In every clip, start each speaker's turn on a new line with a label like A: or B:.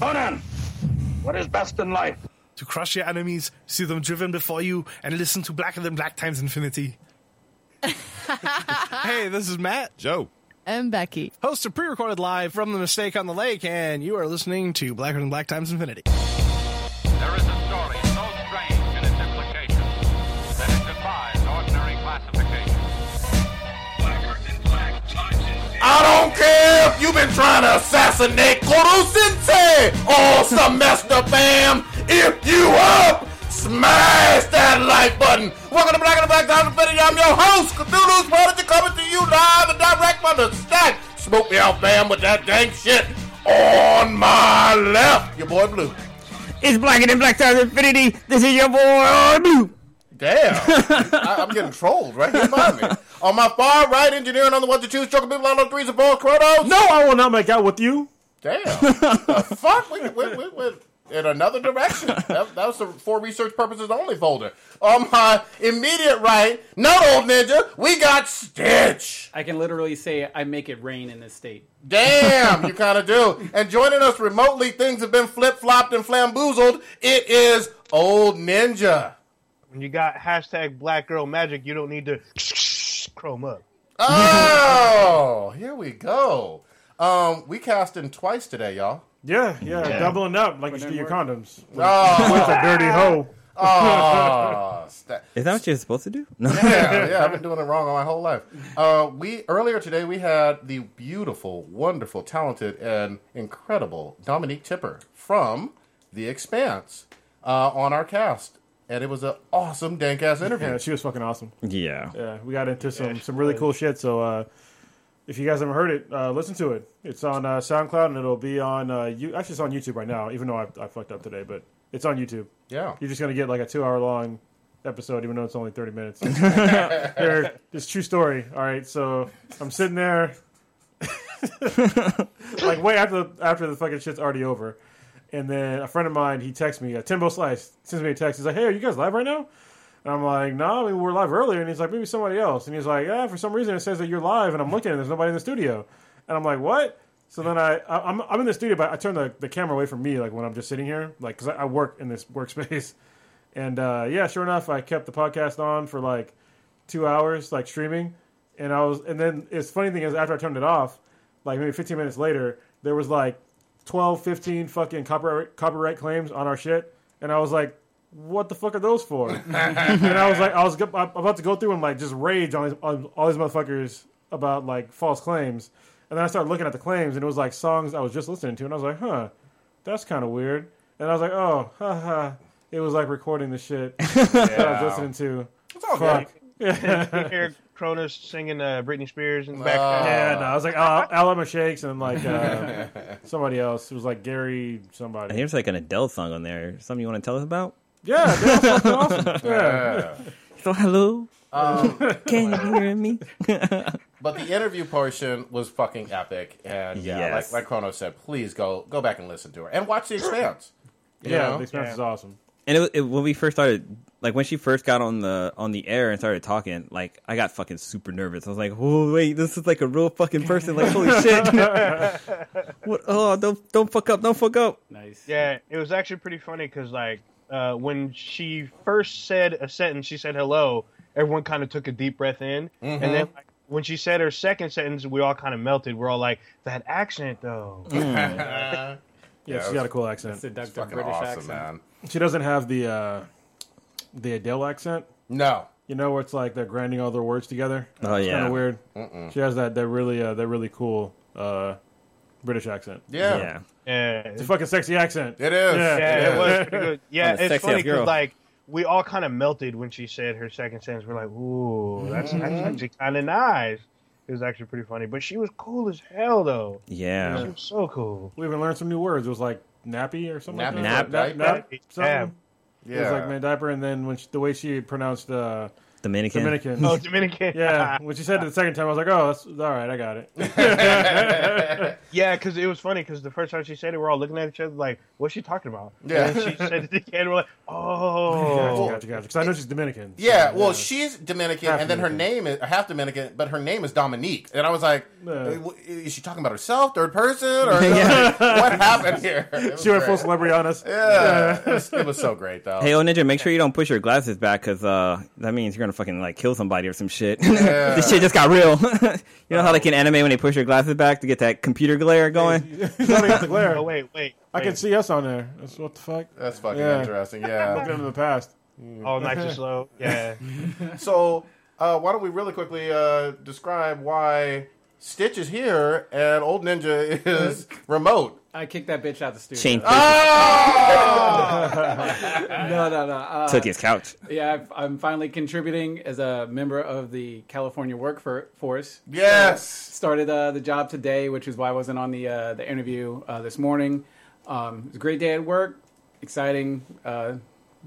A: Conan, what is best in life?
B: To crush your enemies, see them driven before you, and listen to Blacker Than Black times infinity. hey, this is Matt,
C: Joe.
D: I'm Becky.
B: host of pre-recorded live from the Mistake on the Lake, and you are listening to Blacker Than Black times infinity.
E: There is a story so strange in its implications that it defies ordinary classification. Blacker than black times
C: I don't care if you've been trying to assassinate Koro Sensei all semester, fam. If you up, smash that like button. Welcome to Black and the Black Diamond Infinity. I'm your host, Cthulhu's Prodigy, coming to you live and direct from the stack. Smoke me out, fam, with that dang shit on my left. Your boy Blue.
F: It's Blacker Than Black Times Infinity. This is your boy Blue.
C: Damn. I, I'm getting trolled right here by me. On my far right, engineering on the ones to choose, choking people out on threes and fours, Kronos.
F: No, I will not make out with you.
C: Damn. the fuck? We, we, we went in another direction. That, that was the for research purposes only folder. On my immediate right, not old ninja, we got Stitch.
G: I can literally say I make it rain in this state.
C: Damn, you kind of do. And joining us remotely, things have been flip flopped and flamboozled. It is old ninja.
H: When you got hashtag black girl magic, you don't need to chrome up.
C: Oh, here we go. Um, we cast in twice today, y'all.
F: Yeah, yeah, doubling up like you do your condoms.
C: Oh,
H: It's a dirty hoe.
C: oh, sta-
I: Is that what you're supposed to do? No.
C: yeah, yeah, I've been doing it wrong all my whole life. Uh, we earlier today we had the beautiful, wonderful, talented, and incredible Dominique Tipper from The Expanse uh, on our cast, and it was an awesome dank ass interview.
F: Yeah, she was fucking awesome.
I: Yeah.
F: Yeah, we got into some some really cool shit. So uh, if you guys haven't heard it, uh, listen to it. It's on uh, SoundCloud and it'll be on uh, you. Actually, it's on YouTube right now. Even though I, I fucked up today, but it's on YouTube.
C: Yeah,
F: You're just gonna get like a two hour long episode, even though it's only thirty minutes. Here, it's true story. All right, so I'm sitting there, like way after after the fucking shit's already over, and then a friend of mine he texts me, uh, Timbo Slice sends me a text. He's like, "Hey, are you guys live right now?" And I'm like, "No, nah, we were live earlier." And he's like, "Maybe somebody else." And he's like, "Yeah, for some reason it says that you're live." And I'm looking, and there's nobody in the studio. And I'm like, "What?" So then I, I I'm, I'm in the studio, but I turn the, the camera away from me, like when I'm just sitting here, like because I, I work in this workspace. And uh, yeah, sure enough, I kept the podcast on for like two hours, like streaming. And I was, and then it's funny thing is after I turned it off, like maybe 15 minutes later, there was like 12, 15 fucking copyright copyright claims on our shit, and I was like, what the fuck are those for? and I was like, I was go- I'm about to go through and like just rage on, these- on all these motherfuckers about like false claims, and then I started looking at the claims, and it was like songs I was just listening to, and I was like, huh, that's kind of weird, and I was like, oh, haha, it was like recording the shit that I was listening to. It's all fuck.
H: You hear Cronus singing uh, Britney Spears in the
C: Uh,
H: background.
F: Yeah, no, I was like Al- Alabama Shakes and like uh, somebody else. It was like Gary
I: And
F: somebody.
I: Here's like an Adele song on there. Something you want to tell us about?
F: Yeah, they're all fucking awesome. Yeah.
C: Yeah.
I: So hello.
C: Um,
I: Can you hear me?
C: But the interview portion was fucking epic, and yeah,
I: Yes.
C: like like Chrono said, please go go back and listen to her and watch The Expanse. You
F: Yeah,
C: know?
F: the experience is awesome.
I: And it, it, when we first started, like when she first got on the on the air and started talking, like I got fucking super nervous. I was like, "Oh wait, this is like a real fucking person! Like holy shit! what? Oh, don't don't fuck up! Don't fuck up!"
G: Nice.
H: Yeah, it was actually pretty funny because like uh, when she first said a sentence, she said hello. Everyone kind of took a deep breath in, and then like, when she said her second sentence, we all kind of melted. We're all like, "That accent, though."
F: Yeah,
C: Yeah,
F: she's got a cool accent.
C: It's
G: Seductive
C: fucking
G: British
C: awesome,
G: accent.
C: man.
F: She doesn't have the uh, the Adele accent.
C: No,
F: You know where it's like they're grinding all their words together.
I: Oh,
F: it's kind
I: yeah.
F: of weird. She has that that really uh, that really cool uh, British accent.
C: yeah,
I: yeah.
H: Yeah,
F: It's a fucking sexy accent.
C: it is.
F: Yeah.
H: Yeah,
C: is.
H: it was pretty good. Yeah,
I: On the
H: it's
I: sexy
H: funny
I: ass girl.
H: because like we all kind of melted when she said her second sentence. We're like, "Ooh, that's, that's actually kind of nice." It was actually pretty funny, but she was cool as hell though.
I: Yeah.
H: She was so cool.
F: We even learned some new words. It was like nappy or something.
C: Nappy
F: like that.
C: Nap-
F: nap, nap,
H: Nappy.
F: something.
H: Nap.
F: It was
C: Yeah.
F: like my diaper, and then when she, the way she pronounced uh,
I: Dominican.
F: Dominican.
H: Oh, Dominican.
F: Yeah, when she said it the second time, I was like, "Oh, that's all right. I got it."
H: Yeah, because it was funny because the first time she said it, we're all looking at each other like, "What's she talking about?"
C: Yeah.
H: And then she said it again. We're like, "Oh,
F: gotcha, gotcha, gotcha. Because I know she's Dominican. so,
C: Yeah, well, she's Dominican,
F: Half
C: and then her
F: Dominican.
C: name is half Dominican, but her name is Dominique. And I was like,
F: Yeah.
C: is she talking about herself, third person, or like, what happened here? It was
F: she went full
C: great.
F: celebrity on us.
C: Yeah, it was- it was so great though.
I: Hey, oh ninja, make sure you don't push your glasses back because uh, that means you're gonna fucking like kill somebody or some shit. this shit just got real. you know how
F: Oh.
I: like in anime when they push their glasses back to get that computer glare going?
F: She's not against the glare.
H: oh, wait, wait."
F: I can
H: wait.
F: see us on there. That's what the fuck.
C: That's fucking
F: Yeah.
C: interesting. Yeah.
F: Been in the past.
H: all night to Oh, slow. Yeah,
C: so, uh, why don't we really quickly uh, describe why Stitch is here and Old Ninja is remote?
G: I kicked that bitch out of the studio.
I: Shane
F: Ah!
C: Oh!
G: No, no, no. Uh,
I: took his couch.
G: yeah, I've, I'm finally contributing as a member of the California workforce.
C: yes.
G: started uh, the job today, which is why I wasn't on the uh, the interview uh, this morning. Um, it was a great day at work, exciting, uh,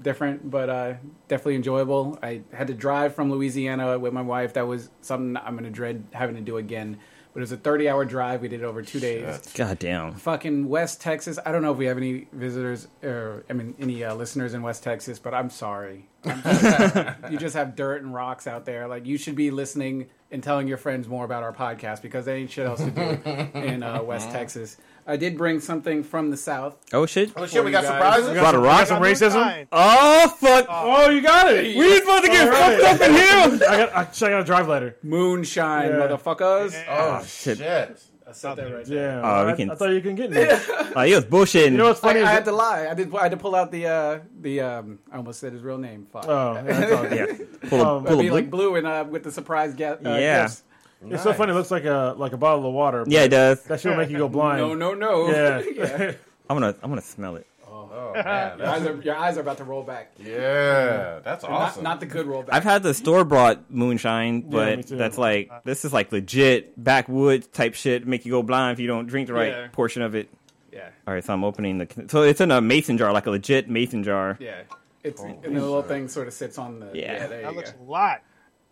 G: different, but uh, definitely enjoyable. I had to drive from Louisiana with my wife. That was something I'm going to dread having to do again. But it was a 30 hour drive. We did it over two days.
I: God damn.
G: Fucking West Texas. I don't know if we have any visitors or I mean any uh, listeners in West Texas, but I'm sorry. I'm just- you just have dirt and rocks out there. Like you should be listening and telling your friends more about our podcast because there ain't shit else to do in uh, West Texas. I did bring something from the South.
I: Oh shit.
C: Oh, shit, we
G: you
C: got
G: guys.
C: surprises?
I: Brought a rock.
F: Some racism.
H: Fine.
I: Oh fuck.
F: Oh, you got it.
I: we about to get fucked up in here.
F: I got. I, shit, I got a drive letter.
I: Uh,
G: Moonshine,
F: Yeah.
G: motherfuckers.
C: Oh,
I: shit.
C: shit.
F: Yeah.
I: Oh, we
F: I,
I: can-
F: I thought you couldn't get me. You
I: Oh, he was bullshitting.
F: know what's funny?
G: I,
F: is
G: I
F: that-
G: had to lie. I did. I had to pull out the uh, the. Um, I almost said his real name. Fuck.
F: Oh, yeah, that's all good.
I: yeah. Pull a,
F: Um,
I: pull a
G: Be
I: blue.
G: like blue and uh, with the surprise ga- uh,
I: Yeah.
G: gifts.
F: It's so funny. It looks like a like a bottle of water. but
I: yeah, it does.
F: That shit will make you go blind.
G: No, no, no.
F: Yeah.
G: yeah.
I: I'm gonna I'm gonna smell it.
C: Oh, man.
G: Your eyes, are, your eyes are about to roll back.
C: Yeah, that's awesome.
G: Not, not the good roll back.
I: I've had the store bought moonshine,
F: Yeah, me
I: but
F: too.
I: that's like this is like legit backwoods type shit. Make you go blind if you don't drink the right
G: Yeah.
I: portion of it.
G: yeah,
I: All right, so I'm opening the. So it's in a mason jar, like a legit mason jar.
G: yeah. It's and the little thing sort of sits on the. Yeah,
I: Yeah.
G: there you
H: that
G: go.
H: looks a lot.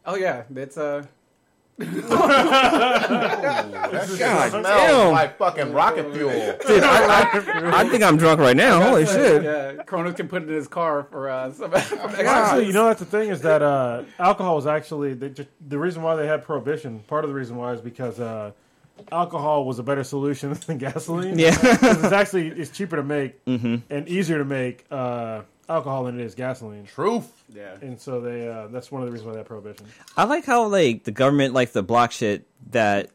G: Oh yeah, it's uh,
C: God, smells
I: damn.
C: like fucking rocket fuel.
I: Dude, I, I- I think I'm drunk right now. Holy shit!
G: yeah. Kronos can put it in his car for uh. Some,
F: Actually, you know that's the thing is that uh, alcohol was actually they ju- the reason why they had prohibition. Part of the reason why is because uh, alcohol was a better solution than gasoline.
I: Yeah.
F: 'Cause it's actually it's cheaper to make and easier to make uh, alcohol than it is gasoline.
C: Truth.
G: yeah.
F: And so they uh, that's one of the reasons why they had prohibition.
I: I like how like the government likes to block shit that.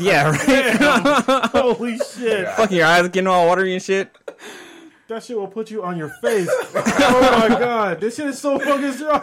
I: Yeah, right.
F: Holy shit!
I: Fucking your eyes getting all watery and shit.
F: That shit will put you on your face. oh my god, this shit is so fucking strong.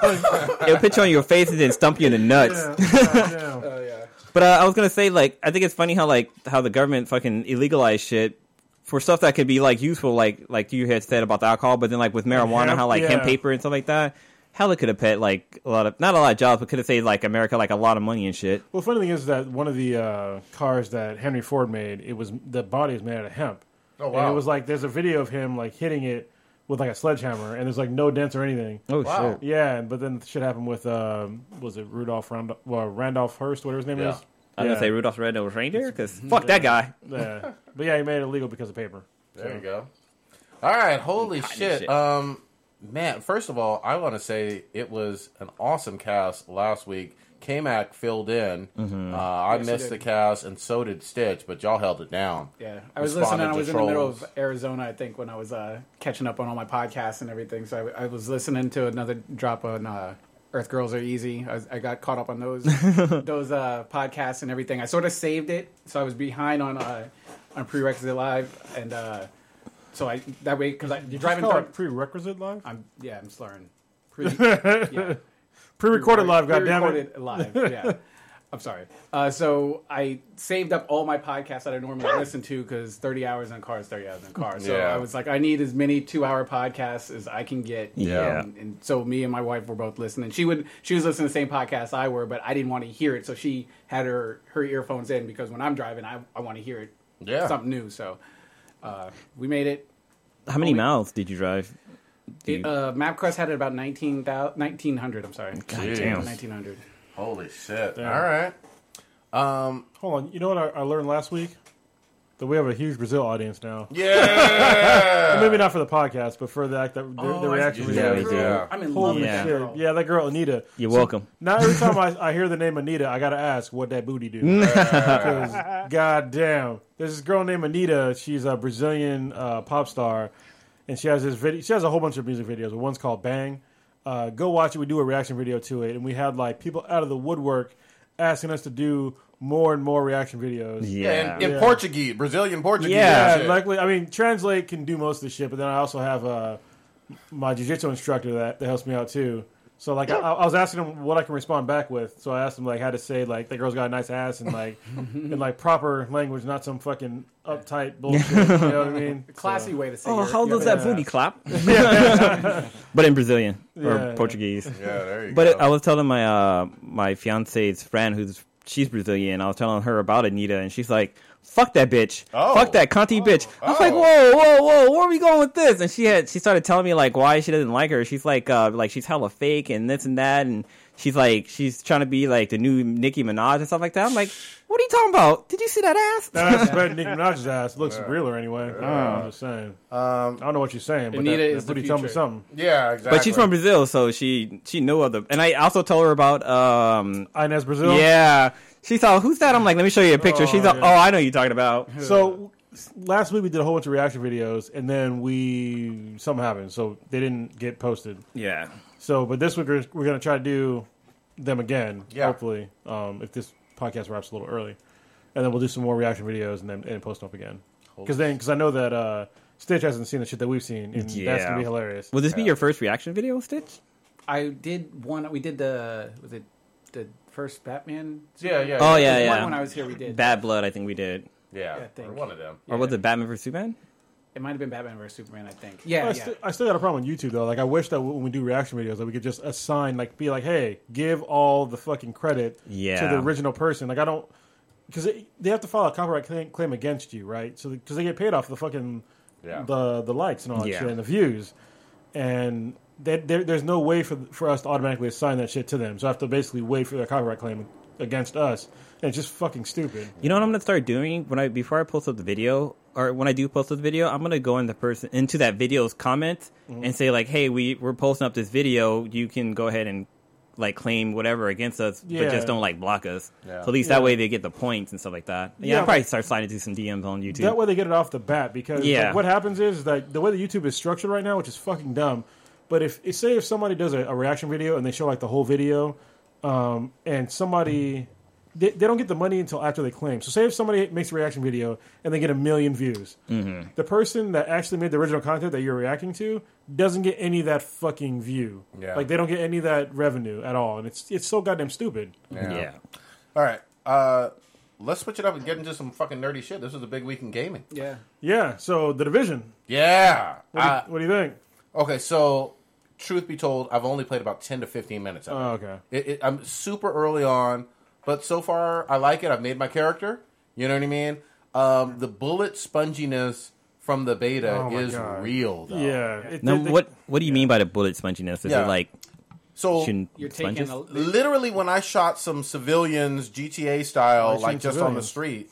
I: It'll put you on your face and then stump you in the nuts.
F: Yeah, goddamn.
G: Oh yeah.
I: But uh, I was gonna say, like, I think it's funny how like how the government fucking illegalized shit for stuff that could be like useful, like like you had said about the alcohol, but then like with marijuana,
F: Hemp,
I: how like
F: yeah.
I: hemp paper and stuff like that. Hell, it could have paid like a lot of not a lot of jobs, but could have saved like America like a lot of money and shit.
F: Well, funny thing is that one of the uh, cars that Henry Ford made, it was the body is made out of hemp.
C: Oh,
F: And
C: wow.
F: it was like there's a video of him like hitting it with like a sledgehammer, and there's like no dents or anything.
I: Oh
C: Wow.
I: shit!
F: Yeah, and- but then shit happened with um, was it Rudolph Rand- well, Randolph Hearst, whatever his name
C: Yeah.
F: is.
I: I'm
F: Yeah.
I: gonna say Rudolph the Red-Nosed Reindeer because fuck that guy.
F: Yeah. but yeah, he made it illegal because of paper.
C: There you go. All right, holy shit.
I: shit.
C: Um, man, first of all, I want to say it was an awesome cast last week. K-Mac filled in.
I: Mm-hmm.
C: Uh, I
G: Yes, he
C: missed the
G: did.
C: cast, and so did Stitch, but y'all held it down.
G: Yeah, I was
C: Responded
G: listening. I
C: to
G: was in the middle
C: trolls.
G: of Arizona, I think, when I was uh, catching up on all my podcasts and everything. So I, I was listening to another drop on uh, Earth Girls Are Easy. I, was, I got caught up on those those uh, podcasts and everything. I sort of saved it, so I was behind on uh, on prerequisite live, and uh, so I that way because you're driving.
F: Call it
G: Through,
F: prerequisite live,
G: I'm yeah, I'm slurring. Pre, yeah.
F: pre-recorded live. Goddamn it!
G: Pre-recorded live, yeah. I'm sorry. Uh, so I saved up all my podcasts that I normally listen to because 30 hours in a car is 30 hours in a car. So
C: Yeah.
G: I was like, I need as many two-hour podcasts as I can get.
I: Yeah.
G: And, and so me and my wife were both listening. She would she was listening to the same podcast I were, but I didn't want to hear it. So she had her her earphones in because when I'm driving, I I want to hear it.
C: Yeah.
G: Something new. So uh, we made it.
I: Oh, How many miles did you drive? dude.
G: It, uh, MapQuest had it about 19, 1900, I'm sorry.
I: God damn.
G: 1900.
C: Holy shit! All right. Um.
F: Hold on. You know what I, I learned last week? That we have a huge Brazil audience now.
C: Yeah.
F: Maybe not for the podcast, but for the act that the, the reaction we
I: Yeah,
F: had.
I: we do.
G: I'm in love
F: Holy
G: with
I: Yeah.
G: that
F: shit!
G: girl.
F: Yeah, that girl Anita.
I: You're welcome.
F: Now every time I, I hear the name Anita, I gotta ask what that booty do. Because goddamn, there's this girl named Anita. She's a Brazilian uh, pop star, and she has this video. She has a whole bunch of music videos. but One's called "Bang." Uh, go watch it. We do a reaction video to it, and we had like people out of the woodwork asking us to do more and more reaction videos.
I: Yeah.
C: And in
F: Yeah.
C: Portuguese, Brazilian Portuguese.
I: Yeah,
C: shit.
F: Yeah, luckily, I mean, translate can do most of the shit, but then I also have uh, my jujitsu instructor that, that helps me out too. So like, I, I was asking him what I can respond back with. So I asked him like how to say like that girl's got a nice ass and like in like proper language, not some fucking uptight bullshit. you know what I mean?
G: Classy
F: So,
G: way to say
I: Oh,
G: your-
I: how
G: your-
I: does that
F: yeah.
I: booty clap? but in Brazilian or
F: Yeah, yeah.
I: Portuguese.
C: Yeah, there you
I: But
C: go.
I: it, I was telling my uh, my fiance's friend who's she's Brazilian. I was telling her about Anita, and she's like, "Fuck that bitch!
C: Oh.
I: Fuck that Conti bitch!" I was like,
C: Oh.
I: "Whoa, whoa, whoa! Where are we going with this?" And she had she started telling me like why she doesn't like her. She's like, uh, like she's hella fake and this and that, and she's like she's trying to be like the new Nicki Minaj and stuff like that. I'm like, "What are you talking about? Did you see that ass?"
F: That ass is better than Nicki Minaj's ass. Looks realer anyway. I'm just saying. I don't know what you're saying, but
G: Um, Anita
F: that,
G: is
F: that
G: the
F: booty tell me
G: future.
F: something.
C: yeah, exactly.
I: But she's from Brazil, so she she knew other. And I also told her about um
F: Inez Brazil.
I: yeah. She saw who's that? I'm like, let me show you a picture. She's like, oh, I know you're talking about.
F: So last week we did a whole bunch of reaction videos, and then we something happened, so they didn't get posted.
I: Yeah.
F: So, but this week we're, we're gonna try to do them again.
C: Yeah.
F: Hopefully, um, if this podcast wraps a little early, and then we'll do some more reaction videos and then and post them up again. Because then, because I know that uh, Stitch hasn't seen the shit that we've seen, and that's
I: Yeah.
F: gonna be hilarious.
I: Will this be your first reaction video, Stitch?
G: I did one. We did the was it the first Batman?
C: Yeah, yeah.
I: Oh
G: One
I: yeah,
G: When I
I: yeah.
G: was here, we did.
I: Bad Blood, I think we did,
C: yeah.
G: Yeah, thank
C: or
G: you.
C: one of them.
I: or was it Batman vs Superman?
G: it might have been Batman versus Superman. I think.
F: I,
G: Yeah, yeah.
F: sti- I still got a problem with YouTube though. Like, I wish that when we do reaction videos, that we could just assign, like, be like, "Hey, give all the fucking credit to
I: Yeah.
F: the original person." Like, I don't because they have to file a copyright claim, claim against you, right? So because they get paid off the fucking
C: Yeah.
F: the the likes and all that
I: Yeah.
F: shit and the views, and they, there, there's no way for for us to automatically assign that shit to them. So I have to basically wait for their copyright claim against us, and it's just fucking stupid.
I: You know what I'm gonna start doing when I before I post up the video, or when I do post up the video, I'm gonna go in the person into that video's comments and say like, hey, we we're posting up this video. You can go ahead and like claim whatever against us,
F: Yeah.
I: but just don't like block us.
C: Yeah.
I: So at least that way they get the points and stuff like that. Yeah,
F: Yeah,
I: I'll probably start sliding through some DMs on YouTube.
F: That way they get it off the bat because
I: Yeah.
F: like, what happens is that the way that YouTube is structured right now, which is fucking dumb. But if say if somebody does a, a reaction video and they show like the whole video, um, and somebody they, they don't get the money until after they claim. So say if somebody makes a reaction video and they get a million views,
I: Mm-hmm.
F: the person that actually made the original content that you're reacting to doesn't get any of that fucking view.
C: Yeah.
F: Like they don't get any of that revenue at all, and it's it's so goddamn stupid.
I: yeah.
C: All right. Uh, let's switch it up and get into some fucking nerdy shit. This was a big week in gaming.
G: yeah.
F: Yeah. So the division.
C: Yeah.
F: What do you,
C: Uh,
F: what do you think?
C: okay, so truth be told, I've only played about ten to fifteen minutes. Of it.
F: Oh, okay.
C: It, it, I'm super early on, but so far I like it. I've made my character. You know what I mean? Um, the bullet sponginess from the beta
F: Oh my
C: is
F: God.
C: real, though.
F: Yeah. It-
I: Now,
F: it- it-
I: what what do you mean by the bullet sponginess? Is
C: Yeah.
I: it like
C: So
I: shooting
G: You're taking
I: sponges?
G: a,
C: literally when I shot some civilians GTA
I: Oh,
C: style,
F: shooting
C: like just on the
F: civilians?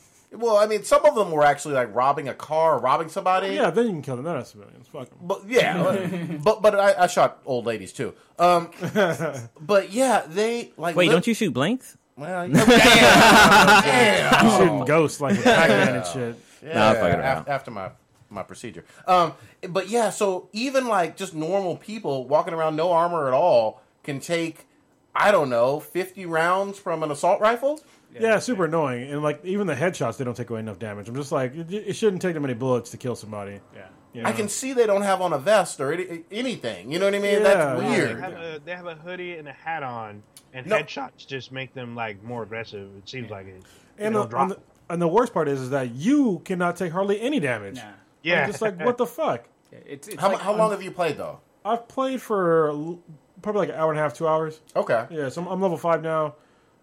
C: street. Well, I mean, some of them were actually like robbing a car, robbing somebody.
F: Yeah, then you can kill them. They're not civilians. Fuck them.
C: but yeah, uh, but but I, I shot old ladies too. Um, but yeah, they like
I: Wait,
C: lit-
I: don't you shoot blanks?
C: Well, you- damn, damn.
F: Shooting ghosts like Pac-Man and shit.
I: Nah, I'm fucking
C: af-
I: around.
C: after my my procedure. Um, but yeah, so even like just normal people walking around no armor at all can take I don't know fifty rounds from an assault rifle.
F: Yeah, super annoying. And like even the headshots, they don't take away enough damage. I'm just like, it, it shouldn't take that many bullets to kill somebody.
G: yeah.
F: you
C: I
F: know?
C: can see they don't have on a vest or any, anything. You know what I mean? That's
F: Yeah.
H: They have,
C: weird.
H: a, they have a hoodie and a hat on, and
C: No.
H: headshots just make them like more aggressive. It seems like it.
F: And
H: They
F: the,
H: don't drop
F: and, the, and the worst part is, is that you cannot take hardly any damage.
G: Nah.
H: Yeah.
F: I'm just like, what the fuck?
G: Yeah, It's, it's
C: How,
G: like
C: how long have you played though?
F: I've played for l- probably like an hour and a half, two hours.
C: Okay.
F: Yeah, so I'm, I'm level five now,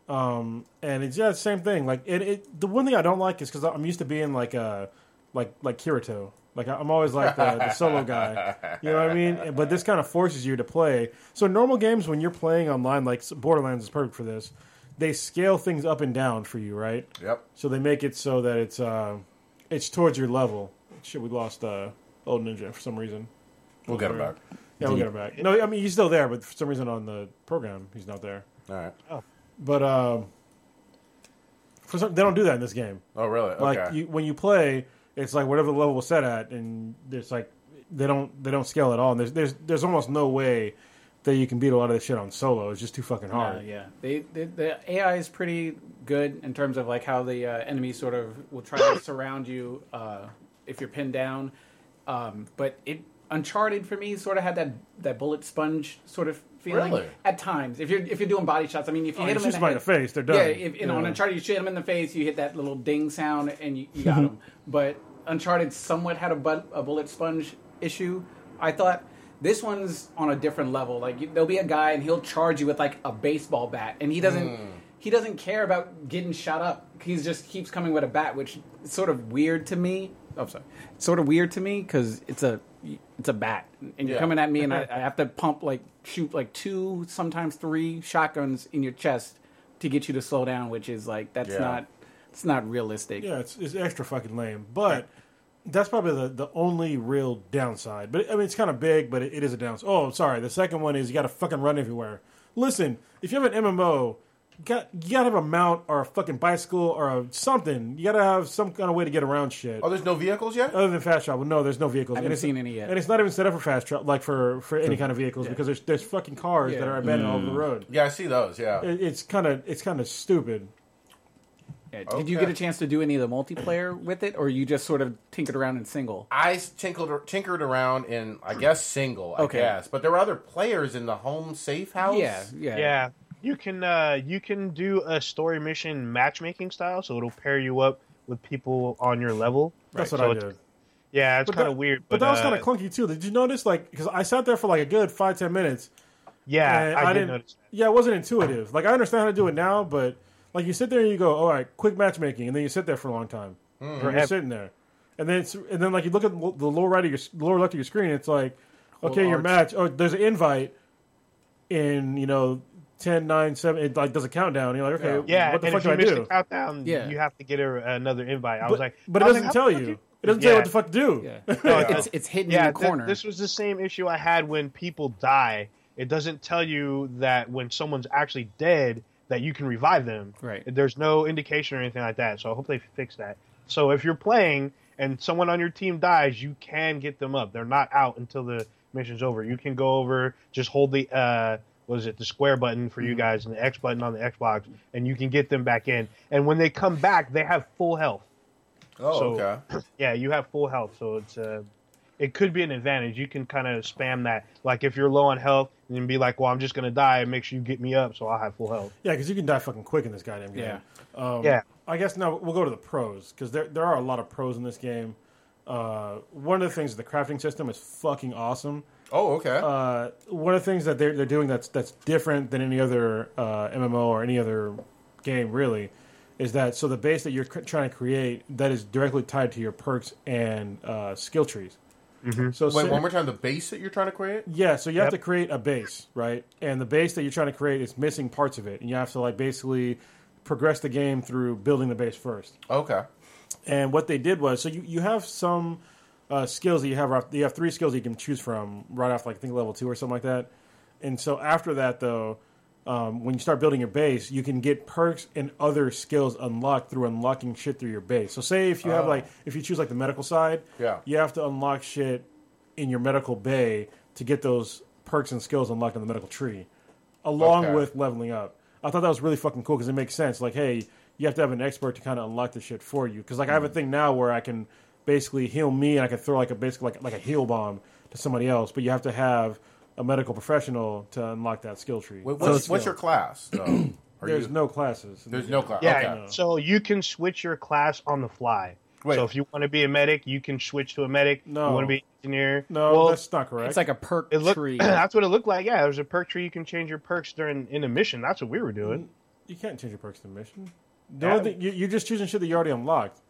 F: um, and it's yeah, same thing. Like it, it, the one thing I don't like is because I'm used to being like uh like like Kirito, Like I- I'm always like the, the solo guy, you know what I mean? But this kind of forces you to play. So normal games, when you're playing online, like Borderlands is perfect for this. They scale things up and down for you, right?
C: Yep.
F: So they make it so that it's uh, it's towards your level. Shit, we lost uh, old ninja for some reason.
C: We'll get him back.
F: Yeah, we'll get him back. No, I mean he's still there, but for some reason on the program he's not there.
C: All right.
F: But um, for some, they don't do that in this game.
C: Oh, really? Okay.
F: Like you, when you play, it's like whatever the level was set at, and it's like they don't they don't scale at all. And there's there's there's almost no way that you can beat a lot of this shit on solo. It's just too fucking hard.
G: Uh, yeah, they, they the AI is pretty good in terms of like how the uh, enemy sort of will try to surround you uh, if you're pinned down. Um, but it Uncharted for me sort of had that that bullet sponge sort of feeling
C: Really?
G: at times. If you're if you're doing body shots, I mean, if you
F: Oh,
G: hit
F: you
G: them
F: shoot
G: in
F: somebody in
G: head-
F: the face, they're done.
G: Yeah, if, you know, on
F: Yeah.
G: Uncharted, you shoot them in the face, you hit that little ding sound, and you, you got them. But Uncharted somewhat had a, but, a bullet sponge issue. I thought this one's on a different level. Like you, there'll be a guy, and he'll charge you with like a baseball bat, and he doesn't. He doesn't care about getting shot up. He just keeps coming with a bat, which is sort of weird to me. Oh, I'm sorry. It's sort of weird to me because it's a it's a bat, and you're
C: Yeah.
G: coming at me, and I, I have to pump like shoot like two, sometimes three shotguns in your chest to get you to slow down, which is like that's
C: Yeah.
G: not it's not realistic.
F: Yeah, it's, it's extra fucking lame. But that's probably the, the only real downside. But I mean, it's kind of big, but it, it is a downside. Oh, I'm sorry. The second one is you got to fucking run everywhere. Listen, if you have an MMO, you got you got to have a mount or a fucking bicycle or a, something. You got to have some kind of way to get around shit.
C: oh, there's no vehicles yet?
F: Other than fast travel, no, there's no vehicles. I
G: haven't seen any yet.
F: and it's not even set up for fast travel, like for, for any kind of vehicles, because there's there's fucking cars that
G: Yeah. Mm.
F: are abandoned all over the road.
C: yeah, I see those. Yeah.
F: It, it's kind of it's kind of stupid.
G: Yeah. Did you get
C: Okay.
G: a chance to do any of the multiplayer with it, or you just sort of tinkered around in single?
C: I tinkled, tinkered around in, I guess, single. I
G: Okay.
C: guess, but there were other players in the home safe house.
G: Yeah, yeah,
H: Yeah, you can uh, you can do a story mission matchmaking style, so it'll pair you up with people on your level.
F: That's
H: Right, so
F: what I
H: it's-
F: did.
H: Yeah, it's
F: But
H: kind
F: that-
H: of weird,
F: But, that was kind
H: uh,
F: of clunky too. Did you notice, like, because I sat there for like a good five ten minutes,
H: Yeah,
F: and
H: I, did notice. That.
F: Yeah, it wasn't intuitive. Like, I understand how to do it now, but like, you sit there and you go, "All right, quick matchmaking," and then you sit there for a long time. And You're
H: Forever.
F: sitting there, and then it's, and then like you look at the the lower right of your s- lower left of your screen. It's like, okay, your
G: arch.
F: match. Oh, there's an invite in you know 10, 9, 7. It like does a countdown. You're like, okay,
H: Yeah,
F: what the
H: and
F: fuck
H: if
F: do
H: you
F: I
H: miss
F: do?
H: the countdown,
G: Yeah.
H: you have to get a, another invite. I
F: but,
H: was like,
F: but it
H: I was
F: doesn't
H: like, how
F: tell
H: the fuck
F: you. It doesn't tell you
H: Yeah.
F: what the fuck to do.
G: Yeah.
H: No, it
G: It's
H: doesn't.
G: it's hidden in
H: yeah,
G: the
H: th-
G: corner.
H: this was the same issue I had when people die. It doesn't tell you that when someone's actually dead that you can revive them.
G: Right.
H: There's no indication or anything like that. So I hope they fix that. So if you're playing and someone on your team dies, you can get them up. They're not out until the mission's over. You can go over, just hold the uh what is it, the square button for
G: Mm-hmm.
H: you guys and the X button on the Xbox and you can get them back in. And when they come back, they have full health.
C: Oh,
H: So-
C: okay.
H: Yeah, you have full health, so it's uh, it could be an advantage. You can kind of spam that, like if you're low on health, and then be like, "Well, I'm just gonna die. Make sure you get me up, so I'll have full health."
F: Yeah, because you can die fucking quick in this goddamn game. Um,
G: Yeah.
H: yeah,
F: I guess now we'll go to the pros because there there are a lot of pros in this game. Uh, one of the things the crafting system is fucking awesome.
C: Oh, okay.
F: Uh, one of the things that they're they're doing that's that's different than any other uh, MMO or any other game really is that so the base that you're cr- trying to create that is directly tied to your perks and uh, skill trees. So
C: Wait,
F: say-
C: one more time. The base that you're trying to create.
F: yeah, so you have
H: Yep.
F: to create a base, right? And the base that you're trying to create is missing parts of it, and you have to like basically progress the game through building the base first.
C: Okay.
F: And what they did was, so you, you have some uh, skills that you have. right- You have three skills that you can choose from right off, like I think level two or something like that. And so after that, though, um, when you start building your base, you can get perks and other skills unlocked through unlocking shit through your base. So say if you have like if you choose like the medical side,
C: Ah. Yeah.
F: you have to unlock shit in your medical bay to get those perks and skills unlocked on the medical tree along
C: Okay.
F: with leveling up. I thought that was really fucking cool because it makes sense. Like, hey, you have to have an expert to kind of unlock the shit for you. Because like I have a thing now where I can basically heal me and I can throw like a basic like like a heal bomb to somebody else, but you have to have a medical professional to unlock that skill tree.
C: Wait, what's,
F: Skill.
C: what's your class? Though? Are
F: There's
C: you-
F: no classes.
C: There's no class.
H: yeah.
C: okay.
H: So you can switch your class on the fly.
C: Wait.
H: So if you want to be a medic, you can switch to a medic.
F: No.
H: You want to be an engineer?
F: no,
H: Well,
F: that's not correct.
G: it's like a perk
H: it looked.
G: tree.
H: that's what it looked like. Yeah, there's a perk tree. You can change your perks during in a mission. That's what we were doing.
F: you can't change your perks to mission. The only thing, you, you're just choosing shit that you already unlocked.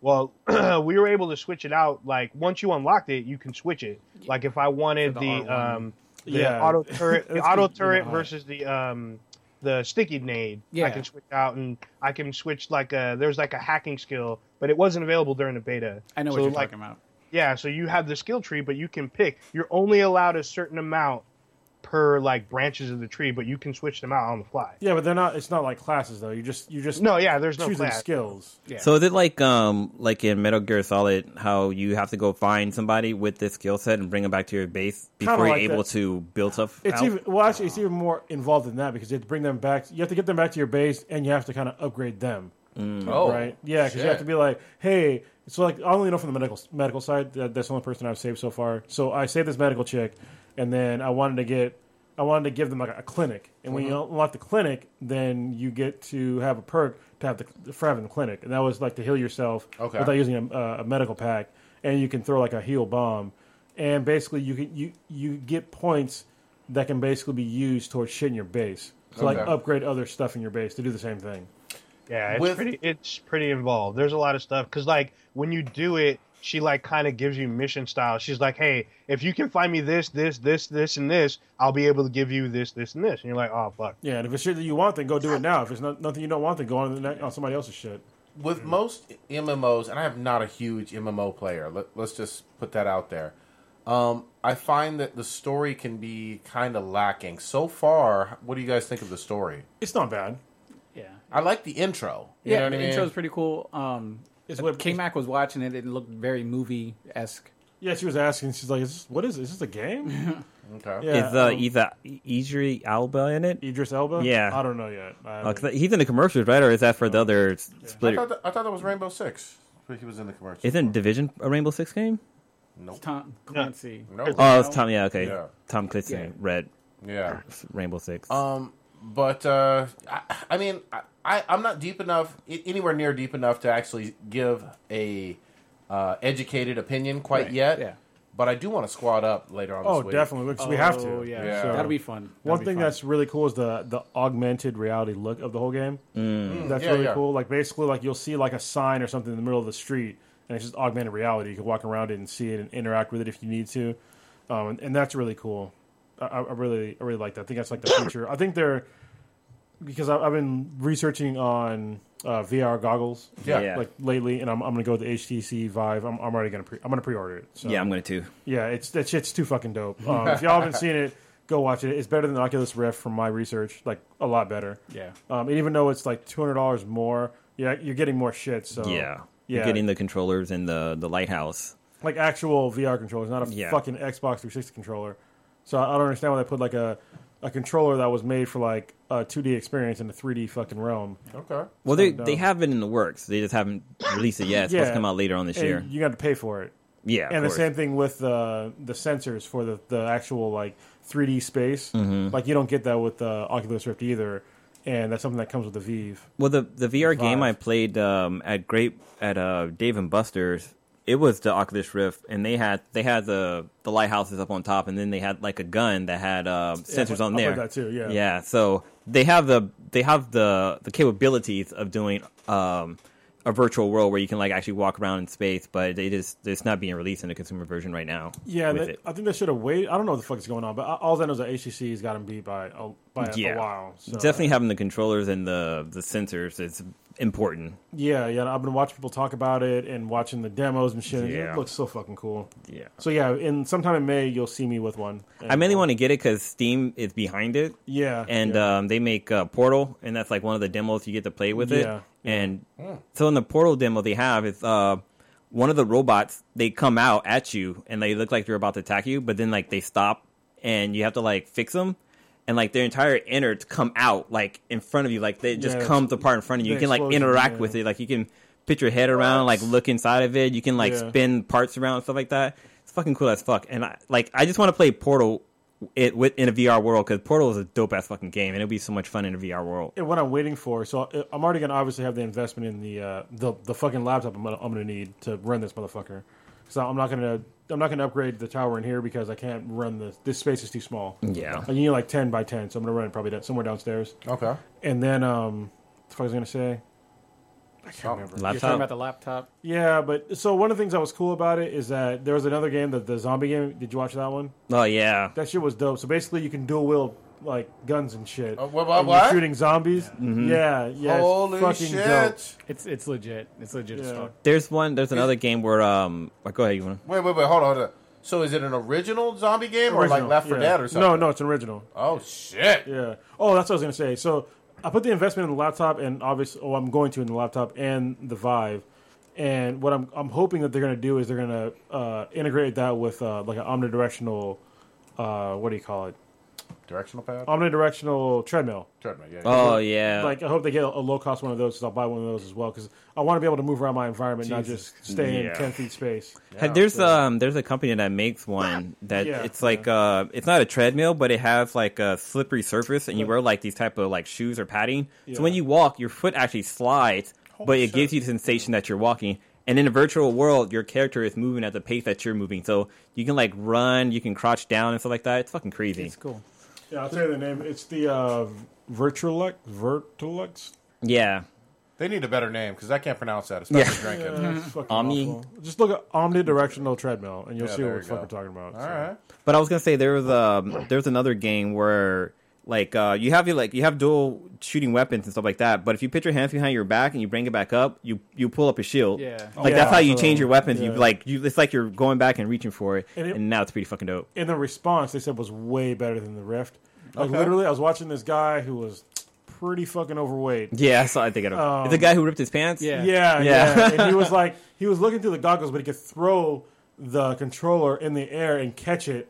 H: Well, we were able to switch it out. Like once you unlocked it, you can switch it. Like if I wanted
G: For
H: the,
G: the R1.
H: um, the
F: Yeah.
H: auto turret, the
F: That's
H: auto
F: good, you
H: turret
F: know.
H: versus the um, the sticky nade, I
G: Yeah.
H: can switch out and I can switch like uh there's like a hacking skill, but it wasn't available during the beta.
G: I know
H: So,
G: what you're
H: like,
G: talking about.
H: Yeah, so you have the skill tree, but you can pick. You're only allowed a certain amount per like branches of the tree, but you can switch them out on the fly.
F: Yeah, but they're not. It's not like classes though. You just you just
H: No, yeah, there's no
F: choosing
H: class.
F: skills.
I: So is it like um like in Metal Gear Solid how you have to go find somebody with this skill set and bring them back to your base
F: Kinda
I: before
F: like
I: you're able
F: that.
I: to build stuff?
F: It's
I: out?
F: even well, actually, it's even more involved than that because you have to bring them back. You have to get them back to your base, and you have to kind of upgrade them,
C: Oh,
F: right? Yeah, because you
C: shit.
F: have to be like, hey. So like, I only know from the medical medical side that that's the only person I've saved so far. So I saved this medical chick, and then I wanted to get, I wanted to give them like a clinic. And when
C: Uh-huh.
F: you unlock the clinic, then you get to have a perk to have the for having the clinic, and that was like to heal yourself
C: Okay.
F: without using a, a- a medical pack, and you can throw like a heal bomb, and basically you can you you get points that can basically be used towards shit in your base, so like
C: Okay.
F: upgrade other stuff in your base to do the same thing.
H: Yeah, it's
C: With-
H: pretty it's pretty involved. There's a lot of stuff cuz like when you do it, she like kind of gives you mission style. She's like, "Hey, if you can find me this, this, this, this and this, I'll be able to give you this, this and this." And you're like, "Oh, fuck."
F: Yeah, and if it's shit that you want, then go do it now. If it's not, nothing you don't want, then go on to the next, on somebody else's shit.
C: with most MMOs, and I am not a huge MMO player. Let, let's just put that out there. Um, I find that the story can be kind of lacking. So far, what do you guys think of the story?
F: It's not bad.
G: Yeah.
C: I like the intro. You
G: yeah,
C: know what I
G: the
C: mean?
G: intro's pretty cool. Um,
F: It's what-
G: King Mac was watching it. It looked very movie esque.
F: Yeah, she was asking. She's like, is this, "What is this? Is this a game?"
C: okay.
F: Yeah,
I: is uh,
F: um,
I: either Idris Alba in it?
F: Idris Elba.
I: Yeah.
F: I don't know yet. I
I: Uh,
F: haven't-
I: 'cause he's in the commercials, right? Or is that for the other s-
C: I,
I: split?
C: thought that, I thought that was Rainbow Six. He was in the commercial.
I: Isn't Division a Rainbow Six game?
G: Tom Clancy.
C: No.
I: Oh, it's Tom. Yeah, okay.
C: Yeah.
I: Tom Clancy,
G: Yeah.
I: Red
C: Yeah.
I: Rainbow Six.
C: Um, but uh, I, I mean, I- I, I'm not deep enough, i- anywhere near deep enough to actually give a uh, educated opinion quite
G: Right,
C: yet.
G: yeah.
C: But I do want to squad up later on.
F: Oh,
C: this week.
F: definitely, because we have
G: Oh,
F: to.
G: Yeah.
C: Yeah.
G: That'll be fun. That'll
F: One
G: be
F: thing
G: fun.
F: that's really cool is the the augmented reality look of the whole game. Mm. That's
C: Yeah,
F: really
C: yeah.
F: cool. Like basically, like you'll see like a sign or something in the middle of the street, and it's just augmented reality. You can walk around it and see it and interact with it if you need to, um, and, and that's really cool. I, I I really I really like that. I think that's like the future. I think they're because I, I've been researching on uh, VR goggles
C: Yeah.
I: Yeah.
F: like lately, and I'm, I'm gonna go with the HTC Vive. I'm, I'm already gonna pre I'm gonna pre-order it. So.
I: yeah, I'm gonna too.
F: Yeah, it's that shit's too fucking dope. Um, if y'all haven't seen it, go watch it. It's better than the Oculus Rift from my research, like a lot better.
G: Yeah.
F: Um, and even though it's like two hundred dollars more, yeah, you're getting more shit. So
I: yeah.
F: uh, yeah,
I: You're getting the controllers and the the lighthouse.
F: like actual VR controllers, not a
I: Yeah.
F: fucking Xbox 360 controller. So I I don't understand why they put like a a controller that was made for like a 2D experience in the 3D fucking realm.
C: Okay.
I: Well, they
F: dumb.
I: they have been in the works. They just haven't released it yet. It's supposed
F: Yeah.
I: to come out later on this
F: And
I: year.
F: you got to pay for it.
I: Yeah, of
F: and the
I: course.
F: same thing with uh, the sensors for the, the actual like 3D space.
I: Mm-hmm.
F: Like you don't get that with uh, Oculus Rift either, and that's something that comes with the Vive.
I: Well, the the VR game I
F: Vive.
I: played um, at Great at uh, Dave and Buster's, it was the Oculus Rift, and they had they had the the lighthouses up on top, and then they had like a gun that had uh, sensors
F: I
I: on
F: played
I: there.
F: that too, yeah.
I: yeah. So they have the they have the the capabilities of doing um, a virtual world where you can like actually walk around in space, but they just it's not being released in the consumer version right now.
F: Yeah,
I: with
F: they-
I: it.
F: I think they should have waited. I don't know what the fuck is going on, but all that knows that HTC has got them beat by a, by a,
I: yeah,
F: a while. So.
I: definitely having the controllers and the the sensors is important.
F: Yeah, yeah. I've been watching people talk about it and watching the demos and shit. and
I: Yeah.
F: It looks so fucking cool.
I: Yeah.
F: So yeah, in sometime in May you'll see me with one. uh,
I: I mainly want to get it because Steam is behind it.
F: Yeah,
I: and
F: yeah.
I: um, they make uh, Portal, and that's like one of the demos you get to play with it.
F: Yeah, Hmm.
I: And so in the Portal demo, they have is uh, one of the robots. They come out at you, and they look like they're about to attack you, but then like they stop, and you have to like fix them. And like their entire innards come out like in front of you, like they just
F: Yeah,
I: comes apart in front of you. You
F: the
I: can like
F: explosion,
I: interact
F: yeah.
I: with it, like you can put your head around, like look inside of it. You can like
F: Yeah.
I: spin parts around and stuff like that. It's fucking cool as fuck. And I like I just want to play Portal it with in a VR world because Portal is a dope ass fucking game, and it'll be so much fun in a VR world.
F: and what I'm waiting for. So I- I'm already gonna obviously have the investment in the uh, the the fucking laptop I'm gonna, I'm gonna need to run this motherfucker. So I'm not gonna I'm not gonna upgrade the tower in here because I can't run the this space is too small.
I: Yeah.
F: like, you need like ten by ten. So I'm gonna run it probably down, somewhere downstairs.
C: Okay.
F: And then um, what the fuck was I gonna say?
G: You're talking about
I: Laptop.
G: the laptop.
F: Yeah, but so one of the things that was cool about it is that there was another game that the zombie game. Did you watch that one?
I: Oh yeah.
F: That shit was dope. So basically, you can dual wield like guns and shit.
C: Uh, what- what-
F: And you're
C: what?
F: shooting zombies. Yeah, yeah. it's
C: Holy
F: fucking
C: shit!
F: Dope.
G: It's it's legit. It's legit as
F: Yeah.
G: fuck.
I: There's one. There's another game where um. oh, Go ahead. You want?
C: Wait, wait, wait. Hold on. Hold on. So is it an original zombie game or like
F: Original,
C: Left 4
F: yeah.
C: Dead or something?
F: No, no, it's an original.
C: Oh shit!
F: Yeah. Oh, that's what I was gonna say. So I put the investment in the laptop, and obviously, oh, I'm going to in the laptop and the Vive. And what I'm I'm hoping that they're gonna do is they're gonna uh, integrate that with uh, like an omnidirectional, uh, what do you call it?
C: Directional pad.
F: Oh. Omnidirectional treadmill.
C: Treadmill. Yeah.
I: Oh yeah.
F: like I hope they get a low cost one of those because I'll buy one of those as well because I want to be able to move around my environment, not
G: Jesus.
F: just stay
I: Yeah.
F: in ten feet space.
I: Hey, there's um there's a company that makes one that
F: Yeah.
I: it's like uh it's not a treadmill but it has like a slippery surface and you wear like these type of like shoes or padding so when
F: Yeah.
I: you walk your foot actually slides but it gives you the sensation that you're walking and in a virtual world your character is moving at the pace that you're moving so you can like run you can crouch down and stuff like that it's fucking crazy
G: It's cool.
F: Yeah, I'll tell you the name. It's the uh, Virtualux. Virtualux.
I: yeah
C: They need a better name because I can't pronounce that, especially
I: Yeah.
C: drinking.
F: It's fucking
I: Omni-
F: awful. Just look at omnidirectional treadmill, and you'll
C: Yeah,
F: see
C: there
F: what
C: you
F: the fuck
C: go.
F: we're talking about.
C: All right.
I: But I was gonna say there was um there's another game where like uh you have your like you have dual shooting weapons and stuff like that. But if you put your hands behind your back and you bring it back up, you you pull up a shield.
G: Yeah.
I: Like
F: Oh, Yeah,
I: that's how you
F: so-
I: change your weapons. You
F: yeah.
I: like you it's like you're going back and reaching for it. And,
F: And it-
I: now it's pretty fucking dope.
F: And the response they said was way better than the Rift. Like literally, I was watching this guy who was pretty fucking overweight.
I: Yeah, I saw. I think it.
F: Um,
I: it's a guy who ripped his pants.
G: Yeah.
F: Yeah,
I: Yeah.
F: yeah. and he was like, he was looking through the goggles, but he could throw the controller in the air and catch it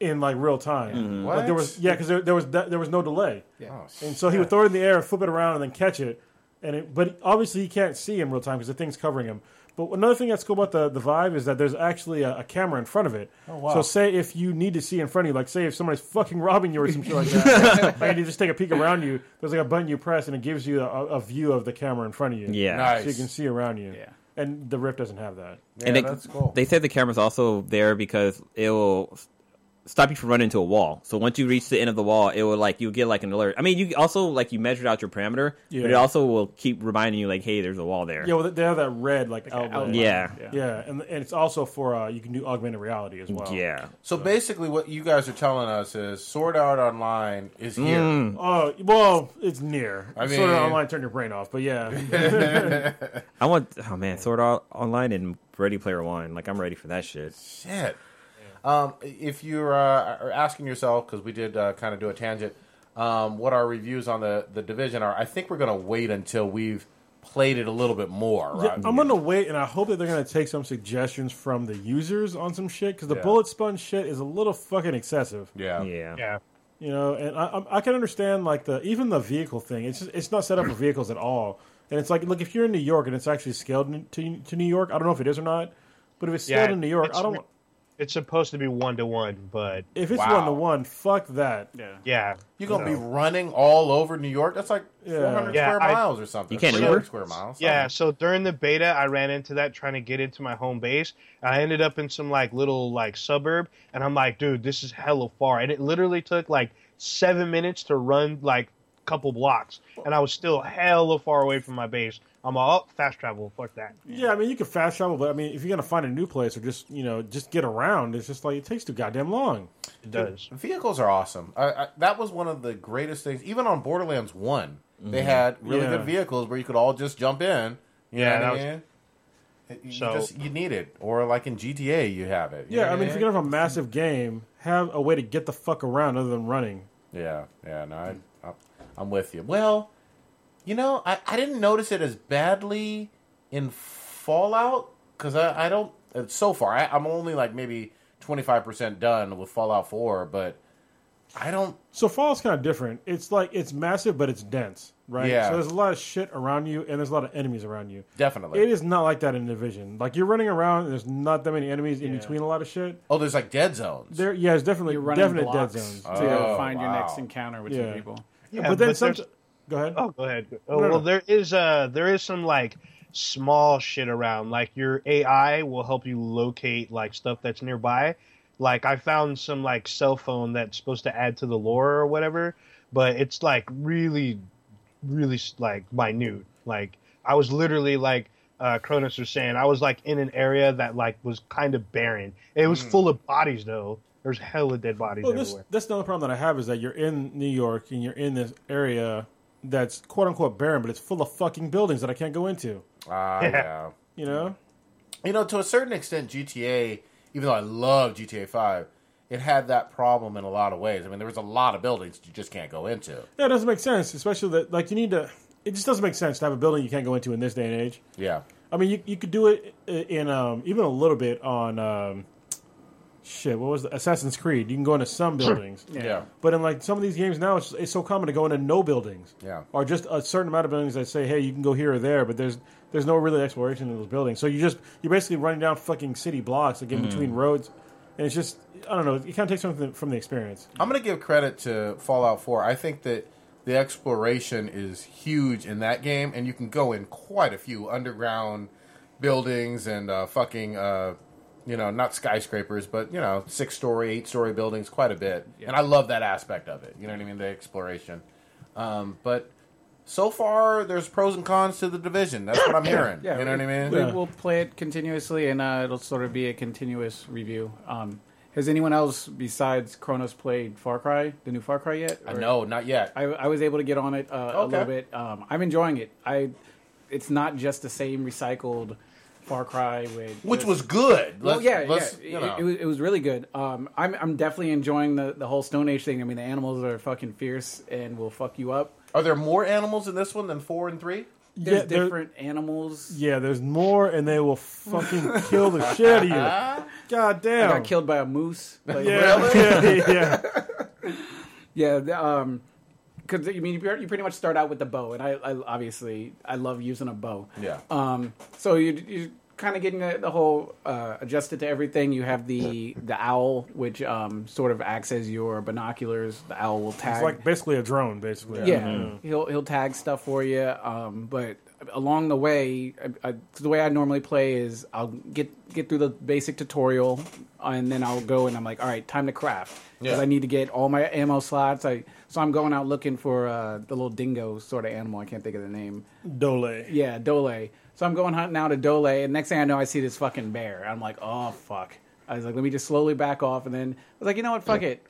F: in like real time.
C: Mm-hmm. What?
F: Like there was yeah, because there, there was that, there was no delay,
C: Oh,
F: and so he would throw it in the air, flip it around, and then catch it. And it, but obviously he can't see in real time because the thing's covering him. But another thing that's cool about the the vibe is that there's actually a, a camera in front of it. Oh,
C: wow.
F: So say if you need to see in front of you, like say if somebody's fucking robbing you or some shit like that, and you just take a peek around you, there's like a button you press and it gives you a, a view of the camera in front of you.
I: Yeah.
C: Nice.
F: So you can see around you.
G: Yeah.
F: And the Rift doesn't have that.
I: and
C: Yeah,
I: they,
C: that's cool.
I: They said the camera's also there because it will s- stop you from running into a wall. So once you reach the end of the wall, it will like you'll get like an alert. I mean, you also like you measured out your parameter, but it
F: Yeah.
I: also will keep reminding you like, hey, there's a wall there.
F: Yeah, well, they have that red like, outline.
G: outline.
I: yeah, yeah.
F: Yeah, and, and it's also for uh, you can do augmented reality as well.
C: So basically, what you guys are telling us is Sword Art Online is here.
I: Mm.
F: Oh well, it's near.
C: I
F: I mean, sort of
C: mean-
F: online turn your brain off, but yeah,
I: I want. Oh man, Sword Art Online and Ready Player One. Like I'm ready for that shit.
C: Shit. Um, if you're uh, are asking yourself, because we did uh, kind of do a tangent, um, what our reviews on the, the division are, I think we're going to wait until we've played it a little bit more.
F: Yeah,
C: Right?
F: I'm gonna wait, and I hope that they're gonna take some suggestions from the users on some shit because the
C: Yeah.
F: bullet sponge shit is a little fucking excessive.
C: yeah.
I: Yeah.
H: Yeah.
F: You know, and I, I'm- I can understand like the even the vehicle thing. It's just, it's not set up for vehicles at all. And it's like, look, if you're in New York and it's actually scaled n- to to New York, I don't know if it is or not, but if it's
H: Yeah,
F: scaled in New York,
H: it's
F: I don't.
H: re- It's supposed to be one to one, but
F: If it's
C: Wow.
F: one to one, fuck that.
G: Yeah.
H: yeah.
C: You're going to be running all over New York? That's like
F: Yeah.
C: 400
H: Yeah,
C: square
H: I-
C: miles or something.
I: You can't
C: 300
I: Uber?
C: square miles.
H: Yeah, so during the beta, I ran into that trying to get into my home base. And I ended up in some like little like suburb, and I'm like, dude, this is hella far, and it literally took like seven minutes to run like a couple blocks, and I was still hella far away from my base. I'm all oh, fast travel, fuck that.
F: Yeah, I mean, you can fast travel, but I mean, if you're gonna find a new place or just you know just get around, it's just like it takes too goddamn long.
H: It does.
C: Vehicles are awesome. I, I, that was one of the greatest things. Even on Borderlands One, they had really
F: Mm-hmm. Yeah.
C: good vehicles where you could all just jump in. You
H: Yeah,
C: know
H: that
C: what
H: was-
C: I mean? You
H: So-
C: just you need it, or like in GTA, you have it. You
F: Yeah,
C: know
F: I
C: what
F: mean, if you're gonna have a massive game, have a way to get the fuck around other than running.
C: yeah, yeah. No, I, I, I'm with you. Well, you know, I, I didn't notice it as badly in Fallout because I, I don't. uh, So far, I, I'm only like maybe 25 percent done with Fallout Four, but I don't.
F: So Fallout's kind of different. It's like it's massive, but it's dense, right?
C: Yeah.
F: So there's a lot of shit around you, and there's a lot of enemies around you.
C: Definitely.
F: It is not like that in Division. Like you're running around, and there's not that many enemies in between a lot of shit.
C: Oh, there's like dead zones.
F: There, yeah, it's definitely
G: You're running
F: definite dead
G: blocks
F: zones.
G: to
C: Oh,
G: find your
C: wow.
G: next encounter with
F: Yeah.
G: two people.
H: Yeah,
F: but then
H: but
F: some.
H: there's-
F: Go ahead.
H: Oh, go ahead. Oh,
F: No, no.
H: well, there is uh there is some like small shit around. Like your AI will help you locate like stuff that's nearby. Like I found some like cell phone that's supposed to add to the lore or whatever, but it's like really, really like minute. Like I was literally like uh, Cronus was saying, I was like in an area that like was kind of barren. It was full of bodies though. There's hella dead bodies
F: Hmm. Well, this,
H: everywhere.
F: that's the only problem that I have is that you're in New York and you're in this area that's quote unquote barren, but it's full of fucking buildings that I can't go into.
C: Ah, yeah.
F: You know,
C: You know, to a certain extent, GTA, even though I love GTA 5, it had that problem in a lot of ways. I mean, there was a lot of buildings you just can't go into.
F: that doesn't make sense, especially that like you need to. It just doesn't make sense to have a building you can't go into in this day and age.
C: Yeah.
F: I mean, you, you could do it i- in um, even a little bit on um, shit. What was the Assassin's Creed? You can go into some buildings,
C: Yeah.
F: but in like some of these games now, it's, it's so common to go into no buildings,
C: Yeah.
F: or just a certain amount of buildings that say, hey, you can go here or there, but there's there's no really exploration in those buildings. So you just you're basically running down fucking city blocks like in between
C: Mm.
F: roads, and it's just I don't know. It kind of takes something from the, from the experience.
C: I'm going to give credit to Fallout 4. I think that the exploration is huge in that game, and you can go in quite a few underground buildings and uh, fucking, uh, you know, not skyscrapers, but, you know, six story, eight story buildings quite a bit. And I love that aspect of it. You know what I mean? The exploration. Um, but so far, there's pros and cons to the division. That's what I'm hearing.
G: Yeah,
C: you know what I mean?
G: We, We'll play it continuously, and uh, it'll sort of be a continuous review. Um, has anyone else besides Kronos played Far Cry, the new Far Cry yet? Or-
C: No, not yet.
G: I, I was able to get on it uh, a
C: Okay.
G: little bit. Um, I'm enjoying it. I, it's not just the same recycled Far Cry with
C: Which
G: just-
C: was good.
G: well,
C: Let's-
G: yeah,
C: let's,
G: yeah.
C: you
G: It-
C: know.
G: It, was, it was really good. Um, I'm I'm definitely enjoying the, the whole Stone Age thing. I mean, the animals are fucking fierce and will fuck you up.
C: Are there more animals in this one than four and three?
G: There's
F: there-
G: different animals.
F: Yeah, there's more, and they will fucking kill the shit out of you. God damn!
G: I got killed by a moose. Like,
F: Yeah, yeah, yeah.
G: Yeah, the, um, because I mean, you pre- you pretty much start out with the bow, and I, I obviously I love using a bow.
C: Yeah.
G: Um, so you you kind of getting the, the whole uh, adjusted to everything. You have the the owl, which um sort of acts as your binoculars. The owl will tag.
F: It's like basically a drone, basically.
G: yeah, he'll he'll tag stuff for you. Um, but along the way, I, I, the way I normally play is I'll get get through the basic tutorial, and then I'll go and I'm like, all right, time to craft because
C: Yeah.
G: I need to get all my ammo slots. I so I'm going out looking for uh, the little dingo sort of animal. I can't think of the name.
F: Dole.
G: Yeah, dole. So I'm going hunting out a dole, and next thing I know, I see this fucking bear. I'm like, oh fuck. I was like, let me just slowly back off, and then I was like, you know what, fuck it.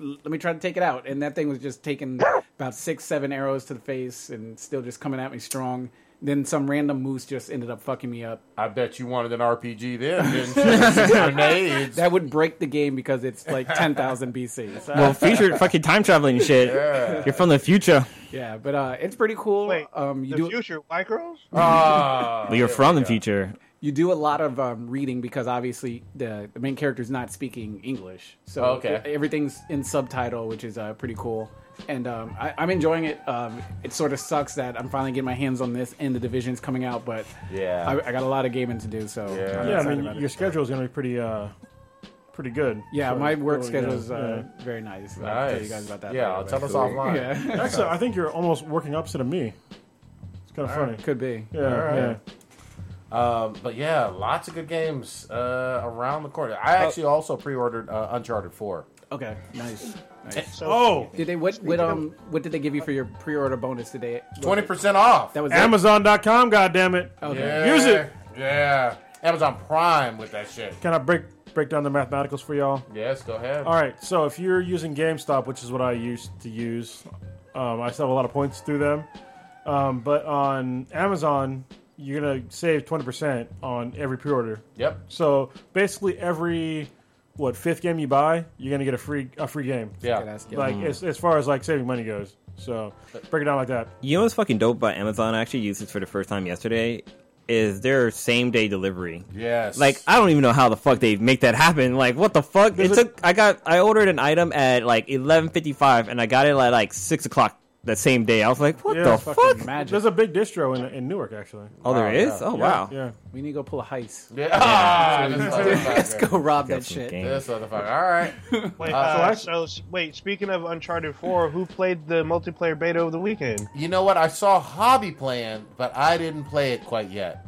G: L- Let me try to take it out, and that thing was just taking about six, seven arrows to the face, and still just coming at me strong. Then some random moose just ended up fucking me up.
C: I bet you wanted an RPG then, didn't you? Grenades.
G: That would break the game because it's like ten thousand BC. So,
I: Well, featured fucking time traveling shit. You're from the future.
G: yeah, but uh, it's pretty cool.
H: Wait,
G: um, you
H: the
G: do
H: future, white girls?
F: Uh,
C: Ah.
I: Well, you're from the future.
G: you do a lot of um, reading because obviously the, the main character's not speaking English, so
C: Oh,
G: e,
C: Okay.
G: everything's in subtitle, which is uh, pretty cool. And um, I, I'm enjoying it. Um, it sort of sucks that I'm finally getting my hands on this, and the division's coming out, but
C: Yeah.
G: I, I got a lot of gaming to do. So
C: Yeah.
G: I'm
F: Yeah, I
G: excited
F: mean,
G: about it.
F: your schedule is going to be pretty, uh, pretty good.
G: yeah,
F: So,
G: my work
F: really,
G: schedule is
F: yeah,
G: uh,
F: yeah.
G: very nice. I'll
C: nice.
G: tell you guys about that.
C: Yeah,
G: later,
C: tell
G: but-
C: us offline.
G: Yeah,
F: Actually, I think you're almost working opposite of me. It's kind of funny.
G: could be.
F: Yeah, yeah.
C: Um, but yeah, lots of good games uh, around the corner. I
G: Oh.
C: actually also pre-ordered uh, Uncharted Four.
G: Okay, nice. nice.
F: Oh,
G: Did they what? What um? What did they give you for your pre-order bonus today?
C: Twenty percent off.
G: That was it?
F: Amazon.com. God damn it!
G: Okay.
C: yeah.
F: Use it.
C: Yeah. Amazon Prime with that shit.
F: Can I break break down the mathematicals for y'all?
C: Yes, go ahead.
F: All right, so if you're using GameStop, which is what I used to use, um, I still have a lot of points through them. Um, but on Amazon, you're gonna save twenty percent on every pre-order.
C: Yep.
F: So basically, every what fifth game you buy, you're gonna get a free a free game.
C: Yeah.
G: Good ass game.
F: Like as, as far as like saving money goes. So break it down like that.
I: You know what's fucking dope about Amazon? I actually used this for the first time yesterday. Is their same day delivery?
C: Yes.
I: Like I don't even know how the fuck they make that happen. Like what the fuck? It
F: a-
I: took I got I ordered an item at like eleven fifty five and I got it at like six o'clock that same day. I was like, what
F: Yeah,
I: the
F: fucking
I: fuck?
G: Magic.
F: There's a big distro in, in Newark actually.
I: Oh, there
C: Wow,
I: is.
C: yeah.
I: Oh wow.
F: Yeah.
G: We need to go pull a heist.
C: Yeah. Ah, this
G: Let's
C: motherfucker.
G: go rob that
I: Some
G: shit.
I: game.
C: This motherfucker. All right.
H: Wait, uh,
F: so
H: so, s wait. Speaking of Uncharted Four, who played the multiplayer beta over the weekend?
C: You know what? I saw Hobby playing, but I didn't play it quite yet.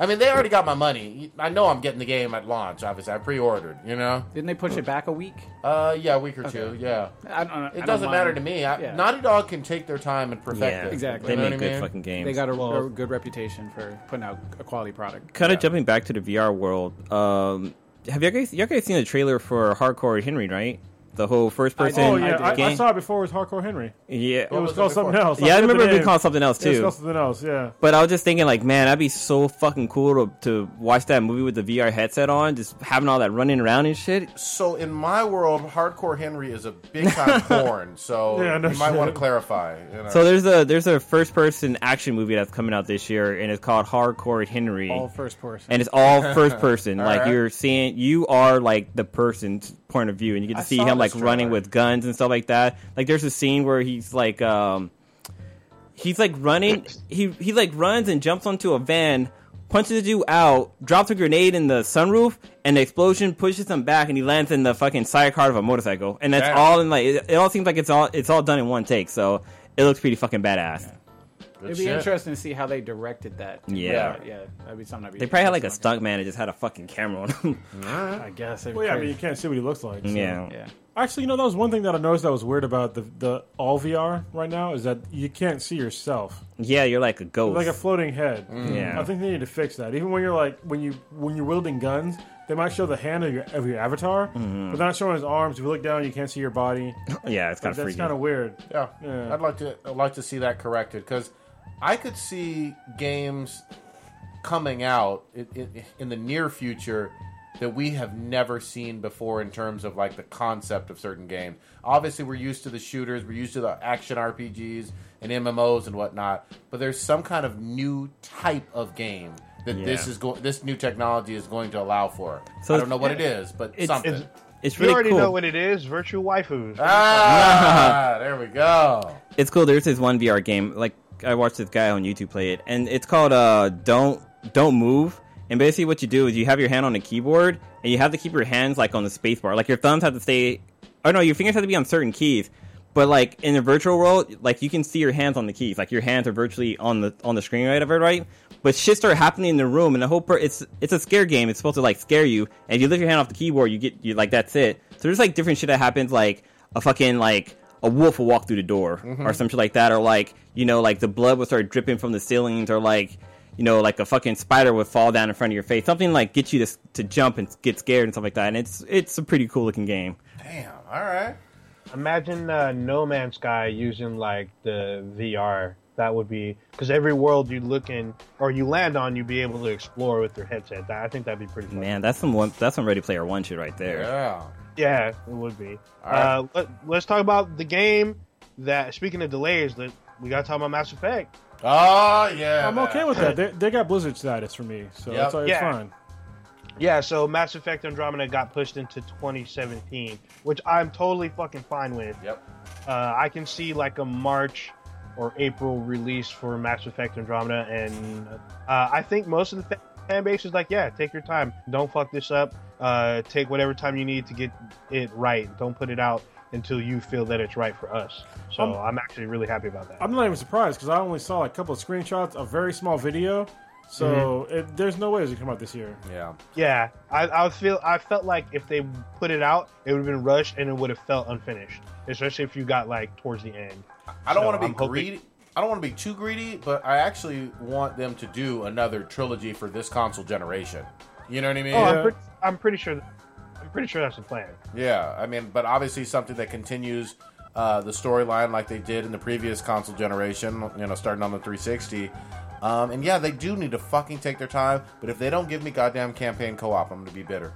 C: I mean, they already got my money. I know I'm getting the game at launch. Obviously, I pre-ordered. You know,
G: Didn't they push it back a week?
C: uh, yeah, a week or two. Yeah,
G: I don't know. I
C: it
G: don't
C: doesn't matter
G: mind.
C: to me. I,
G: Yeah.
C: Naughty Dog can take their time and perfect
I: yeah,
C: it.
G: exactly.
I: They
C: You know
I: make
C: what I
I: good
C: mean?
I: fucking games.
G: They got a, a good reputation for putting out a quality product.
I: kind of
G: Yeah.
I: jumping back to the VR world. Um, have you guys, you guys seen the trailer for Hardcore Henry? Right, the whole first person
F: Oh yeah, I,
I: game. Oh,
F: I saw it before. It was Hardcore Henry.
I: yeah,
F: It was
C: was it
F: called
C: before?
F: something else.
I: yeah. I
F: forget the
I: remember it being
F: name.
I: called something else
F: It was
I: too.
F: called something else. Yeah.
I: But I was just thinking, like, man, that'd be so fucking cool to, to watch that movie with the VR headset on, just having all that running around and shit.
C: So in my world, Hardcore Henry is a big time porn. So
F: Yeah, no
C: you might want
F: shit.
C: to clarify. You know?
I: So there's a there's a first person action movie that's coming out this year, and it's called Hardcore Henry,
G: all first person.
I: and it's all first person. like
C: right.
I: you're seeing, you are like the person's point of view, and you get to
C: I
I: see
C: saw
I: him like
C: this
I: running
C: trailer.
I: with guns and stuff like that. Like there's a scene where he's like um he's like running, he he like runs and jumps onto a van. Punches the dude out, drops a grenade in the sunroof, and the explosion pushes him back, and he lands in the fucking sidecar of a motorcycle. And that's
C: Damn.
I: all in like it, it all seems like it's all it's all done in one take. So it looks pretty fucking badass.
C: Good
G: It'd be
C: shit.
G: interesting to see how they directed that.
I: Yeah.
G: yeah, that'd be something. I'd be
I: They probably had like a
G: interested
I: stunt man that just had a fucking camera on him.
G: in. I guess. it'd be
F: Well, yeah. I mean,
G: crazy.
F: you can't see what he looks like. so.
I: yeah.
G: yeah.
F: Actually, you know, that was one thing that I noticed that was weird about the the all VR right now is that you can't see yourself,
I: Yeah, you're like a ghost.
F: like a floating head.
I: Yeah.
F: I think they need to fix that. Even when you're like when you when you're wielding guns, they might show the hand of your of your avatar,
I: Mm-hmm.
F: but they're not showing his arms. If you look down, you can't see your body.
I: yeah, it's kind of
F: That's
I: freaky.
F: kind of weird.
C: Yeah.
F: Yeah.
C: I'd like to I'd like to see that corrected because I could see games coming out in, in, in the near future that we have never seen before in terms of like the concept of certain games. Obviously, we're used to the shooters, we're used to the action RPGs and MMOs and whatnot, but there's some kind of new type of game that this
I: Yeah.
C: is go- this new technology is going to allow for.
I: So
C: I
I: it's-
C: don't know what it is, but
I: it's-
C: something.
I: it's- It's
H: You
I: really
H: already
I: cool.
H: know what it is, virtual waifus.
C: ah, there we go.
I: it's cool. There's this one VR game. Like I watched this guy on YouTube play it, and it's called uh Don't Don't Move. And basically, what you do is you have your hand on the keyboard, and you have to keep your hands like on the space bar. Like your thumbs have to stay. Oh no, your fingers have to be on certain keys. But like in the virtual world, like you can see your hands on the keys. Like your hands are virtually on the on the screen right over right. But shit started happening in the room, and the whole per- it's it's a scare game. It's supposed to like scare you, and if you lift your hand off the keyboard, you get you like that's it. So there's like different shit that happens, like a fucking like a wolf will walk through the door
C: Mm-hmm.
I: or some shit like that, or like you know like the blood will start dripping from the ceilings, or like you know like a fucking spider would fall down in front of your face. Something like get you to s- to jump and get scared and stuff like that. And it's it's a pretty cool looking game.
C: Damn. All right.
H: Imagine uh, No Man's Sky using like the VR. That would be because every world you look in or you land on, you'd be able to explore with your headset. That, I think that'd be pretty fun.
I: Man, that's some one, that's some Ready Player One shit right there.
C: Yeah.
H: Yeah, it would be.
C: right.
H: Uh, let, let's talk about the game that. Speaking of delays, that we got to talk about Mass Effect.
C: Oh yeah.
F: I'm okay with that. They, they got Blizzard status for me, so
C: Yep.
F: it's, it's
H: Yeah.
F: fine.
H: Yeah, so Mass Effect Andromeda got pushed into 2017, which I'm totally fucking fine with.
C: Yep.
H: Uh, I can see like a March or April release for Mass Effect Andromeda, and uh, I think most of the fa- fan base is like, yeah, take your time, don't fuck this up, uh, take whatever time you need to get it right, don't put it out until you feel that it's right for us. So I'm,
F: I'm-
H: actually really happy about that.
F: I'm not even surprised because I only saw like, a couple of screenshots, a very small video. So
I: Mm-hmm.
F: it, there's no way it's gonna come out this year.
C: Yeah.
H: yeah, I, I feel I felt like if they put it out, it would have been rushed and it would have felt unfinished, especially if you got like towards the end.
C: I don't
H: So
C: want to be
H: I'm hoping-
C: greedy. I don't want to be too greedy, but I actually want them to do another trilogy for this console generation. You know what I mean?
H: Oh,
F: Yeah.
H: I'm, pretty, I'm pretty sure. I'm pretty sure that's the plan.
C: Yeah, I mean, but obviously something that continues uh, the storyline like they did in the previous console generation, you know, starting on the 360. Um, and yeah, they do need to fucking take their time, but if they don't give me goddamn campaign co op, I'm going to be bitter.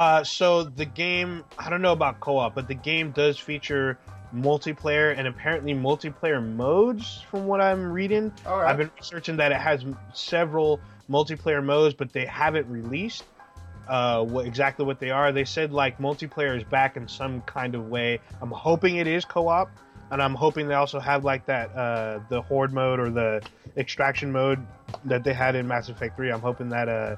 H: Uh, so the game, I don't know about co-op, but the game does feature multiplayer and apparently multiplayer modes. From what I'm reading,
C: All right.
H: I've been researching that it has m- several multiplayer modes, but they haven't released uh, what exactly what they are. They said like multiplayer is back in some kind of way. I'm hoping it is co-op, and I'm hoping they also have like that uh, the horde mode or the extraction mode that they had in Mass Effect Three. I'm hoping that uh,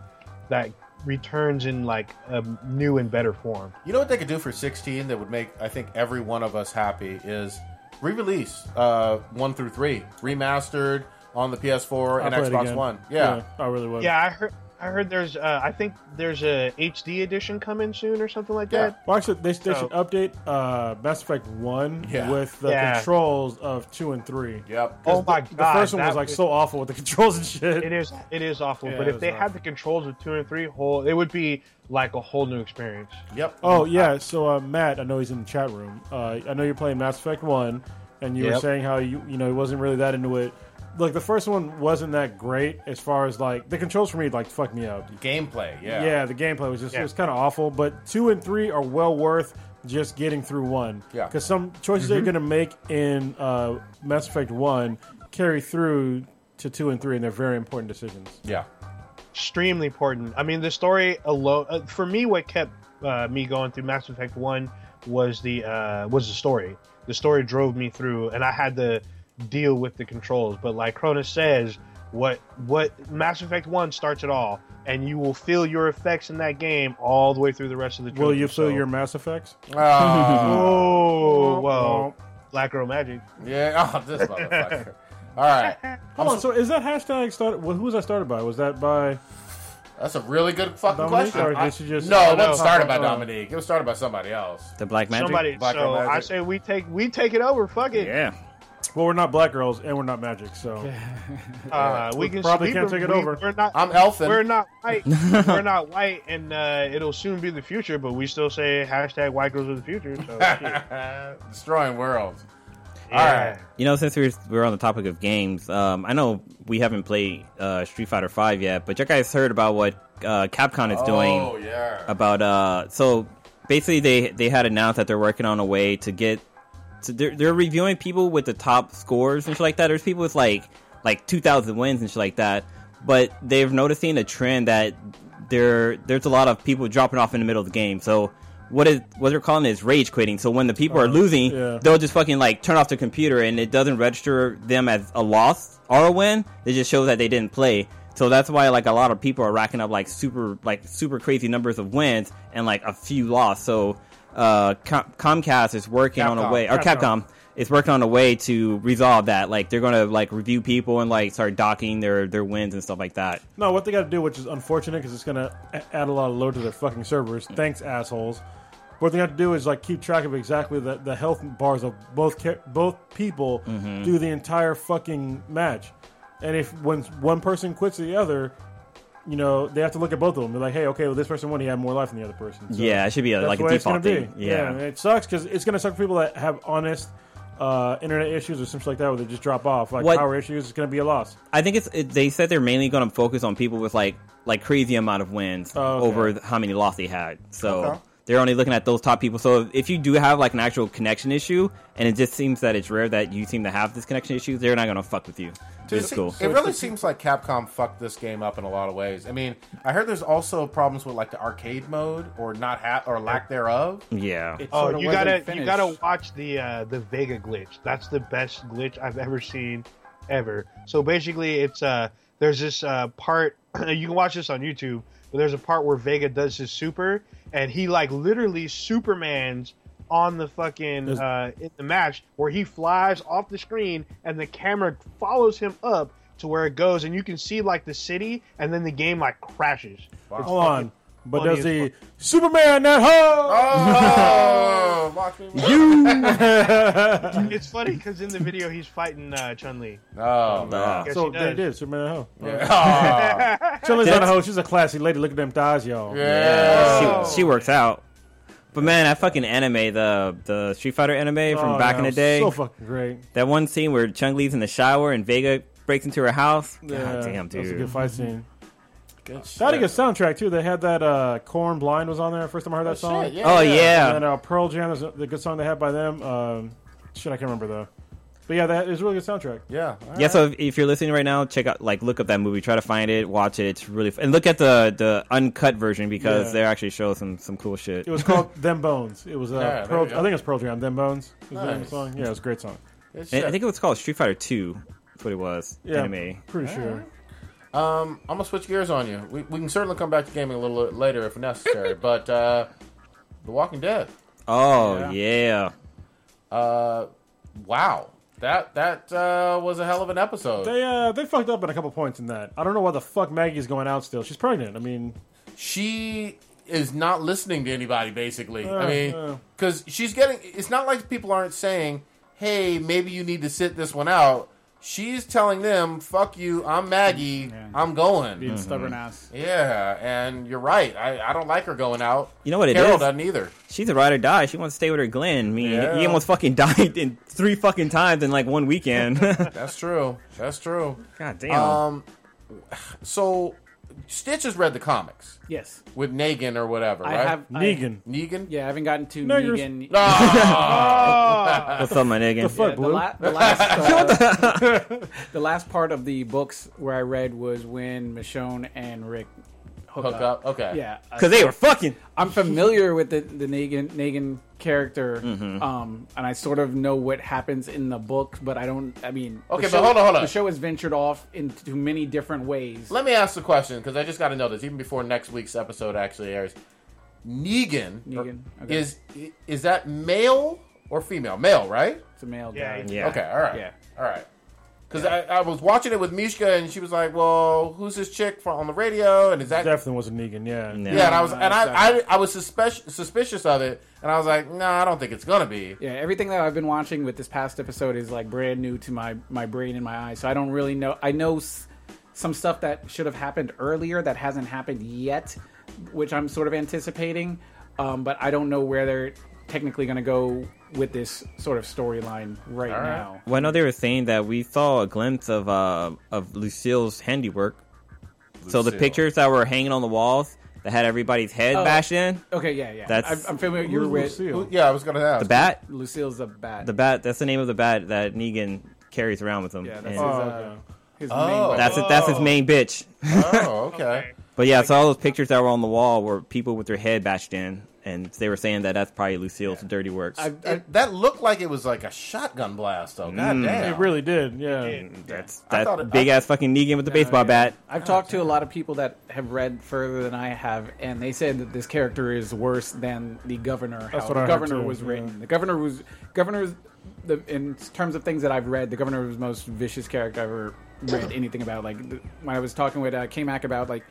H: that returns in like a new and better form.
C: You know what they could do for 16 that would make I think every one of us happy is re-release uh, one through three, remastered, on the PS4 and
F: I'll play it
C: Xbox
F: again.
C: One. Yeah.
F: I really would.
H: Yeah, I heard. I heard there's. Uh, I think there's a HD edition coming soon or something like
C: Yeah.
H: that.
F: Well, actually, they, they
H: So-
F: should update uh, Mass Effect One
C: Yeah.
F: with the
H: Yeah.
F: controls of two and three.
C: Yep.
H: Oh my
F: The
H: god,
F: first one
H: that
F: was like
H: would-
F: so awful with the controls and shit.
H: It is. It is awful.
F: Yeah,
H: but
F: it
H: if
F: was
H: they
F: awful.
H: had the controls of two and three, whole it would be like a whole new experience.
C: Yep.
F: Oh yeah, so uh, Matt, I know he's in the chat room. Uh, I know you're playing Mass Effect One, and you were
H: Yep.
F: saying how you you know he wasn't really that into it. Like the first one wasn't that great as far as like the controls for me like fucked me up.
C: Gameplay. Yeah.
F: Yeah, the gameplay was just it
H: Yeah.
F: was kind of awful. But two and three are well worth just getting through one.
C: Yeah.
F: because some choices they're going to make in uh, Mass Effect One carry through to two and three, and they're very important decisions.
C: Yeah.
H: extremely important. I mean, the story alone uh, for me, what kept uh, me going through Mass Effect One was the uh, was the story. The story drove me through, and I had to deal with the controls. But like Cronus says, what what Mass Effect One starts it all, and you will feel your effects in that game all the way through the rest of the.
F: Will
H: trilogy,
F: you fill
H: so-
F: your Mass Effects?
C: Ah.
H: Oh well, Black Girl Magic.
C: yeah. Oh, this motherfucker. All right.
F: Hold on. So is that hashtag started? Well, who was that started by? Was that by?
C: That's a really good fucking
F: Dominique,
C: question.
F: or
C: I-
F: did she just-
C: no, it
H: No.
C: wasn't started by Dominique. It was started by somebody else.
I: The black magic.
H: Somebody.
C: Black Girl
H: so I
C: Magic.
H: say we take we take it over. Fuck it.
I: Yeah.
F: Well, we're not black girls and we're not magic, so
H: Uh, we
F: We
H: can
F: probably
H: we
F: can't
H: can-
F: take it
H: we-
F: over.
H: We're not.
C: I'm Elfin.
H: We're not white. We're not white, and uh, it'll soon be the future. But we still say hashtag white girls of the future. So shit.
C: Destroying worlds.
H: Yeah.
C: All right.
I: You know, since we're we're on the topic of games, um, I know we haven't played uh, Street Fighter Five yet, but you guys heard about what uh, Capcom is
C: Oh
I: doing
C: yeah.
I: about uh, so basically they they had announced that they're working on a way to get to they're, they're reviewing people with the top scores and shit like that. There's people with like like two thousand wins and shit like that, but they've noticing a trend that there there's a lot of people dropping off in the middle of the game. So. What is what they're calling is rage quitting. So when the people are losing,
F: yeah.
I: they'll just fucking like turn off the computer and it doesn't register them as a loss or a win. It just shows that they didn't play. So that's why like a lot of people are racking up like super like super crazy numbers of wins and like a few loss. So uh, Com- Comcast is working on a
C: Capcom.
I: way or Capcom. is working on a way to resolve that. Like they're gonna like review people and like start docking their their wins and stuff like that.
F: no. What they got to do, which is unfortunate, because it's gonna a- add a lot of load to their fucking servers. Thanks, assholes. What they got to do is like keep track of exactly the, the health bars of both ca- both people
I: Mm-hmm.
F: through the entire fucking match. And if when one person quits the other, you know they have to look at both of them. They're like, hey, okay, well this person won, he had more life than the other person. So-
I: yeah, it should be a,
F: That's
I: like
F: the
I: a
F: way it's gonna
I: default thing.
F: Be. Yeah. it sucks because it's gonna suck for people that have honest uh, internet issues or something like that, where they just drop off. Like
I: What-
F: power issues, it's gonna be a loss.
I: I think it's it, they said they're mainly going to focus on people with like like crazy amount of wins
F: Oh, okay.
I: over th- how many losses they had. So they're only looking at those top people. So if you do have like an actual connection issue, and it just seems that it's rare that you seem to have this connection issue, they're not going to fuck with you.
C: Dude,
I: It's
C: it-
I: cool.
C: It really seems like Capcom fucked this game up in a lot of ways. I mean, I heard there's also problems with like the arcade mode or not ha- or lack thereof.
I: Yeah.
G: It
H: Oh,
G: sorta
H: you
G: wasn't
H: gotta you
G: finished.
H: gotta watch the uh, the Vega glitch. That's the best glitch I've ever seen, ever. So basically, it's uh there's this uh, part you can watch this on YouTube, but there's a part where Vega does his super, and he like literally Superman's on the fucking
F: There's-
H: uh, in the match where he flies off the screen and the camera follows him up to where it goes, and you can see like the city, and then the game like crashes. It's
F: Hold
H: fucking-
F: on, but
H: funny
F: does
H: as
F: the Superman that hoe?
C: Oh, watch me.
H: It's funny because in the video he's fighting uh, Chun Li.
C: Oh,
I: Uh,
H: Yes,
F: so
H: he
F: there it
H: does.
F: is, Superman that hoe.
C: yeah.
F: Chili's not a hoe. She's a classy lady. Look at them thighs, y'all. Oh.
I: uh, she, she works out. But man, that fucking anime, the the Street Fighter anime from
F: Oh,
I: back
F: yeah,
I: in
F: it was
I: the day,
F: so fucking great.
I: that one scene where Chung Li's in the shower and Vega breaks into her house.
F: Yeah,
I: God damn,
F: that was a
I: dude.
F: good fight scene. That had a good soundtrack too. They had that uh, Corn Blind was on there. First time I heard that song.
C: Shit, yeah,
I: Oh
F: And then
I: yeah,
F: uh, Pearl Jam, there's a- the good song they had by them. Um, shit, I can't remember though. But yeah, that is a really good soundtrack.
C: yeah. All
I: yeah. So if, if you're listening right now, check out like look up that movie, try to find it, watch it. It's really f- and look at the the uncut version because
F: Yeah.
I: they actually show some some cool shit.
F: It was called Them Bones. It was
C: Yeah,
F: uh,
C: there
F: Pearl, I
C: we go.
F: think it was Pearl Jam. Them Bones was the name of the
C: Nice.
F: song. Yeah, it was a great song.
C: Good
I: And
C: shit.
I: I think it was called Street Fighter Two. That's what it was.
F: Yeah,
I: Anime.
F: pretty sure.
C: um, I'm gonna switch gears on you. We, we can certainly come back to gaming a little bit later if necessary. but uh, The Walking Dead.
I: Oh yeah.
C: Wow. That that uh, was a hell of an episode.
F: They uh, they fucked up in a couple points in that. I don't know why the fuck Maggie's going out still. She's pregnant. I mean,
C: she is not listening to anybody basically i
F: Uh,
C: mean
F: uh.
C: because she's getting it's not like people aren't saying hey maybe you need to sit this one out she's telling them fuck you i'm maggie i'm
G: being
C: going
I: Mm-hmm.
G: stubborn ass.
C: yeah and you're right i, I don't like her going out
I: You know what it
C: carol
I: is?
C: doesn't either
I: She's a ride or die. She wants to stay with her Glenn. I mean,
C: Yeah.
I: he almost fucking died in three fucking times in like one weekend.
C: that's true that's true
I: God damn.
C: um so stitch has read the comics
G: Yes,
C: with negan or whatever
G: I
C: right
G: have I-
F: Negan.
C: negan Ah,
G: yeah, I haven't gotten to
F: No, you're-
G: Negan.
I: What's up, my nigga?
F: fuck,
G: Yeah, the,
F: Blue?
G: la- the last uh, the last part of the books where I read was when Michonne and Rick hook,
C: hook up okay
G: Yeah, I-
I: Because they were fucking.
G: I'm familiar with the the Negan Negan character, um, and I sort of know what happens in the book, but I don't. I mean, the
C: Okay, but hold on, hold on.
G: The show has ventured off into many different ways.
C: Let me ask the question because I just got to know this even before next week's episode actually airs. Negan,
G: Negan,
C: or-
G: okay.
C: is is that male or female? Male, right?
G: It's a male
H: Yeah,
G: guy.
I: Yeah.
C: Okay, all right,
G: Yeah.
C: all right. Because I, I was watching it with Mishka and she was like, "Well, who's this chick from on the radio?" And is that
F: definitely wasn't Negan. Yeah.
I: No.
C: yeah? And I was and I, I
G: Exactly.
C: I was suspicious suspicious of it, and I was like, "No, I don't think it's gonna be."
G: Yeah, everything that I've been watching with this past episode is like brand new to my my brain and my eyes. So I don't really know. I know s- some stuff that should have happened earlier that hasn't happened yet, which I'm sort of anticipating. Um, but I don't know where they're technically going to go with this sort of storyline right
C: right.
G: now.
I: Well, I know they were saying that we saw a glimpse of uh, of Lucille's handiwork. So the
C: Lucille.
I: pictures that were hanging on the walls that had everybody's head
G: Oh.
I: bashed in,
G: Okay, yeah, yeah.
I: That's-
G: I'm, I'm familiar. You're
F: Who's
G: with
F: Lucille?
C: Yeah, I was gonna ask.
I: the bat,
G: Lucille's a bat.
I: the bat. That's the name of the bat that Negan carries around with him.
G: yeah, that's
I: And
G: his,
F: Oh,
G: uh,
F: okay.
G: his
C: Oh.
G: main.
I: that's, it, that's his main bitch.
C: oh, okay.
I: But yeah, so all those pictures that were on the wall were people with their head bashed in, and they were saying that that's probably Lucille's dirty work.
G: I've, I've,
C: It- that looked like it was like a shotgun blast, though. God damn,
F: It really did. Yeah.
I: That's
C: I thought
I: that
C: it-
I: big ass fucking Negan with the baseball
G: yeah.
I: bat.
F: Oh,
G: I've talked to a lot of people that have read further than I have, and they said that this character is worse than the governor. How
F: That's what
G: the
F: I heard
G: governor
F: too,
G: was
F: yeah.
G: written. The governor was governor's. The, in terms of things that I've read, the governor was the most vicious character I've ever read anything about. Like th- when I was talking with uh, K Mac about like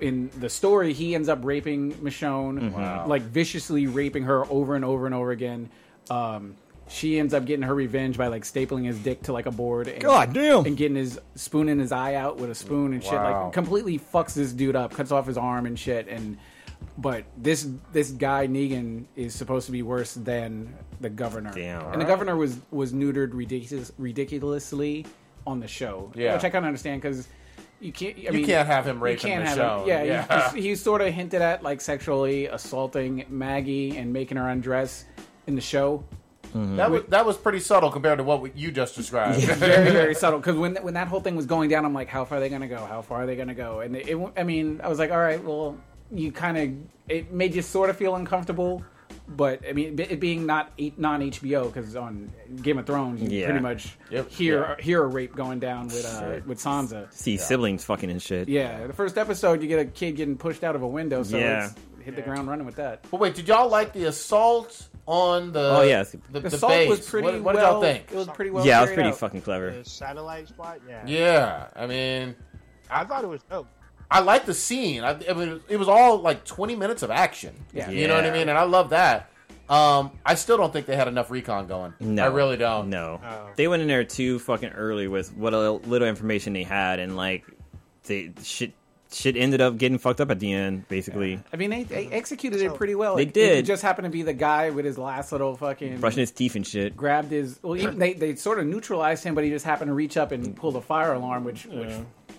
G: in the story, he ends up raping Michonne, like viciously raping her over and over and over again. Um, she ends up getting her revenge by like stapling his dick to like a board. And,
I: God damn.
G: And getting his spoon in his eye out with a spoon and shit.
C: Wow.
G: Like completely fucks this dude up, cuts off his arm and shit. And but this this guy Negan is supposed to be worse than the governor.
I: Damn.
G: And the governor was was neutered ridiculous, ridiculously on the show.
C: Yeah.
G: which I kind of understand because. You can't. I
C: you
G: mean,
C: can't have him raping
G: can't have
C: Michonne.
G: him- Yeah, He, he, sort of hinted at like sexually assaulting Maggie and making her undress in the show.
C: That was that was pretty subtle compared to what we- you just described.
G: Very, very subtle. Because when when that whole thing was going down, I'm like, how far are they going to go? How far are they going to go? And it, it, I mean, I was like, all right, well, you kind of it made you sort of feel uncomfortable. But I mean, it being not non HBO because on Game of Thrones, you
I: Yeah.
G: pretty much
C: Yep.
G: hear
C: Yeah.
G: hear a rape going down with uh, with Sansa.
I: See siblings fucking and shit.
G: Yeah, the first episode, you get a kid getting pushed out of a window, so
I: Yeah.
G: it's hit the ground running with that.
C: but wait, did y'all like the assault on the?
I: Oh, yes.
C: the,
G: The,
C: the
G: salt
C: base.
G: was pretty
C: What, what
G: well.
C: did y'all think?
G: It was pretty well.
I: yeah, it was
G: carried
I: pretty
G: out.
I: fucking clever.
H: The satellite spot. Yeah.
C: yeah, I mean,
H: I thought it was dope.
C: I like the scene. I, I mean, it was all like twenty minutes of action.
G: Yeah.
C: you know what I mean, and I love that. Um, I still don't think they had enough recon going.
I: No,
C: I really don't.
I: No,
H: Oh.
I: they went in there too fucking early with what a little information they had, and like they shit shit ended up getting fucked up at the end. Basically,
G: I mean, they, they executed it pretty well.
I: They
G: It- It
I: did.
G: just happened to be the guy with his last little fucking
I: brushing his teeth and shit.
G: grabbed his. Well, he, they they sort of neutralized him, but he just happened to reach up and pull the fire alarm, which which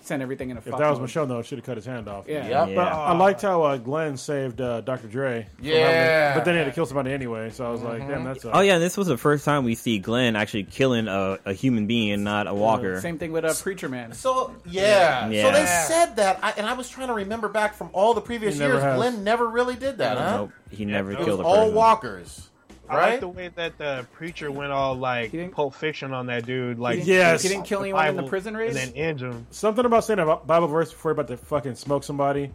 G: sent everything in a.
F: If that was Michelle, though, it should have cut his hand off.
G: Yeah.
C: Yep.
F: But
I: Yeah.
F: I liked how uh, Glenn saved uh, Dr. Dre. from
C: Yeah.
F: having to- but then he had to kill somebody anyway, so I was like, damn, that's. Uh,
I: Oh yeah, and this was the first time we see Glenn actually killing a, a human being, and not a walker.
G: Same thing with a preacher man.
C: So yeah.
I: Yeah.
C: so they
I: Yeah.
C: said that, I, and I was trying to remember back from all the previous
F: He never
C: years.
F: has.
C: Glenn never really did that, huh?
I: Nope, he never
H: no.
C: It was
I: killed a
C: all
I: person.
C: walkers,
H: I
C: right?
H: like the way that the preacher went all like
G: didn't-
H: Pulp Fiction on that dude. Like,
G: didn't-
F: Yes.
G: he didn't kill anyone in the prison raid.
H: and then ends him.
F: Something about saying a Bible verse before you're about to fucking smoke somebody.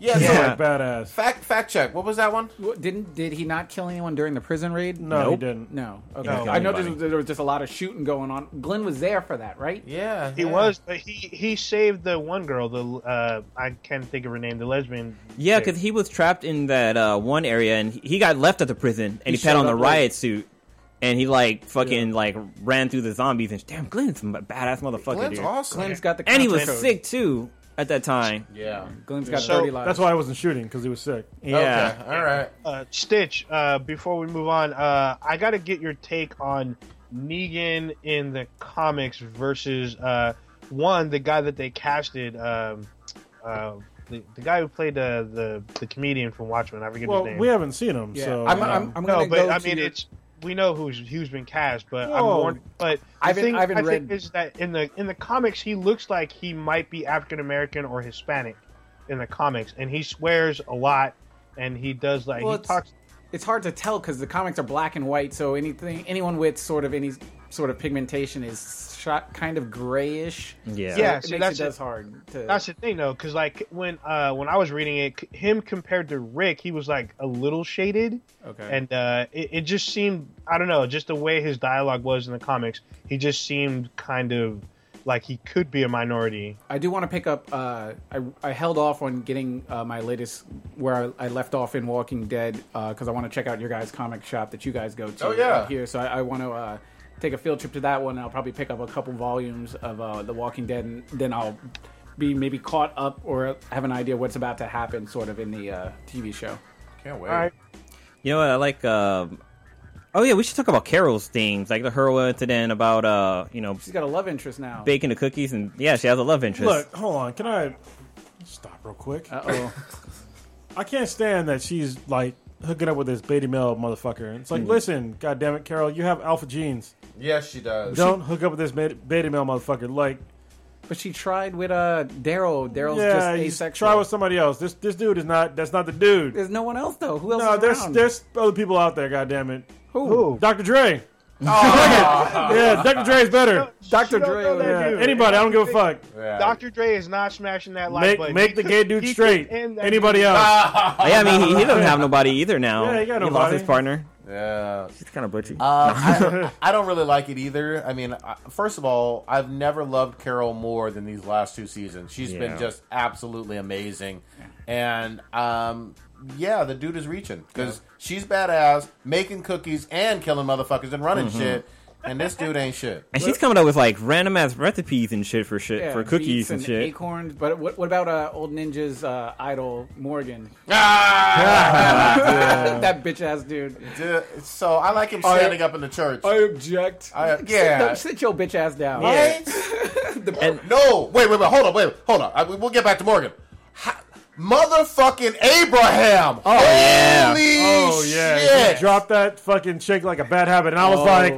C: Yeah, so
F: Yeah.
C: like,
F: badass.
C: fact fact check. What was that one?
G: Well, Didn't did he not kill anyone during the prison raid?
F: No, he
I: Nope.
F: didn't.
G: No. Okay.
I: didn't kill
G: I know
I: anybody.
G: there was, there was just a lot of shooting going on. Glenn was there for that, right?
C: Yeah,
H: He
C: yeah.
H: was, but he he saved the one girl. The uh, I can't think of her name. The lesbian.
I: Yeah,
H: chick.
I: because he was trapped in that uh, one area, and he- he got left at the prison, and he,
G: showed
I: put on the
G: up late.
I: riot suit, and he like fucking like ran through the zombies, and damn, Glenn's a badass motherfucker,
C: Glenn's
I: dude.
C: awesome.
G: Glenn's got the
I: And he was
G: contact code.
I: sick too at that time.
C: Yeah.
G: Glenn's got
H: So,
G: thirty lives.
F: That's why I wasn't shooting because he was sick.
I: Yeah,
C: Okay. All right.
H: uh, Stitch. Uh, before we move on, uh, I got to get your take on Negan in the comics versus uh, one the guy that they casted, um, uh, the, the guy who played uh, the the comedian from Watchmen. I forget
F: Well,
H: his name.
F: we haven't seen him,
G: Yeah.
F: so
G: I'm,
F: um,
G: I'm, I'm
H: no,
G: gonna
H: but
G: go
H: I
G: to
H: mean
G: your-
H: it's. We know who's who's been cast, but
F: Whoa.
H: I'm warned, but the
G: I haven't-
H: thing
G: I haven't
H: think
G: read-
H: is that in the in the comics he looks like he might be African American or Hispanic in the comics, and he swears a lot, and he does like
G: Well,
H: he
G: it's-
H: talks
G: it's hard to tell because the comics are black and white, so anything anyone with sort of any sort of pigmentation is shot kind of grayish.
I: yeah,
H: Yeah.
G: it
H: see,
G: makes
H: that's
G: it
H: it.
G: does hard. To,
H: That's the thing though, because like when uh when I was reading it, c- him compared to Rick, he was like a little shaded,
G: okay.
H: and uh, it, it just seemed I don't know, just the way his dialogue was in the comics, he just seemed kind of like he could be a minority.
G: I do want to pick up. Uh, I, I held off on getting uh, my latest where I, I left off in Walking Dead because I want to check out your guys' comic shop that you guys go to.
C: Oh, yeah.
G: out here. So I, I want to uh, take a field trip to that one. I'll probably pick up a couple volumes of uh, The Walking Dead, and then I'll be maybe caught up or have an idea what's about to happen, sort of in the uh, TV show.
C: Can't wait.
H: right.
I: You know what? I like. Um, oh yeah, we should talk about Carol's things, like the her incident about uh, you know,
G: She's got a love interest now.
I: baking the cookies, and yeah, she has a love interest.
F: look. Hold on, can I stop real quick?
G: Uh oh.
F: I can't stand that she's like hooking up with this baby male motherfucker. And It's like, listen, goddamn it, Carol, you have alpha genes.
C: Yes, she does.
F: Don't hook up with this ma- beta male motherfucker. Like,
G: but she tried with uh, Daryl. Daryl's
F: yeah,
G: just
F: you
G: asexual.
F: try with somebody else. This this dude is not. That's not the dude.
G: there's no one else though. Who else?
F: no,
G: is
F: there's
G: around?
F: there's other people out there. Goddamn it,
H: Who?
F: Dr. Dre. yeah, Dr. Dre's better.
G: Dr.
H: Oh. don't
G: Dre
H: know
G: over
H: that
G: there.
H: dude.
F: Anybody, I don't give a fuck.
C: Yeah.
H: Dr. Dre is not smashing that like
F: Make
H: button.
F: make
H: He
F: the
H: could-
F: gay dude
H: he could
F: straight.
H: end that-
F: Anybody else?
I: yeah, I mean, he, he doesn't have nobody either now.
F: Yeah, he got
I: lost
F: nobody.
I: his partner.
C: Yeah.
I: It's kind of butchy.
C: Uh, I, I don't really like it either. I mean, I, first of all, I've never loved Carol more than these last two seasons. She's been
I: Yeah.
C: just absolutely amazing, and um, yeah, the dude is reaching because she's badass, making cookies and killing motherfuckers and running shit, and this dude ain't shit.
I: and she's coming up with like random ass recipes and shit for shit
G: Yeah,
I: for
G: beets
I: cookies and, shit.
G: acorns. But what, what about uh, old ninja's uh, idol Morgan? that bitch ass dude.
C: Dude, so I like him standing up in the church.
G: object.
C: I- yeah.
G: No, sit your bitch ass down.
C: no, wait, wait, wait, hold on, wait, hold on. I, we'll get back to Morgan. Ha- motherfucking Abraham! Oh Holy
I: yeah.
F: Oh yeah,
C: shit.
F: he dropped that fucking chick like a bad habit, and I was
G: Oh,
F: like,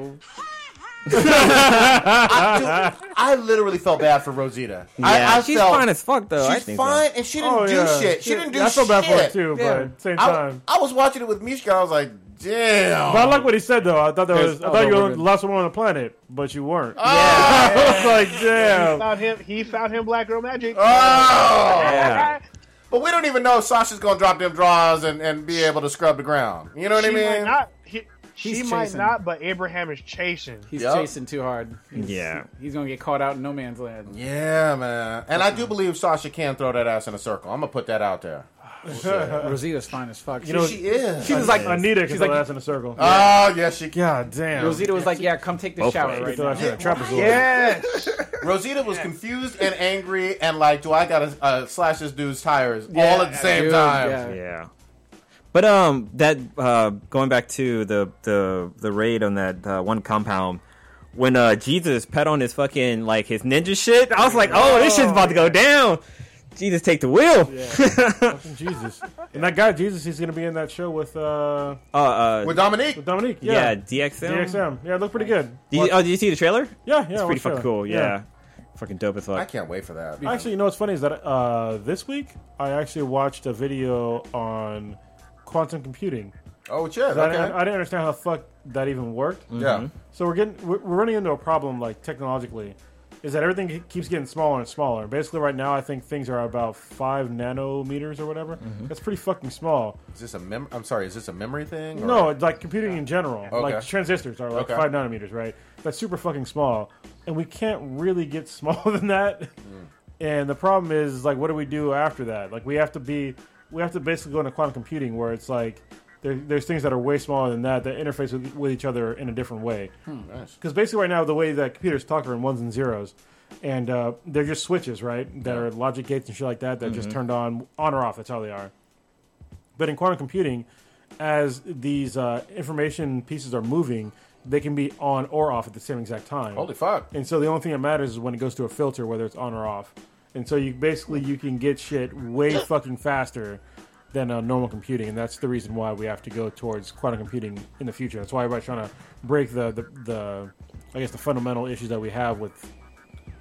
C: Dude, I literally felt bad for Rosita. I, I
I: she's
C: felt,
I: fine as fuck though. I
C: She's
I: think so.
C: fine, and she didn't
F: oh
C: do
F: yeah,
C: shit. She didn't do
F: I
C: shit.
F: felt bad for it too,
G: Yeah.
F: but at the same
C: I,
F: time.
C: I was watching it with Mishka. I was like, damn.
F: But I like what he said though. I thought that
G: There's
F: was I thought you
G: other
F: were the
G: women.
F: last one on the planet, but you weren't.
C: Oh.
F: I was like,
H: He
F: damn.
H: found him. He found him. Black girl magic.
C: Oh.
I: Yeah.
C: But we don't even know if Sasha's gonna drop them draws and, and be able to scrub the ground. You know what
H: she
C: I mean?
H: might not. He, she
G: He's
H: might
G: chasing.
H: not, but Abraham is chasing.
G: He's
C: Yup.
G: chasing too hard. He's,
I: Yeah.
G: He's gonna get caught out in no man's land.
C: Yeah, man. And I do believe Sasha can throw that ass in a circle. I'm gonna put that out there.
G: Rosita's fine as fuck.
F: You know,
C: She is.
G: she was like,
F: Anita can
G: she's
F: throw
G: like,
F: ass in a circle.
C: Oh yes, she can.
F: God damn.
G: Rosita was like, yeah, come take the
I: Both
G: shower
I: ways.
G: right
F: Throw
G: now.
F: ass in a trapezoid.
H: Yes.
C: Rosita was confused and angry and like, do I gotta uh, slash this dude's tires all at the same
G: dude,
C: time?
G: yeah.
I: Yeah. But um, that uh, going back to the the the raid on that uh, one compound. When uh, Jesus pet on his fucking like his ninja shit, I was like, "Oh, this shit's about to go down." Jesus, take the wheel.
F: Jesus. And that guy Jesus, he's gonna be in that show with uh
I: Uh, uh,
C: With Dominique.
F: with Dominique.
I: yeah,
F: Yeah.
I: DXM.
F: DXM. Yeah, it looked pretty good.
I: Did you, oh, did you see the trailer?
F: Yeah, yeah.
I: it's pretty fucking cool. Yeah.
F: yeah.
I: fucking dope as
C: I
I: fuck.
C: can't wait for that.
F: Actually, you know what's funny is that uh, this week I actually watched a video on quantum computing.
C: Oh shit.
F: I,
C: Okay.
F: didn't, I didn't understand how the fuck that even worked.
C: yeah.
F: So we're getting we're we're running into a problem like technologically, is that everything ke- keeps getting smaller and smaller. Basically, right now, I think things are about five nanometers or whatever. That's pretty fucking small.
C: Is this a mem? I'm sorry. Is this a memory thing? or-
F: No, it's like computing in general. Like transistors are like
C: Okay.
F: five nanometers, right? That's super fucking small, and we can't really get smaller than that. And the problem is, like, what do we do after that? Like, we have to be, we have to basically go into quantum computing where it's like there, there's things that are way smaller than that that interface with, with each other in a different way.
C: Nice.
F: Because basically, right now, the way that computers talk are in ones and zeros, and uh, they're just switches, right? That are logic gates and shit like that that just turned on, on or off. That's how they are. But in quantum computing, as these uh, information pieces are moving, they can be on or off at the same exact time.
C: Holy fuck!
F: And so the only thing that matters is when it goes through a filter, whether it's on or off. And so you basically you can get shit way fucking faster than uh, normal computing, and that's the reason why we have to go towards quantum computing in the future. That's why everybody's trying to break the the, the I guess the fundamental issues that we have with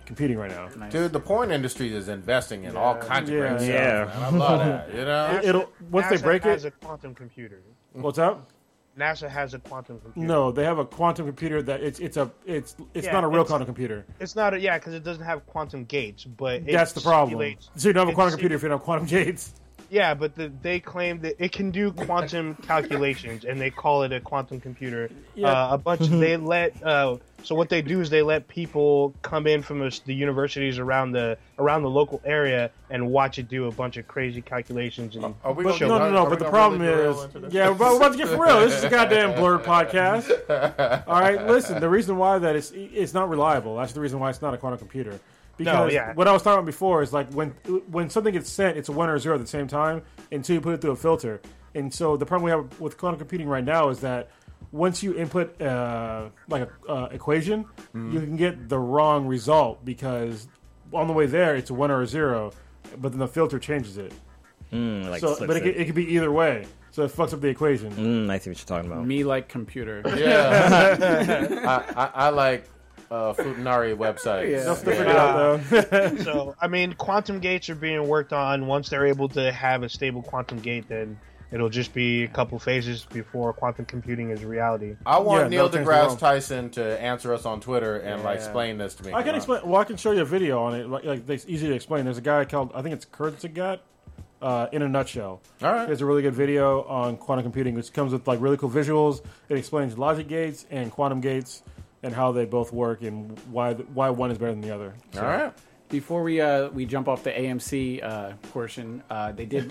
F: computing right now.
C: Dude, the porn industry is investing in all kinds of
F: Yeah.
C: great
I: Yeah.
C: stuff. man. I love that. You know.
F: It'll once they
H: NASA
F: break
H: has
F: it.
H: a quantum computer.
F: What's up?
H: NASA has a quantum computer.
F: No, they have a quantum computer that it's it's a it's it's
H: Yeah,
F: not a real
H: it's-
F: quantum computer.
H: It's not a yeah, because it doesn't have quantum gates, but it
F: That's the problem.
H: simulates-
F: So you don't have a
H: it
F: quantum
H: sim-
F: computer if you don't have quantum gates.
H: Yeah, but the, they claim that it can do quantum calculations, and they call it a quantum computer.
F: Yeah.
H: Uh, a bunch they let. Uh, so what they do is they let people come in from the, the universities around the around the local area and watch it do a bunch of crazy calculations. And
C: Are we
F: But
C: gonna-
F: no, no,
C: are-
F: no.
C: are we
F: But the
C: gonna
F: problem
C: really derail
F: is,
C: into this?
F: yeah, we're about, we're about to get for real. This is a goddamn blurred podcast. All right, listen. The reason why that is it's not reliable. That's the reason why it's not a quantum computer. Because
H: yeah.
F: what I was talking about before is like when when something gets sent, it's a one or a zero at the same time until you put it through a filter. And so the problem we have with quantum computing right now is that once you input uh, like a uh, equation,
C: Mm-hmm.
F: you can get the wrong result because on the way there it's a one or a zero, but then the filter changes it.
I: Mm, like,
F: So,
I: slicks
F: but it,
I: it.
F: could- it could be either way. So it fucks up the equation.
I: Mm, I see what you're talking about.
G: Me like computer.
C: Yeah. I, I, I like uh, Futanari websites.
F: They'll still figure it out, though.
H: so I mean, quantum gates are being worked on. Once they're able to have a stable quantum gate, then it'll just be a couple phases before quantum computing is reality.
C: I want
F: Yeah,
C: Neil
F: no things
C: deGrasse
F: wrong.
C: Tyson to answer us on Twitter and like explain this to me.
F: I can explain. Well, I can show you a video on it. Like, like it's easy to explain. There's a guy called I think it's Kurtzagat. Uh, in a nutshell,
C: All right.
F: There's a really good video on quantum computing, which comes with like really cool visuals. It explains logic gates and quantum gates and how they both work and why th- why one is better than the other.
C: All right.
G: Before we uh, we jump off the AMC uh, portion, uh, they did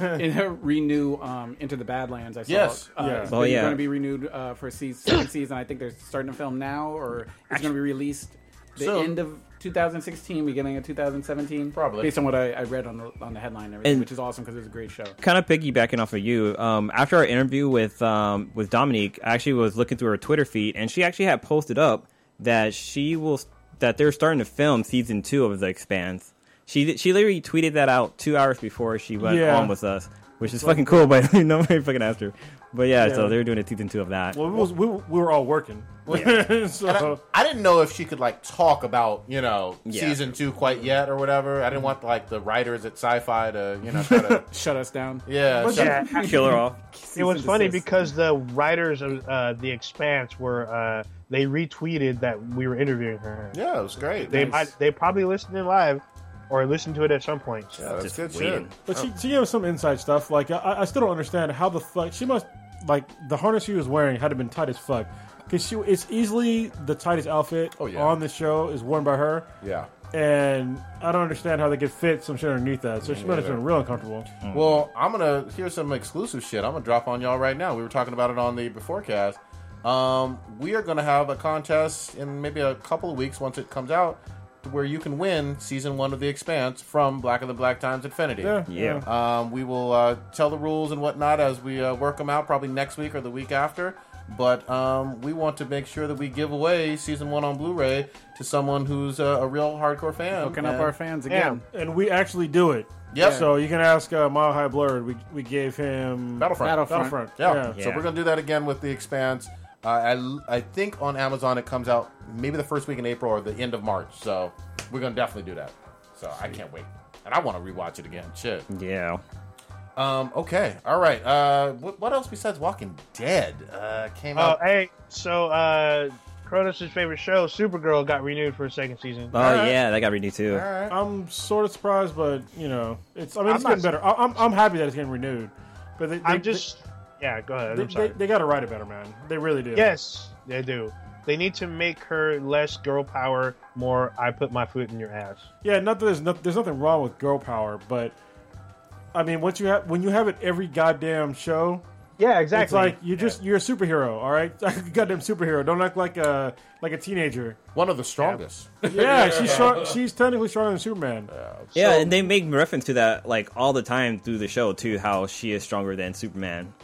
G: renew um, Into the Badlands. I saw.
C: Yes.
G: Uh,
F: Yeah.
G: It's
I: Oh, yeah.
G: going to be renewed uh, for season, second season. I think they're starting to film now, or it's going to be released the
C: So-
G: end of 2016, beginning of 2017,
C: Probably.
G: based on what I, I read on the on the headline and everything,
I: And-
G: which is awesome because it was a great show.
I: kind of piggybacking off of you. Um, after our interview with um, with Dominique, I actually was looking through her Twitter feed, and she actually had posted up that she will that they're starting to film season two of The Expanse. She she literally tweeted that out two hours before she went
F: Yeah.
I: on with us, which is fucking cool. But nobody fucking asked her. But yeah,
F: Yeah.
I: so they're doing a season two of that.
F: Well, we, was, we, we were all working, so
C: I didn't know if she could like talk about you know
I: Yeah.
C: season two quite yet or whatever. I didn't want like the writers at Sci-Fi to you know try to
G: Shut us down.
C: yeah. so-
H: Yeah,
I: Kill her off.
H: it was funny because the writers of uh, the Expanse were uh, they retweeted that we were interviewing her.
C: yeah, it was great.
H: They
C: Yeah,
H: might, they probably listened in live or listened to it at some point.
C: that's
I: Just
C: good
I: waiting.
C: shit.
F: But she, she gave us some inside stuff. Like I, I still don't understand how the fuck she must like the harness she was wearing had to been tight as fuck because she it's easily the tightest outfit
C: Oh, yeah.
F: on the show is worn by her.
C: Yeah.
F: And I don't understand how they could fit some shit underneath that. So she must have been real uncomfortable.
C: Well, I'm gonna here's some exclusive shit. I'm gonna drop on y'all right now. We were talking about it on the beforecast. Um, we are gonna have a contest in maybe a couple of weeks once it comes out, where you can win season one of The Expanse from Black of the Black Times Infinity.
F: Yeah.
I: Yeah.
C: Um, we will uh, tell the rules and whatnot as we uh, work them out, probably next week or the week after. But um, we want to make sure that we give away season one on Blu-ray to someone who's uh, a real hardcore fan.
G: hooking up
C: And-
G: our fans again.
F: And we actually do it.
C: Yep.
F: So you can ask uh, Mile High Blurred. We, we gave him
C: Battlefront.
G: Battlefront.
F: Battlefront.
C: Yeah. So
I: Yeah.
C: we're gonna do that again with the Expanse. Uh, I I think on Amazon it comes out maybe the first week in April or the end of March. So we're gonna definitely do that. So I can't wait, and I want to rewatch it again. Shit.
I: Yeah.
C: Um. Okay. All right. Uh. What, what else besides Walking Dead? Uh. Came
H: Oh,
C: out.
H: hey, so uh, Cronus' favorite show, Supergirl, got renewed for a second season.
I: Oh yeah, that got renewed too.
F: I'm sort of surprised, but you know, it's. I mean,
H: I'm
F: it's
H: not-
F: getting better. I, I'm, I'm happy that it's getting renewed, but they, they,
H: I'm just, yeah, go ahead.
F: they,
H: I'm sorry.
F: they, they got to write it better, man. They really do.
H: yes, they do. They need to make her less girl power, more I put my foot in your ass.
F: yeah. Not that there's no, there's nothing wrong with girl power, but I mean, once you have when you have it every goddamn show,
H: Yeah, exactly.
F: it's like you just you're a superhero, all right? goddamn superhero. Don't act like a like a teenager.
C: One of the strongest.
F: Yeah, she's strong, she's technically stronger than Superman.
I: yeah, and they make reference to that like all the time through the show too, how she is stronger than Superman.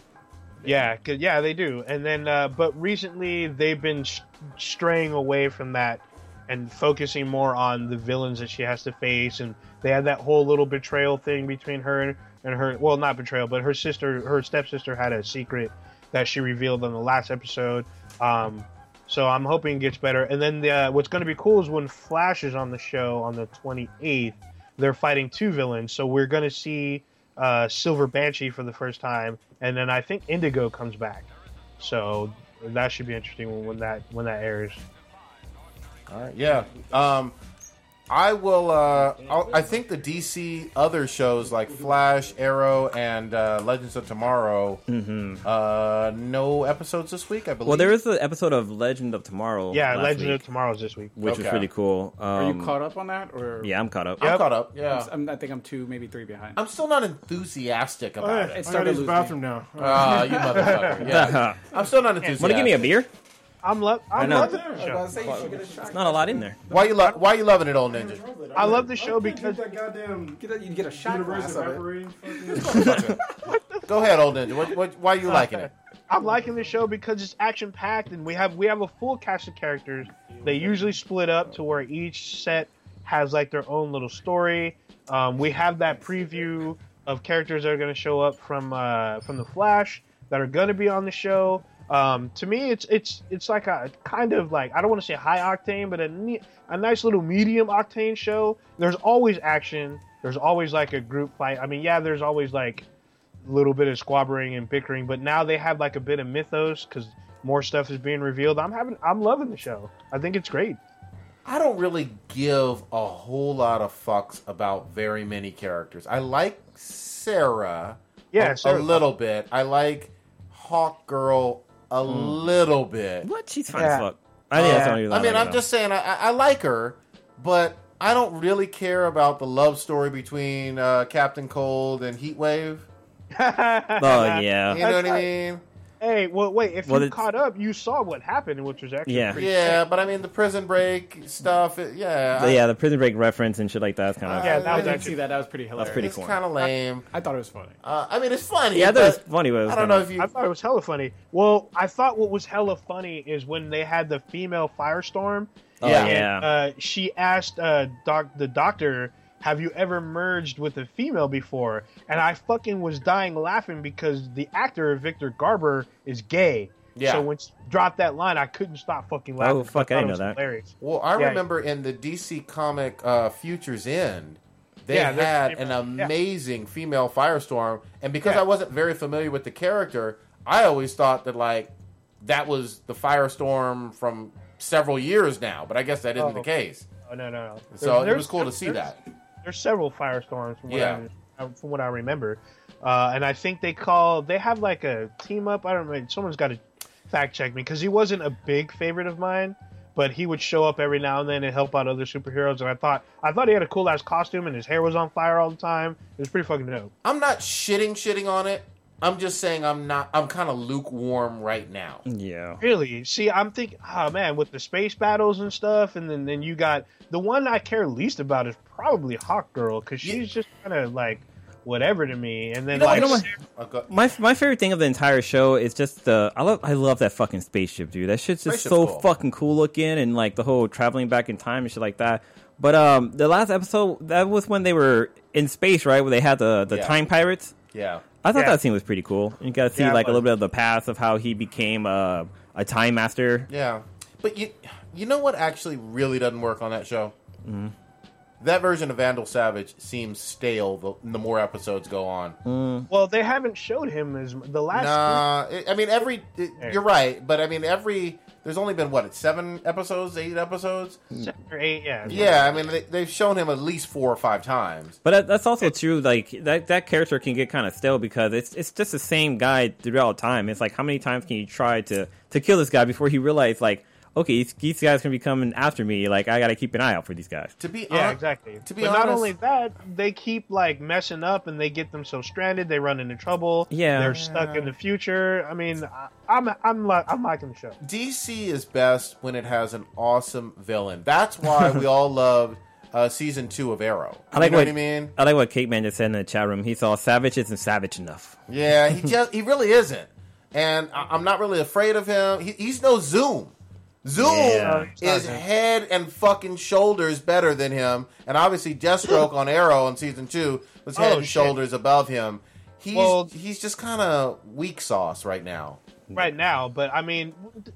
H: Yeah, 'cause- yeah, they do. And then, uh, but recently they've been sh- straying away from that and focusing more on the villains that she has to face. And they had that whole little betrayal thing between her and her. Well, not betrayal, but her sister, her stepsister, had a secret that she revealed on the last episode. Um, so I'm hoping it gets better. And then the, uh, what's going to be cool is when Flash is on the show on the 28th, they're fighting two villains. So we're going to see uh, Silver Banshee for the first time, and then I think Indigo comes back. So that should be interesting when, when that when that airs.
C: All right. Yeah. Um, I will. Uh, I'll, I think the DC other shows like Flash, Arrow, and uh, Legends of Tomorrow. Uh, no episodes this week, I believe.
I: Mm-hmm. Well, there was an episode of Legend of Tomorrow.
H: Yeah,
I: last
H: Legend
I: week,
H: of Tomorrow's this week.
I: which
C: Okay.
I: was really cool. Um,
G: Are you caught up on that? Or
I: Yeah, I'm caught up.
C: I'm caught up. Yeah.
G: I'm, I think I'm two, maybe three behind.
C: I'm still not enthusiastic about
F: Hey,
C: it.
F: I gotta use
G: started
F: the
G: losing
F: bathroom now.
C: Ah, you motherfucker. Yeah.
I: Want
C: I'm still not enthusiastic.
I: to give me a beer?
H: I'm lo- I
I: know.
H: love the show.
I: Not a lot in there.
C: Why you lo- Why you loving it, old ninja?
H: I love the show because
F: that goddamn
G: Get a, you get a shot glass of it.
C: Go ahead, old ninja. What, what, why you liking it?
H: I'm liking the show because it's action packed and we have we have a full cast of characters. They usually split up to where each set has like their own little story. Um, we have that preview of characters that are going to show up from uh, from the Flash that are going to be on the show. Um, to me, it's it's it's like a kind of like I don't want to say high octane, but a ne- a nice little medium octane show. There's always action. There's always like a group fight. I mean, yeah, there's always like little bit of squabbling and bickering, but now they have like a bit of mythos because more stuff is being revealed. I'm having, I'm loving the show. I think it's great.
C: I don't really give a whole lot of fucks about very many characters. I like Sarah.
H: Yeah,
C: a,
H: Sarah-
C: a little bit. I like Hawk Girl a little bit.
I: What? She's fine
H: Yeah.
I: as fuck. I think that's the only reason
C: I mean,
I: like
C: I'm
I: her.
C: just saying, I, I I like her, but I don't really care about the love story between uh, Captain Cold and Heatwave.
I: Oh yeah.
C: You know what I mean?
H: Hey, well, wait, if
I: Well,
H: you
I: it's-
H: caught up, you saw what happened, which was actually
I: Yeah.
H: pretty
C: Yeah, but I mean the prison break stuff. It, yeah,
I: But yeah, the Prison Break reference and shit like that's kind of
H: Yeah, that was
C: I
G: I didn't
H: actually
G: see that. That was pretty hilarious.
I: That's pretty
C: it's
I: corny.
C: kind of lame.
G: I thought it was funny.
C: Uh, I mean, it's funny.
I: yeah, that was
C: but
I: funny. But it was
C: I don't
I: kinda-
C: know if you.
H: I thought it was hella funny. Well, I thought what was hella funny is when they had the female firestorm.
I: Oh,
C: Yeah.
I: yeah.
H: Uh, she asked uh, doc- the doctor, "Have you ever merged with a female before?" And I fucking was dying laughing because the actor Victor Garber is gay.
C: Yeah.
H: So when she dropped that line, I couldn't stop fucking laughing.
I: Oh, fuck, I
H: thought
I: didn't
H: it was
I: know that.
H: Hilarious.
C: Well, I
H: Yeah.
C: remember in the DC comic uh, Futures End, they
H: Yeah, there's
C: had an
H: female- yeah.
C: amazing female Firestorm, and because
H: Yeah.
C: I wasn't very familiar with the character, I always thought that like that was the Firestorm from several years now, but I guess that isn't
H: Oh.
C: the case.
H: Oh, no, no, no.
C: So it was cool to see
H: there's-
C: that.
H: There's several firestorms from what,
C: Yeah.
H: I, from what I remember. Uh, and I think they call, they have like a team up. I don't know. Someone's got to fact check me because he wasn't a big favorite of mine, but he would show up every now and then and help out other superheroes. And I thought, I thought he had a cool ass costume and his hair was on fire all the time. It was pretty fucking dope.
C: I'm not shitting shitting on it. I'm just saying I'm not. I'm kind of lukewarm right now.
I: yeah.
H: Really? See, I'm thinking, oh man, with the space battles and stuff, and then, then you got the one I care least about is probably Hawk Girl because she's just kind of like whatever to me. And then
C: know,
H: like,
I: you know
H: Sarah-
I: what?
C: Uh, go-
I: My my favorite thing of the entire show is just the I love I love that fucking spaceship, dude. That shit's just
C: Spaceship's
I: so
C: cool.
I: fucking cool looking, and like the whole traveling back in time and shit like that. But um, the last episode that was when they were in space, right? Where they had the the
C: Yeah.
I: time pirates.
C: Yeah.
I: I thought
H: Yeah.
I: that scene was pretty cool. You got to see
H: Yeah, it
I: like a
H: was.
I: little bit of the past of how he became uh, a time master.
C: Yeah, but you you know what actually really doesn't work on that show?
I: Mm-hmm.
C: That version of Vandal Savage seems stale the, the more episodes go on.
I: Mm-hmm.
H: Well, they haven't showed him as the last.
C: Nah, it, I mean every it- you're right, but I mean every There's only been what seven episodes, eight episodes.
H: Seven or eight, yeah.
C: Yeah, I mean they, they've shown him at least four or five times.
I: But that, that's also true. Like that, that character can get kind of stale because it's it's just the same guy throughout time. It's like how many times can you try to to kill this guy before he realizes like, okay, these, these guys can be coming after me. Like I got to keep an eye out for these guys.
C: To be
H: Yeah,
C: hon-
H: exactly.
C: uh, To be
H: but
C: honest,
H: not only that, they keep like messing up, and they get themselves stranded. They run into trouble.
I: Yeah.
H: they're stuck in the future. I mean, I, I'm I'm li- I'm liking the show.
C: DC is best when it has an awesome villain. That's why we all loved uh, season two of Arrow.
I: I like
C: you know
I: what,
C: what I mean.
I: I like what Kate Man just said in the chat room. He saw Savage isn't savage enough.
C: Yeah, he just he really isn't, and I, I'm not really afraid of him. He, he's no Zoom. Zoom
I: Yeah.
C: is head and fucking shoulders better than him, and obviously Deathstroke on Arrow in season two was head
H: Oh,
C: and
H: shit.
C: shoulders above him. He's
H: Well-
C: he's just kind of weak sauce right now.
H: right now. But I mean,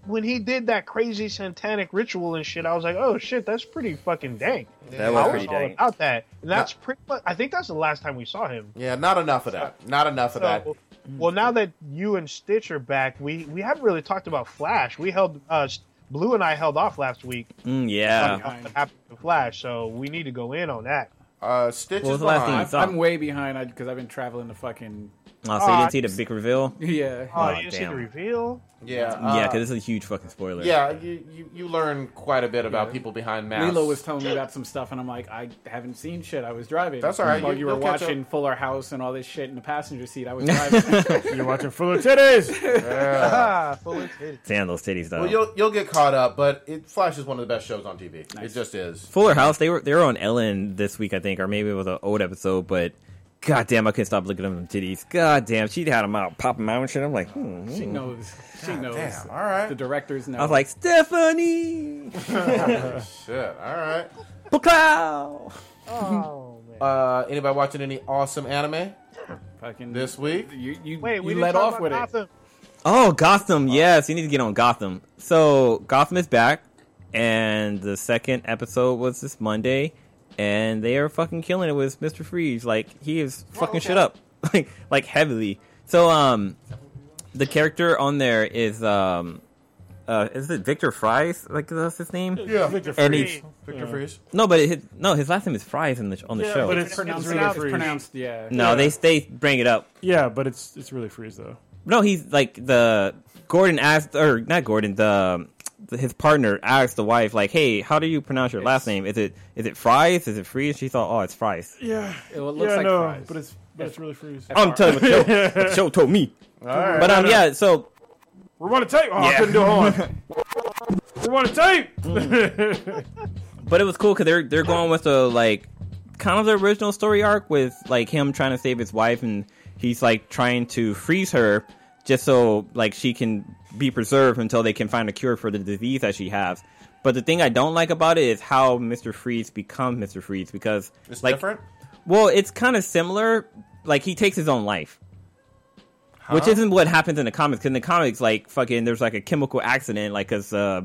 H: when he did that crazy satanic ritual and shit, I was like, oh shit, that's pretty fucking dank.
I: That
H: I
I: was
H: was
I: pretty
H: all
I: dank.
H: about that. And that's pretty much. I think that's the last time we saw him.
C: Yeah, not enough of that. Not enough of that.
H: So, well, now that you and Stitch are back, we we haven't really talked about Flash. We held uh, Blue and I held off last week.
I: Mm, yeah.
G: Oh.
H: on what happened to Flash, so we need to go in on that.
C: Uh, Stitch
I: What
C: is
I: was the last thing you
C: behind.
I: saw?
G: I'm way behind because I've been traveling to fucking
I: Oh, so you
H: Aw,
C: Uh,
I: didn't see the big reveal?
G: yeah.
H: Oh,
I: Aw,
H: you didn't see the
I: damn.
H: reveal?
C: Yeah, uh,
I: Yeah, because this is a huge fucking spoiler.
C: Yeah, you, you, you learn quite a bit about people behind masks.
G: Lilo was telling me about some stuff, and I'm like, I haven't seen shit. I was driving.
C: That's all right.
G: While
C: You-
G: you, were
C: you'll catch
G: watching
C: up.
G: Fuller House and all this shit in the passenger seat, I was driving.
F: You're watching full of titties.
H: Ah, full of titties.
I: Damn, those titties though.
C: well, you'll you'll get caught up, but it, Flash is one of the best shows on TV. It just is.
I: Fuller House, they were they were on Ellen this week, I think, or maybe it was an old episode, but goddamn, I couldn't stop looking at them titties. Goddamn, she had them out, popping out and shit. I'm like, hmm.
G: she knows. She knows.
C: Damn. All right.
G: The directors know.
I: I was like, Stephanie,
C: Shit. All right.
I: Baclow.
H: Oh,
C: Uh, anybody watching any awesome anime
G: fucking
C: this week?
G: You you,
H: Wait, we
G: you
H: didn't
G: let
H: talk about
G: off with it.
H: Gotham.
I: Oh, Gotham. Yes, you need to get on Gotham. So Gotham is back, and the second episode was this Monday, and they are fucking killing it with Mister Freeze. Like he is fucking shit up, like like heavily. So um, the character on there is um, uh, is it Victor Fries? Like that's his name.
C: Yeah, Victor,
F: Victor
I: And
F: Freeze.
I: he's-
C: Victor Freeze.
I: No, but his, no, his last name is Fries in the on the
F: Yeah,
I: show.
F: but it's,
G: Pronounced,
F: it's really
G: it's
F: freeze.
G: pronounced, yeah.
I: no, they they bring it up.
F: Yeah, but it's it's really freeze though.
I: No, he's like the Gordon asked, or not Gordon, the, the- his partner asked the wife, like, "Hey, how do you pronounce your last name? Is it is it Fries? Is it Freeze?" She thought, "Oh, it's Fries."
F: Yeah,
G: It looks
F: yeah,
G: like
F: no,
G: fries.
F: but it's but it's really freeze.
I: I'm telling you, what the show, what the show told me. But um, yeah, so
F: We're on a tape. Oh, I
I: Yeah.
F: couldn't do it on. We're on a tape.
I: but it was cool because they're they're going with the like kind of the original story arc with like him trying to save his wife and he's like trying to freeze her just so like she can be preserved until they can find a cure for the disease that she has. But the thing I don't like about it is how Mr. Freeze becomes Mr. Freeze because
C: It's
I: like
C: different.
I: well, it's kind of similar. Like he takes his own life, which isn't what happens in the comics. Because in the comics, like fucking, there's like a chemical accident, like because uh,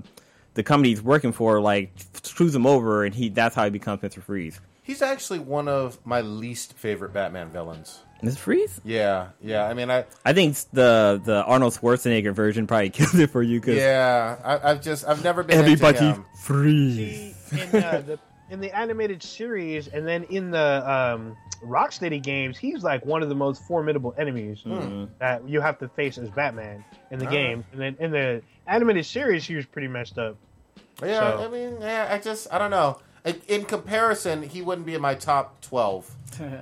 I: the company he's working for like screws him over, and he that's how he becomes Mister Freeze.
C: He's actually one of my least favorite Batman villains.
I: Mister Freeze?
C: Yeah, yeah. I mean, I
I: I think the the Arnold Schwarzenegger version probably killed it for you because
C: yeah, I, I've just I've never been Into
I: everybody
C: him.
I: freeze.
H: He- in, uh, the, in the animated series, and then in the um, Rocksteady games, he's like one of the most formidable enemies
G: Hmm.
H: that you have to face as Batman in the game. And then in the animated series, he was pretty messed up.
C: Yeah,
H: So-
C: I mean, yeah. I just I don't know. In- In comparison, he wouldn't be in my top twelve.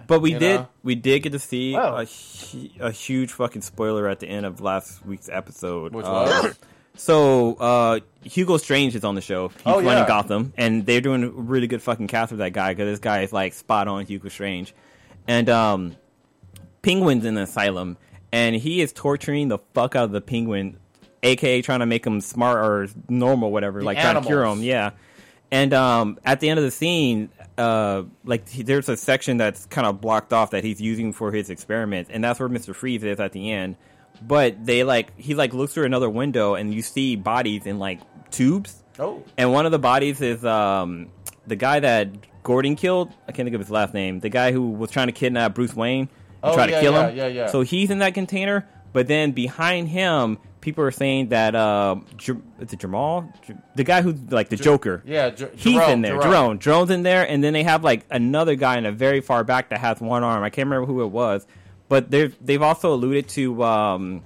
I: But we
C: You
I: did
C: know? Oh.
I: we did get to see
H: Wow.
I: a hu- a huge fucking spoiler at the end of last week's episode.
C: Which
I: Uh,
C: was?
I: so uh, Hugo Strange is on the show. He's
C: Oh,
I: running
C: yeah.
I: Gotham, and they're doing a really good fucking cast with that guy because this guy is like spot on Hugo Strange, and um, Penguin's in the asylum, and he is torturing the fuck out of the Penguin, aka trying to make him smart or normal, whatever, like trying to cure
C: animals.
I: him. Yeah. And um, at the end of the scene, uh, like he, there's a section that's kind of blocked off that he's using for his experiments, and that's where Mister Freeze is at the end. But they like he like looks through another window, and you see bodies in like tubes.
C: Oh.
I: And one of the bodies is um, the guy that Gordon killed. I can't think of his last name. The guy who was trying to kidnap Bruce Wayne and
C: Oh,
I: try to
C: yeah,
I: kill
C: yeah,
I: him.
C: yeah, yeah.
I: So he's in that container, but then behind him, people are saying that uh, J- is it Jamal, J- the guy who's like the Joker,
C: Yeah, Jer-
I: he's
C: Jerome,
I: in there. Jerome. Jerome's in there, and then they have like another guy in a very far back that has one arm. I can't remember who it was, but they've they've also alluded to um,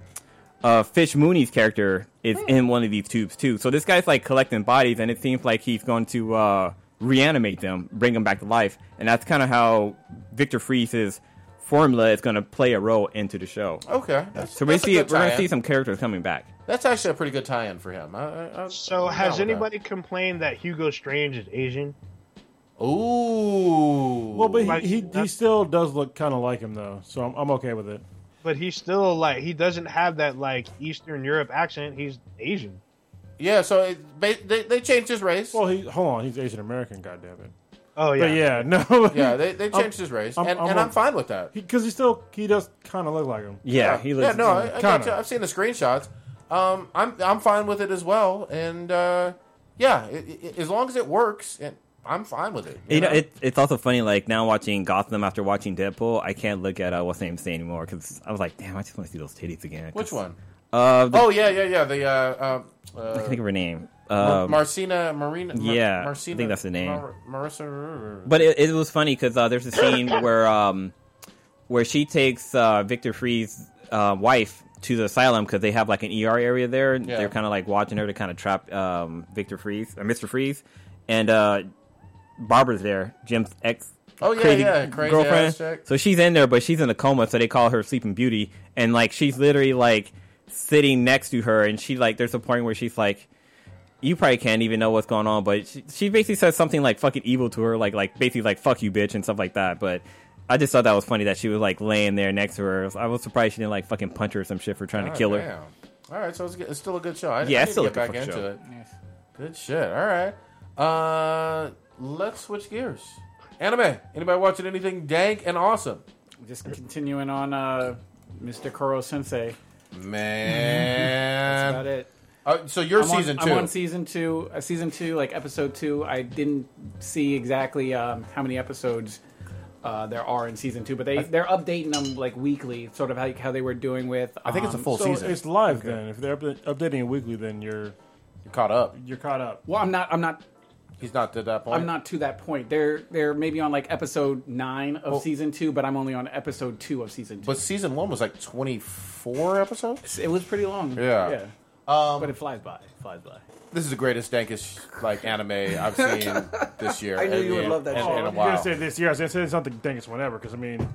I: uh, Fish Mooney's character is
C: Hmm.
I: in one of these tubes too. So this guy's like collecting bodies, and it seems like he's going to uh, reanimate them, bring them back to life, and that's kind of how Victor Freeze's formula is going to play a role into the show.
C: Okay, that's,
I: So
C: that's a
I: basically, we're
C: good
I: going to
C: tie-in.
I: see some characters coming back.
C: That's actually a pretty good tie-in for him. I, I, I,
H: So
C: I'm
H: has
C: down with
H: anybody complained that Hugo Strange is Asian?
C: That. Ooh.
F: Well, but
H: Like,
F: he, he, he still does look kind of like him though, so I'm, I'm okay with it.
H: But he's still like he doesn't have that like Eastern Europe accent. He's Asian.
C: yeah. So it, they, they they changed his race.
F: Well, he hold on, he's Asian American, goddammit.
H: Oh yeah.
F: But yeah, no,
C: yeah, they, they changed his race,
F: I'm-
C: and,
F: I'm
C: and
F: a-
C: I'm fine with that.
F: because he, still he does kind of look like him.
I: Yeah, he looks.
C: no, I, I
F: Kinda.
C: got you. I've seen the screenshots. Um, I'm I'm fine with it as well, and uh, yeah, i i as long as it works, and I'm fine with it. you
I: You know,
C: know?
I: it, it's also funny. Like now, watching Gotham after watching Deadpool, I can't look at uh, what's name say anymore because I was like, damn, I just want to see those titties again. 'Cause,
C: Which one?
I: Uh, the,
C: Oh yeah, yeah, yeah. The uh, uh,
I: I can't
C: uh,
I: think of her name. Um,
C: Marcina Marina. Mar-
I: yeah, I
C: Marcina,
I: think that's the name.
C: Mar- Marissa.
I: but it, it was funny because uh, there's a scene where um, where she takes uh, Victor Free's uh, wife to the asylum because they have like an ER area there.
C: Yeah.
I: They're kind of like watching her to kind of trap um, Victor Freeze or Mister Freeze, and uh, Barbara's there, Jim's ex.
C: Oh, yeah, yeah, crazy ass chick.
I: So she's in there, but she's in a coma, so they call her Sleeping Beauty, and like she's literally like sitting next to her, and she like there's a point where she's like you probably can't even know what's going on, but she, she basically says something like fucking evil to her, like like basically like fuck you bitch and stuff like that. But I just thought that was funny that she was like laying there next to her. I was surprised she didn't like fucking punch her or some shit for
G: Ah,
I: trying to kill her.
C: Oh, All right, so it's, good- it's still a good show. I,
I: Yeah,
C: I
I: it's
C: need
I: still
C: to
I: a
C: get
I: good
C: back
I: fucking
C: into
I: show.
C: it. Good shit. All right, uh, let's switch gears. Anime. Anybody watching anything dank and awesome?
G: Just continuing on uh, Mr. Koro Sensei. That's
C: Man.
G: about it.
C: Uh, so your
G: I'm on-
C: season
G: I'm
C: two.
G: on season two. Uh, season two, like episode two. I didn't see exactly um, how many episodes uh, there are in season two, but they they're updating them like weekly, sort of how, how they were doing with.
C: I think it's a
G: um,
C: full
F: So
C: season.
F: it's live then. If they're upda- updating it weekly, then you're
C: You're caught up.
F: you're caught up.
G: Well, I'm not. I'm not.
C: He's not to that point.
G: I'm not to that point. They're they're maybe on like episode nine of season two, but I'm only on episode two of season two.
C: But season one was like 24 episodes.
G: it was pretty long.
C: Yeah.
G: Yeah.
C: Um,
G: but it flies by. It flies by.
C: This is the greatest dankish like anime I've seen this year.
D: I knew you would love that
C: in,
D: show.
C: in
F: I
C: a
F: was gonna
C: while.
F: say this year. I was gonna say it's not the dankest one ever because I mean,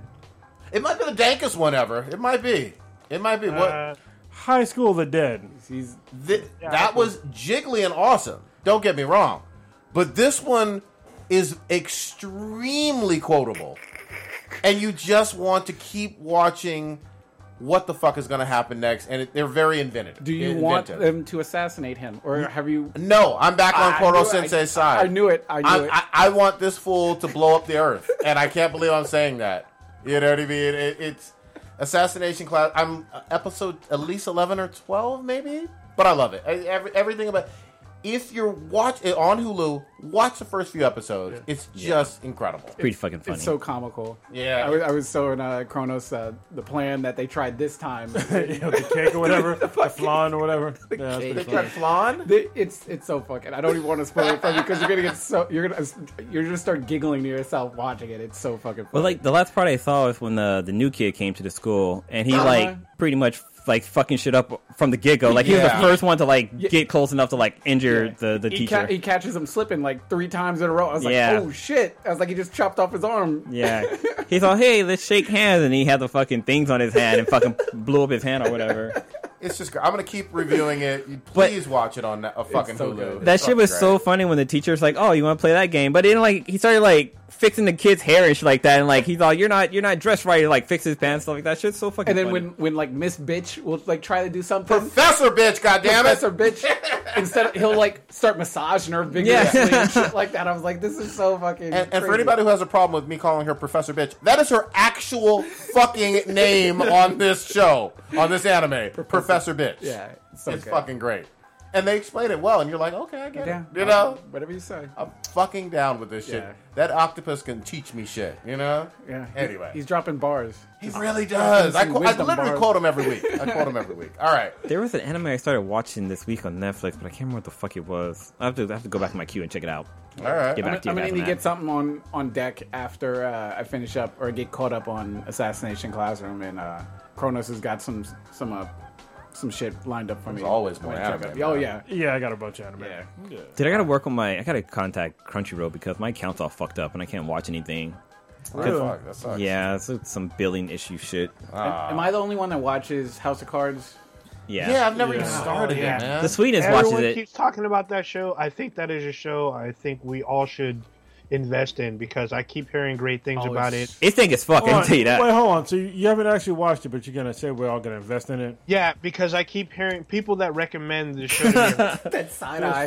C: It might be the dankest one ever. It might be. It might be. What
H: Uh,
F: High School of the Dead.
G: He's
C: Th- that was jiggly and awesome. Don't get me wrong, but this one is extremely quotable, and you just want to keep watching what the fuck is going to happen next. And it, they're very inventive.
G: Do you
C: inventive.
G: want them to assassinate him, or have you?
C: No, I'm back on
G: I
C: Koro
G: knew it. I-
C: Sensei's side.
G: I knew it. I knew
C: I'm-
G: it.
C: I, I want this fool to blow up the earth, and I can't believe I'm saying that. You know what I mean? It, it's assassination class. I'm uh, episode at least eleven or twelve, maybe. But I love it. I, every, everything about. If you're watch eh, on Hulu, watch the first few episodes. It's just incredible.
I: Pretty fucking funny.
G: It's so comical.
C: Yeah.
G: I was, I was so in uh, Kronos. Uh, the plan that they tried this time,
F: you know, the cake or whatever, the flan or whatever. Yeah, that's pretty
G: cake.
C: They tried
F: funny.
C: flan.
G: They- it's it's so fucking. I don't even want to spoil it for you because you're gonna get so you're gonna you're gonna start giggling to yourself watching it. It's so fucking. Funny.
I: Well, like the last part I saw was when the the new kid came to the school and he
G: Uh-huh.
I: like pretty much like fucking shit up from the get go. Like he was
C: Yeah.
I: the first one to like get close enough to like injure the the
G: he, ca-
I: teacher.
G: he catches him slipping like three times in a row. I was like,
I: Yeah.
G: oh shit! I was like, he just chopped off his arm.
I: yeah, he's all hey, let's shake hands, and he had the fucking things on his hand and fucking blew up his hand or whatever.
C: It's just. gr- I'm gonna keep reviewing it. You
I: But-
C: Please watch it on a fucking
G: so
C: Hulu.
G: good.
I: That shit was so funny when the teacher's like, "Oh, you want to play that game?" But then like he started like fixing the kid's hair and shit like that, and like he's all, "You're not, you're not dressed right." He, like fix his pants stuff like that. Shit's so fucking.
G: And then
I: funny.
G: when when like Miss Bitch will like try to do something.
C: Professor bitch, goddammit.
G: Professor bitch. Instead, of, he'll like start massaging her vigorously
I: Yeah.
G: and shit like that. I was like, this is so fucking.
C: And, and for
G: crazy.
C: anybody who has a problem with me calling her Professor Bitch, that is her actual fucking name on this show, on this anime, Professor Bitch.
G: yeah, it's so
C: it's
G: good.
C: fucking great. and they explain it well, and you're like, okay, I get
G: Yeah.
C: it. You know,
G: Whatever you say.
C: I'm fucking down with this shit.
G: Yeah.
C: That octopus can teach me shit. You know.
G: Yeah.
C: Anyway.
G: He's dropping bars.
C: He really does. I,
G: some
C: qu- I
G: wisdom
C: literally
G: bars.
C: quote him every week. I quote him every week. All right.
I: There was an anime I started watching this week on Netflix, but I can't remember what the fuck it was. I have to I have to go back to my queue and check it out.
C: All right.
I: Get
G: I'm,
I: back to you
G: I'm gonna
I: guys
G: need to
I: on
G: get
I: that.
G: something on, on deck after uh, I finish up or get caught up on Assassination Classroom, and uh, Kronos has got some some uh, some shit lined up for me.
C: always more
G: I'm gonna check
C: anime,
G: it out. Oh
C: man.
G: yeah,
F: Yeah, I got a bunch of anime.
G: yeah.
I: Dude, I gotta work on my. I gotta contact Crunchyroll because my account's all fucked up and I can't watch anything.
C: Oh, fuck, that sucks.
I: Yeah, it's uh, some billing issue shit.
C: Ah.
G: Am- Am I the only one that watches House of Cards?
I: Yeah.
C: Yeah, I've never even started
H: yeah.
C: it, man.
I: The sweetest watches
H: Everyone
I: it.
H: keeps talking about that show. I think that is a show I think we all should invest in because I keep hearing great things
G: Oh,
H: about
G: it's-
H: it.
I: It's think as fuck.
F: Hold
I: I can
F: on.
I: tell you that.
F: Wait, hold on. So you- you haven't actually watched it, but you're gonna say we're all gonna invest in it.
H: Yeah, because I keep hearing people that recommend the show to me.
G: That side eye.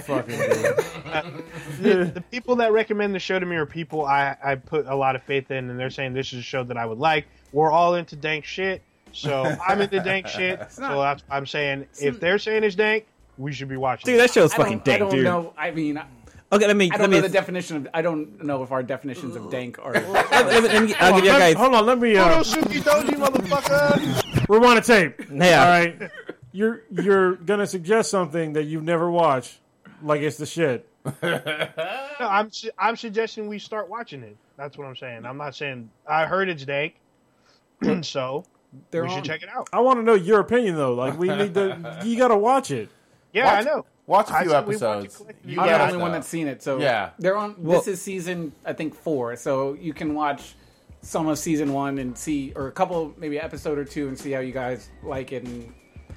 H: the, the people that recommend the show to me are people I, I put a lot of faith in, and they're saying this is a show that I would like. We're all into dank shit, so I'm into dank shit. so that's I'm saying if they're saying it's dank, we should be watching.
I: Dude,
H: it.
I: that show's
G: I
I: fucking
G: don't, I
I: dank,
G: don't
I: dude.
G: know. I mean, I
I: Okay, let me.
G: I
I: let
G: don't
I: me.
G: know the definition of. I don't know if our definitions of dank are.
I: let me- let me- I'll give you
F: Let-
I: guys.
F: Hold on, let me uh,
H: Konosuke Doji, motherfucker!
F: rewind a tape.
I: Yeah.
F: All right, you're you're gonna suggest something that you've never watched, like it's the shit.
H: No, I'm su- I'm suggesting we start watching it. That's what I'm saying. I'm not saying I heard it's dank, so
G: They're
H: we should
G: on.
H: check it out.
F: I want to know your opinion though. Like we need to, you gotta watch it.
H: Yeah, I
C: Watch-
H: know.
C: Watch a
H: I
C: few
H: said we watch it
C: episodes.
H: collectively.
C: You
G: I'm
C: got
G: the
C: it,
G: only one
C: though.
G: that's seen it. So
C: Yeah.
G: they're on.
I: Well-
G: this is season I think four, so you can watch some of season one and see, or a couple maybe an episode or two and see how you guys like it. And if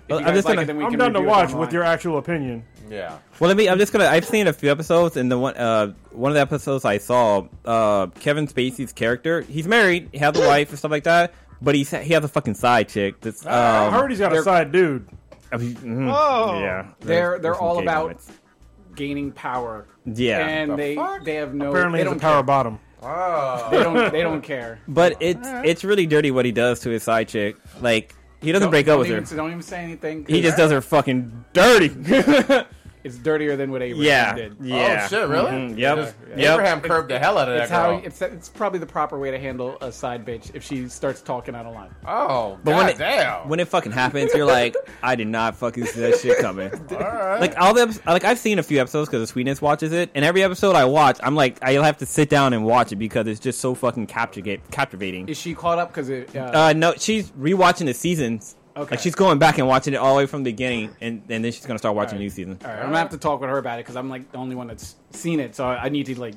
I: Well,
G: you
I: I'm
G: guys
I: just
G: like
I: gonna-
G: it, then we
F: I'm
G: can
F: done to
G: review it
F: watch
G: online.
F: with your actual opinion.
C: Yeah.
I: Well, let me. I'm just gonna. I've seen a few episodes, and the one uh one of the episodes I saw, uh Kevin Spacey's character, he's married, he has a wife and stuff like that, but he's he has a fucking side chick. That's um,
F: I heard he's got a
G: they're-
F: side dude.
I: I mean, mhm,
H: Oh.
I: yeah.
G: They're
I: There's
G: they're
I: some
G: all
I: gay
G: about
I: moments.
G: gaining power.
I: Yeah.
G: and they
C: fuck?
G: they have no.
F: Apparently,
G: they
F: he's a
G: don't
F: power
G: care.
F: bottom.
C: Oh.
G: They don't they don't care.
I: But it's it's really dirty what he does to his side chick. Like he doesn't break up with
G: even,
I: her.
G: Don't even say anything. 'cause
I: He just does her fucking dirty.
G: It's dirtier than what Abraham
I: yeah.
G: did.
I: Yeah.
C: Oh shit! Really?
I: Mhm, yep.
C: Just-
I: Yep.
C: Abraham curved the hell out of that
G: It's how
C: girl.
G: it's it's probably the proper way to handle a side bitch if she starts talking out of line.
C: oh,
I: But when it-
C: goddamn.
I: When it fucking happens, you're like, I did not fucking see that shit coming.
C: All right.
I: Like all the epi- like I've seen a few episodes because the Sweetness watches it, and every episode I watch, I'm like I have to sit down and watch it because it's just so fucking captivate captivating.
G: Is she caught up? Because it. Uh,
I: Uh, no, she's rewatching the seasons.
G: Okay.
I: Like she's going back and watching it all the way from the beginning, and, and then she's gonna start watching
G: Alright.
I: new season.
G: All right, I'm gonna have to talk with her about it because I'm like the only one that's seen it, so I I need to like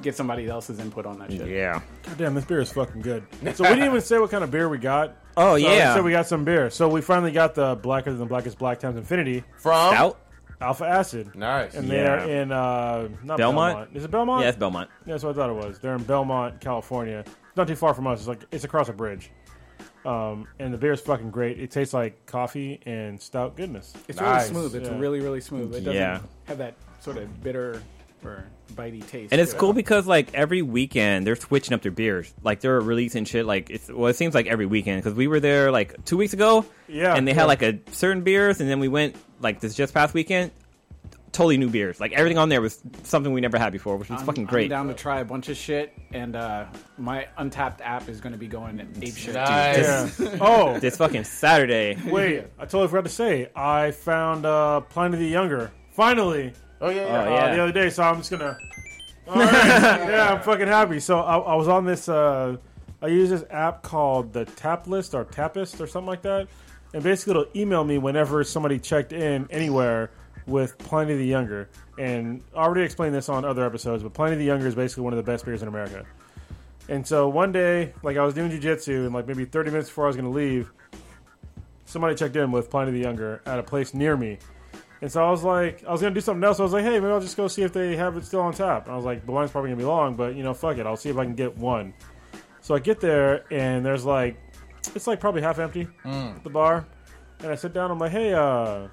G: get somebody else's input on that shit.
I: Yeah.
F: God damn, this beer is fucking good. So we didn't even say what kind of beer we got.
I: Oh
F: So
I: yeah.
F: So we got some beer. So we finally got the blacker than blackest black times infinity
C: From
I: Out.
F: alpha acid.
C: nice.
F: And
I: Yeah.
F: they're in uh, not
I: Belmont?
F: Belmont? Is it Belmont?
I: Yeah, it's Belmont.
F: Yeah, that's what I thought it was. They're in Belmont, California. It's not too far from us. It's like it's across a bridge. Um, and the beer is fucking great. It tastes like coffee and stout goodness.
G: It's
C: Nice.
G: really smooth. It's
F: Yeah.
G: really really smooth. It doesn't
I: Yeah.
G: have that sort of bitter or bitey taste.
I: And it's
G: to it.
I: cool because like every weekend they're switching up their beers. Like they're releasing shit. Like it's well, it seems like every weekend because we were there like two weeks ago.
F: Yeah,
I: and they
F: yeah.
I: had like a certain beers, and then we went like this just past weekend. Totally new beers. Like everything on there was something we never had before, which was
G: I'm-
I: fucking
G: I'm
I: great.
G: down to try a bunch of shit, and uh, my untapped app is gonna be going ape shit.
C: nice.
F: Yeah. oh,
I: This fucking Saturday.
F: wait. I totally forgot to say. I found uh, Pliny the Younger. Finally.
C: Oh yeah. yeah.
I: Oh,
F: uh,
I: yeah.
F: the other day, so I'm just gonna. All right. yeah, I'm fucking happy. So I, I was on this. Uh, I use this app called the Tap List or Tapist or something like that, and basically it'll email me whenever somebody checked in anywhere with Pliny the Younger. And I already explained this on other episodes, but Pliny the Younger is basically one of the best beers in America. And so one day, like I was doing jujitsu, and like maybe 30 minutes before I was gonna leave, somebody checked in with Pliny the Younger at a place near me. And so I was like, I was gonna do something else. I was like, hey, maybe I'll just go see if they have it still on tap. And I was like, the line's probably gonna be long, but you know, fuck it. I'll see if I can get one. So I get there, and there's like, it's like probably half empty, the bar. And I sit down. I'm like, hey, uh,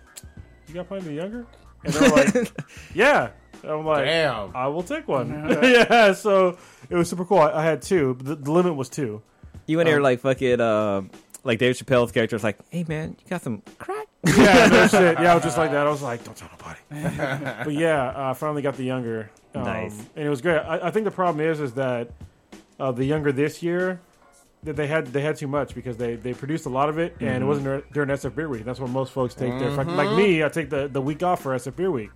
F: you got Pliny the Younger? And they're like, yeah. And I'm like,
C: Damn.
F: I will take one. yeah. So it was super cool. I, I had two. but The, the limit was two.
G: Um,
I: You went there like fucking uh, like Dave Chappelle's character is like, "Hey man, you got some crack?"
F: yeah, no shit. Yeah, I was just like that. I was like, don't tell nobody. but yeah, uh, I finally got the younger. Um,
I: Nice.
F: And it was great. I, I think the problem is, is that uh, the younger this year that they had they had too much because they, they produced a lot of it
I: Mm-hmm.
F: and it wasn't dur- during SF Beer Week. That's when most folks take their fucking like me. I take the, the week off for SF Beer Week.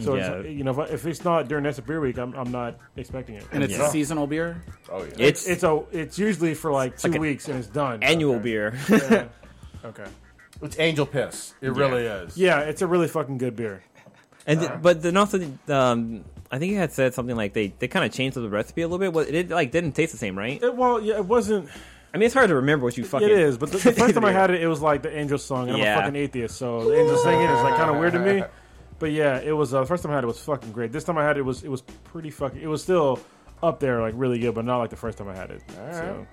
F: So it's,
I: Yeah.
F: you know if, I- if it's not during SF Beer Week, I'm, I'm not expecting it.
G: and it's
I: Yeah.
G: a seasonal beer.
C: Oh yeah.
I: It's,
F: It's a it's usually for like two
I: like an
F: weeks and it's done.
I: annual beer.
F: Okay.
C: It's angel piss. It really is.
F: Yeah, it's a really fucking good beer.
I: And th- but then also, um, I think you had said something like they, they kind of changed the recipe a little bit. Well, it did- like didn't taste the same, right?
F: It, well, yeah, it wasn't.
I: I mean, it's hard to remember what you fucking.
F: It is, but the, the first time I had it, it was like the angel song, and
I: Yeah.
F: I'm a fucking atheist, so the angel singing is like kind of weird to me. But yeah, it was uh, the first time I had it was fucking great. This time I had it was it was pretty fucking. It was still up there, like really good, but not like the first time I had it. So.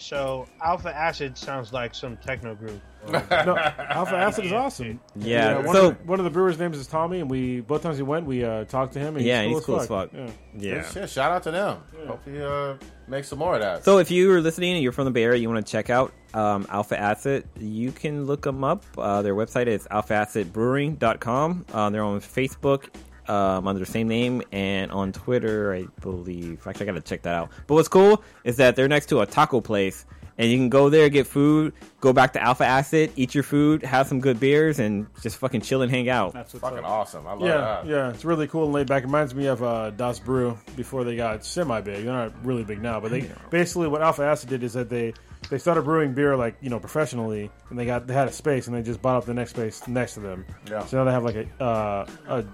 H: So Alpha Acid sounds like some techno group.
F: No, Alpha Acid is awesome.
I: Yeah.
F: one,
I: so
F: of the, one of the brewers' names is Tommy, and we both times we went, we uh, talked to him. And
I: Yeah,
F: he's
I: he's
F: cool, as,
I: cool
F: fuck.
I: as fuck. yeah.
C: Shit, shout out to them. Hope you uh, make some more of that.
I: So if you are listening and you're from the Bay Area, you want to check out um, Alpha Acid, you can look them up. Uh, their website is alphaacidbrewing.com. Uh, they're on Facebook um, under the same name and on Twitter, I believe. Actually, I got to check that out. But what's cool is that they're next to a taco place. And you can go there, get food, go back to Alpha Acid, eat your food, have some good beers, and just fucking chill and hang out.
G: That's what's
C: fucking
G: up.
C: awesome. I love
F: Yeah,
C: that.
F: yeah, it's really cool and laid back. It reminds me of uh, Das Brew before they got semi big. They're not really big now, but they basically what Alpha Acid did is that they they started brewing beer like you know professionally, and they got they had a space and they just bought up the next space next to them.
C: Yeah.
F: So now they have like a uh, a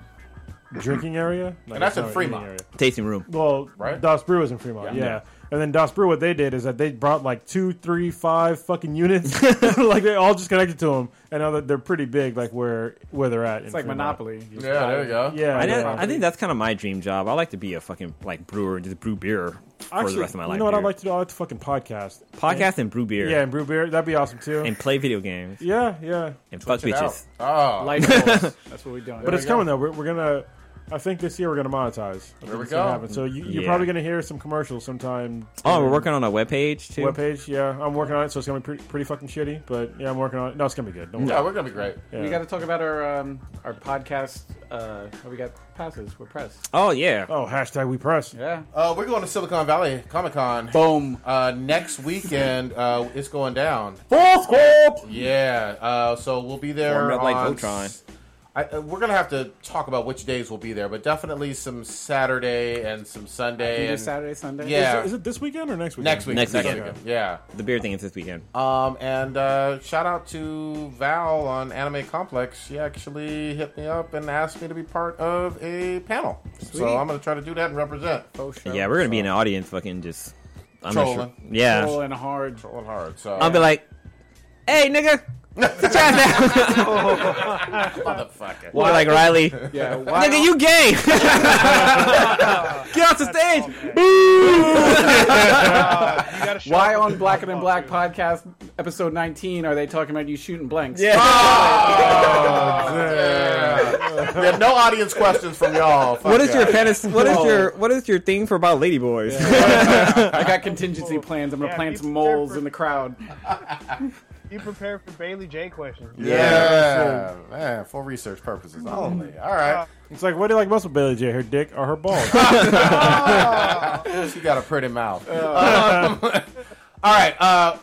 F: drinking area, Like,
C: And that's
F: it's
C: in
F: not an eating
C: Fremont.
F: area.
I: Tasting room.
F: Well,
C: Right?
F: Das Brew was in Fremont, yeah.
C: Yeah.
F: And then Das Brew, what they did is that they brought like two, three, five fucking units, like they all just connected to them, and now that they're pretty big, like where where they're at.
G: It's like Monopoly. You just
C: Yeah,
G: buy
C: there you
G: it.
C: go.
F: Yeah,
I: I,
F: yeah.
I: did- I think that's kind of my dream job. I like to be a fucking like brewer and just brew beer for the rest of my
F: you
I: life.
F: know what I'd
I: dude.
F: like to do? I like to fucking podcast.
I: podcast and brew beer.
F: Yeah, and brew beer. That'd be awesome too.
I: and play video games
F: yeah, yeah.
I: and fuck
C: Check it out.
I: bitches.
C: Oh,
G: Life goals. That's what we're doing.
F: But it's
C: we go.
F: coming though. We're, we're gonna. I think this year we're gonna monetize. I think
C: we
F: it's gonna
C: go.
F: happen. So you, you're
I: Yeah.
F: probably gonna hear some commercials sometime.
I: Oh, we're working on a webpage too.
F: webpage. Yeah, I'm working on it, so it's gonna be pretty, pretty fucking shitty. But yeah, I'm working on it. No, it's gonna be good. Don't worry.
C: yeah, we're gonna be great.
F: Yeah.
G: We got to talk about our um, our podcast. Uh, oh, we got passes. We're pressed.
I: Oh yeah.
F: Oh, hashtag we press.
G: Yeah.
C: Uh, we're going to Silicon Valley Comic Con.
G: Boom.
C: Uh, next weekend, uh, it's going down.
I: Full scope.
C: Yeah, uh, so we'll be there.
I: Or Red Light
C: on
I: Voltron.
C: s- I, uh, we're gonna have to talk about which days we'll be there, but definitely some Saturday and some Sunday.
G: Either
C: And
G: Saturday, Sunday.
C: Yeah.
F: Is it this weekend or next weekend?
C: Next week.
I: Next weekend.
C: weekend. Yeah.
I: The beer thing is this weekend.
C: Um, and uh, shout out to Val on Anime Complex. She actually hit me up and asked me to be part of a panel. So I'm going to try to do that and represent.
G: Oh, show.
I: yeah, we're gonna be in the audience, fucking just. I'm Not sure.
C: Trolling.
I: Yeah.
G: Full and hard.
C: Going hard. So
I: I'll be like, hey nigga, sit your ass down.
C: motherfucker.
I: We'll be like Riley,
G: Yeah. Why?
I: nigga, you gay. Get off the stage.
H: You gotta show
G: why
H: up with
G: on
H: the
G: Blacker Than
H: softball,
G: Black
H: too.
G: podcast episode 19 are they talking about you shooting blanks?
C: Oh, Yeah. Yeah, no audience questions from y'all. Fuck
I: What is your
C: that.
I: fantasy? What is your what is your thing for about ladyboys?
G: I got contingency plans. I'm gonna
H: Yeah,
G: plant
H: be
G: some
H: prepared
G: moles
H: for-
G: in the crowd.
H: Be prepared for Bailey J questions.
C: Yeah, man, for research purposes only.
I: Oh.
C: All right,
F: It's like, what do you like most about Bailey J? Her dick or her balls?
C: she got a pretty mouth. Um, all right, uh,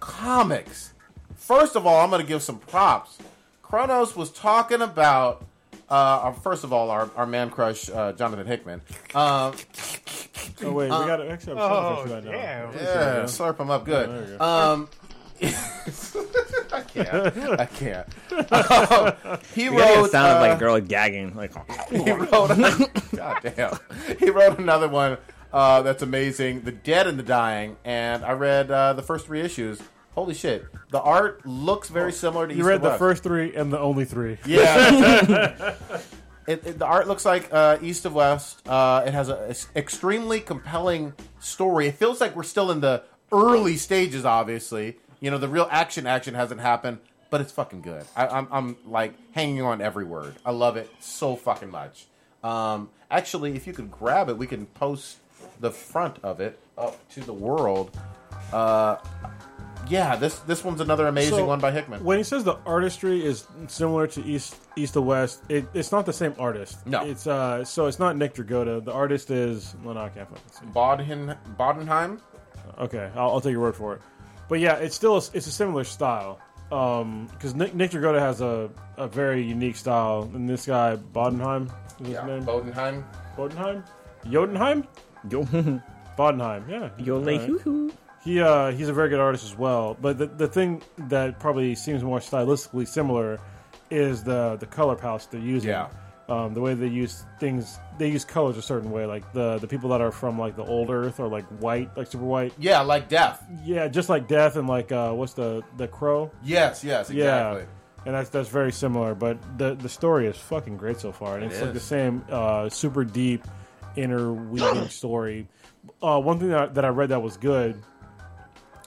C: comics. First of all, I'm going to give some props. Kronos was talking about, uh, our, first of all, our, our man crush, uh, Jonathan Hickman. Um,
F: oh wait, we got to actually. have
H: Oh,
F: a sound effect for that
H: damn.
F: now.
C: yeah, slurp him up good.
F: there you
C: um, I can't. I can't. Um, he
I: You gotta get a
C: wrote.
I: sound of like
C: uh,
I: a girl gagging, like
C: he wrote God damn. He wrote another one uh, that's amazing, The Dead and the Dying, and I read uh, the first three issues. Holy shit. The art looks very similar to
F: You
C: East
F: read
C: to
F: the
C: West.
F: first three and the only three.
C: Yeah. it, it- the art looks like uh, East of West. Uh, it has an extremely compelling story. It feels like we're still in the early stages, obviously. You know, the real action action hasn't happened, but it's fucking good. I, I'm, I'm like hanging on every word. I love it so fucking much. Um, actually, if you could grab it, we can post the front of it up to the world. Uh, yeah, this this one's another amazing
F: So,
C: one by Hickman.
F: When he says the artistry is similar to East East to West, it, it's not the same artist.
C: No.
F: it's uh, so it's not Nick Dragotta. The artist is well, no, I can't fucking see.
C: Bodden Bodenheim.
F: Okay, I'll, I'll take your word for it. But yeah, it's still it's a similar style because Nick Nick Dragotta has a, a very unique style, and this guy Bodenheim is his
C: Yeah,
F: name.
C: Bodenheim.
F: Bodenheim, Jodenheim,
I: Yo,
F: Bodenheim. Yeah,
I: yo,
F: All
I: lay
F: right.
I: hoo hoo.
F: He uh, he's a very good artist as well. But the, the thing that probably seems more stylistically similar is the the color palettes they're using.
C: Yeah.
F: Um, the way they use things, they use colors a certain way. Like the the people that are from like the old Earth or like white, like super white.
C: Yeah, like death.
F: Yeah, just like Death and like uh, what's the the Crow?
C: Yes, yes, exactly.
F: Yeah. And that's that's very similar. But the the story is fucking great so far, and
C: It
F: it's like
C: is.
F: the same uh, super deep interweaving story. Uh, one thing that I, that I read that was good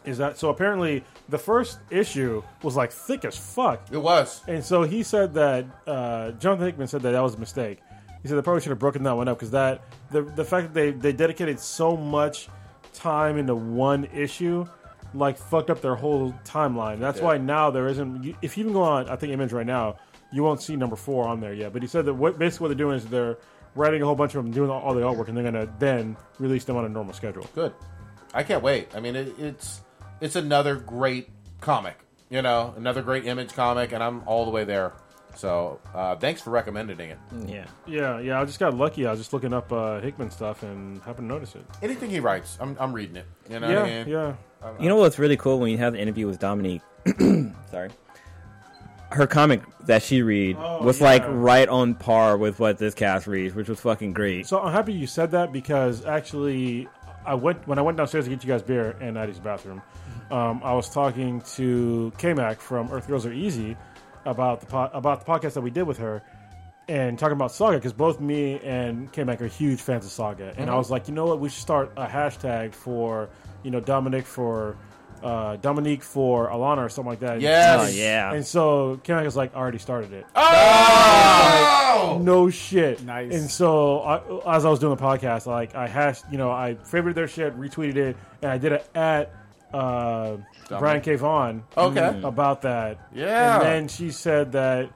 F: is that so apparently the first issue was like thick as fuck,
C: It was.
F: and so he said that uh, Jonathan Hickman said that that was a mistake. He said they probably should have broken that one up because that the the fact that they they dedicated so much time into one issue like fucked up their whole timeline. That's why now there isn't. you- If you even go on, I think Image right now, you won't see number four on there yet. But he said that what basically what they're doing is they're writing a whole bunch of them, doing all, all the artwork, and they're gonna then release them on a normal schedule.
C: Good. I can't wait. I mean, it, it's it's another great comic. You know, another great image comic, and I'm all the way there. So, uh, thanks for recommending it.
I: Yeah.
F: Yeah, yeah. I just got lucky. I was just looking up uh, Hickman stuff and happened to notice it.
C: Anything he writes, I'm, I'm reading it. You know, what I
F: Yeah,
C: mean?
F: yeah.
I: You know what's really cool when you have the interview with Dominique? sorry. Her comic that she read
F: Oh,
I: was
F: yeah.
I: like right on par with what this cast reads, which was fucking great.
F: So I'm happy you said that because actually, I went when I went downstairs to get you guys beer in Addie's bathroom. Um, I was talking to K-Mac from Earth Girls Are Easy about the po- about the podcast that we did with her, and talking about Saga because both me and K-Mac are huge fans of Saga, and I was like, you know what, we should start a hashtag for you know Dominic for uh, Dominique for Alana or something like that.
C: Yes.
I: oh yeah.
F: And so K-Mac is like, I already started it.
C: Oh!
F: No shit.
G: Nice.
F: And so I, as I was doing the podcast, like I hashed, you know, I favorited their shit, retweeted it, and I did it at uh, Brian K. Vaughn
C: Okay.
F: about that.
C: Yeah.
F: And then she said that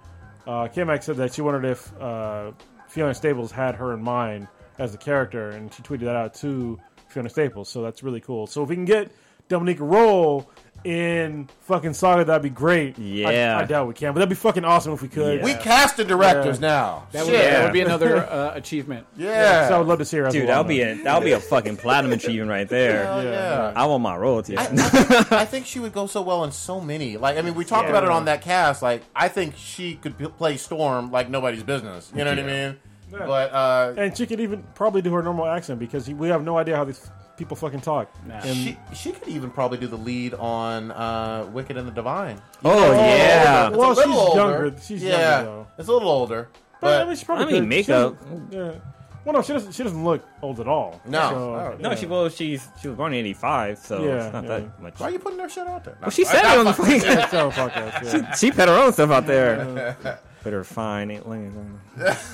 F: uh, K. Mac said that she wondered if uh, Fiona Staples had her in mind as a character, and she tweeted that out to Fiona Staples. So that's really cool. So if we can get Dominique Roll in fucking Saga, that'd be great. I-
I: Yeah.
F: I, doubt we can, but that'd be fucking awesome if we could.
I: Yeah.
C: We cast the directors
F: Yeah.
C: now.
G: That would,
C: Shit.
G: that would be another uh, achievement.
C: yeah.
F: So I would love to see her. As
I: Dude, that'll be a that'll be a fucking platinum achievement right there.
C: Hell yeah.
I: I want my royalties.
C: I think she would go so well in so many. Like, I mean, we talked about it on that cast. Like, I think she could p- play Storm like nobody's business. You know what I mean? But uh,
F: And she could even probably do her normal accent because he- we have no idea how these people fucking talk. And
C: she she could even probably do the lead on uh, Wicked and the Divine.
I: oh yeah.
F: Well,
C: It's a little
F: she's
C: older.
F: younger- she's
C: yeah,
F: younger, though.
C: it's a little older.
F: but,
C: But
F: I mean, she
I: I
F: probably
I: mean
F: could. She
I: makeup.
F: doesn't- yeah. Well, no, she doesn't. She doesn't look old at all.
C: No.
F: So,
C: Oh,
I: No, she well she's she was born in eighty five, so
F: Yeah,
I: it's not
F: yeah.
I: that much.
C: why are you putting their shit out there?
I: Well, she said it on the fucking
F: That's our podcast. Yeah.
I: She put her own stuff out there. Put her fine eight lanes.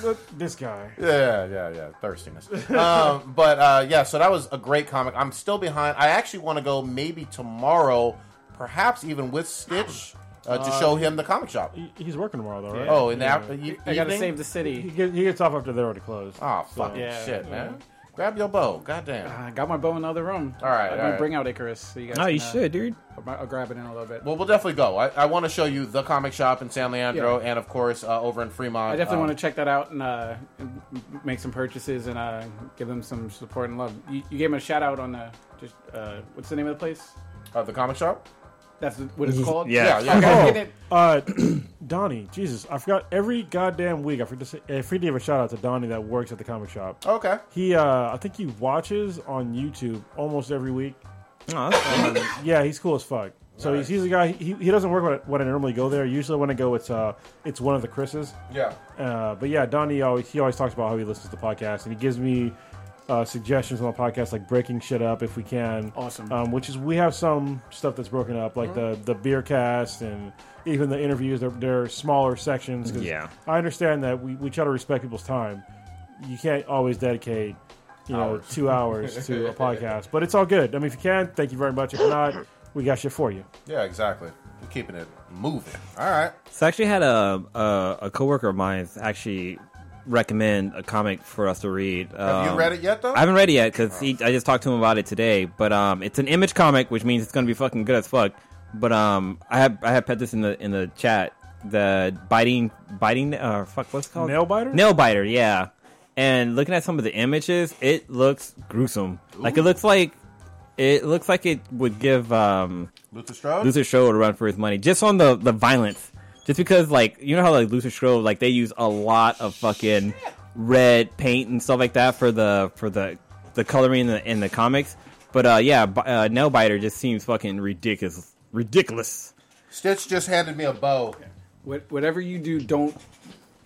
F: Look, this guy.
C: Yeah, yeah, yeah. Thirstiness. um, but uh, yeah, so that was a great comic. I'm still behind. I actually want to go maybe tomorrow, perhaps even with Stitch, uh, to show him the comic shop.
F: He- He's working tomorrow, though, right?
C: Oh, in the after, e-
G: I gotta
C: evening?
G: save the
F: He,
G: city.
F: get, he gets off after they're already closed.
C: Oh, fucking
G: Yeah.
C: shit, man. Grab your bow. Goddamn.
G: Uh, I got my bow in the other room.
C: All right,
G: I'm
C: all
G: gonna
C: right.
G: bring out Icarus. So you guys
I: Oh, you
G: can, uh,
I: should, dude.
G: I'll, I'll grab it in a little bit.
C: Well, we'll definitely go. I, I want to show you the comic shop in San Leandro and, of course, uh, over in Fremont.
G: I definitely
C: um,
G: want to check that out and uh, m- m- make some purchases and uh, give them some support and love. You, you gave him a shout out on uh, just uh, what's the name of the place?
C: uh, the comic shop.
G: That's what it's called.
I: Yeah.
C: Yeah, yeah.
G: Okay, get it.
F: Uh, Donnie, Jesus, I forgot every goddamn week. I forget to say, I forget to give a shout out to Donnie that works at the comic shop.
C: Okay.
F: He, uh, I think he watches on YouTube almost every week.
I: Oh, that's cool.
F: Yeah, he's cool as fuck. So he's, he's a guy. He, he doesn't work when I, when I normally go there. Usually when I go, it's uh it's one of the Chris's.
C: Yeah.
F: Uh, but yeah, Donnie always he always talks about how he listens to podcasts and he gives me uh, suggestions on the podcast like breaking shit up if we can.
G: Awesome.
F: Um, which is we have some stuff that's broken up like
C: Mm-hmm.
F: the the beer cast and even the interviews. They're, they're smaller sections. 'cause
I: Yeah.
F: I understand that we, we try to respect people's time. You can't always dedicate you know two hours to a podcast, but it's all good. I mean, if you can, thank you very much. If not, we got shit for you.
C: Yeah, exactly. We're keeping it moving. All right.
I: So I actually had a a, a coworker of mine actually recommend a comic for us to read.
C: Have you
I: Um,
C: read it yet, though?
I: I haven't read it yet because I just talked to him about it today. But um, it's an image comic, which means it's going to be fucking good as fuck. But um, I have I have put this in the in the chat. The biting biting uh fuck what's it called
F: Nail biter?
I: nail biter yeah. And looking at some of the images, it looks gruesome. Like it looks like it looks like it would give um
C: Luther Strode?
I: Luther Strode a run for his money just on the the violence. Just because like you know how like Luther Strode like they use a lot of fucking red paint and stuff like that for the for the the coloring in the, in the comics. But uh yeah, B- uh, Nailbiter just seems fucking ridiculous. Ridiculous.
C: Stitch just handed me a bow.
G: What, whatever you do, don't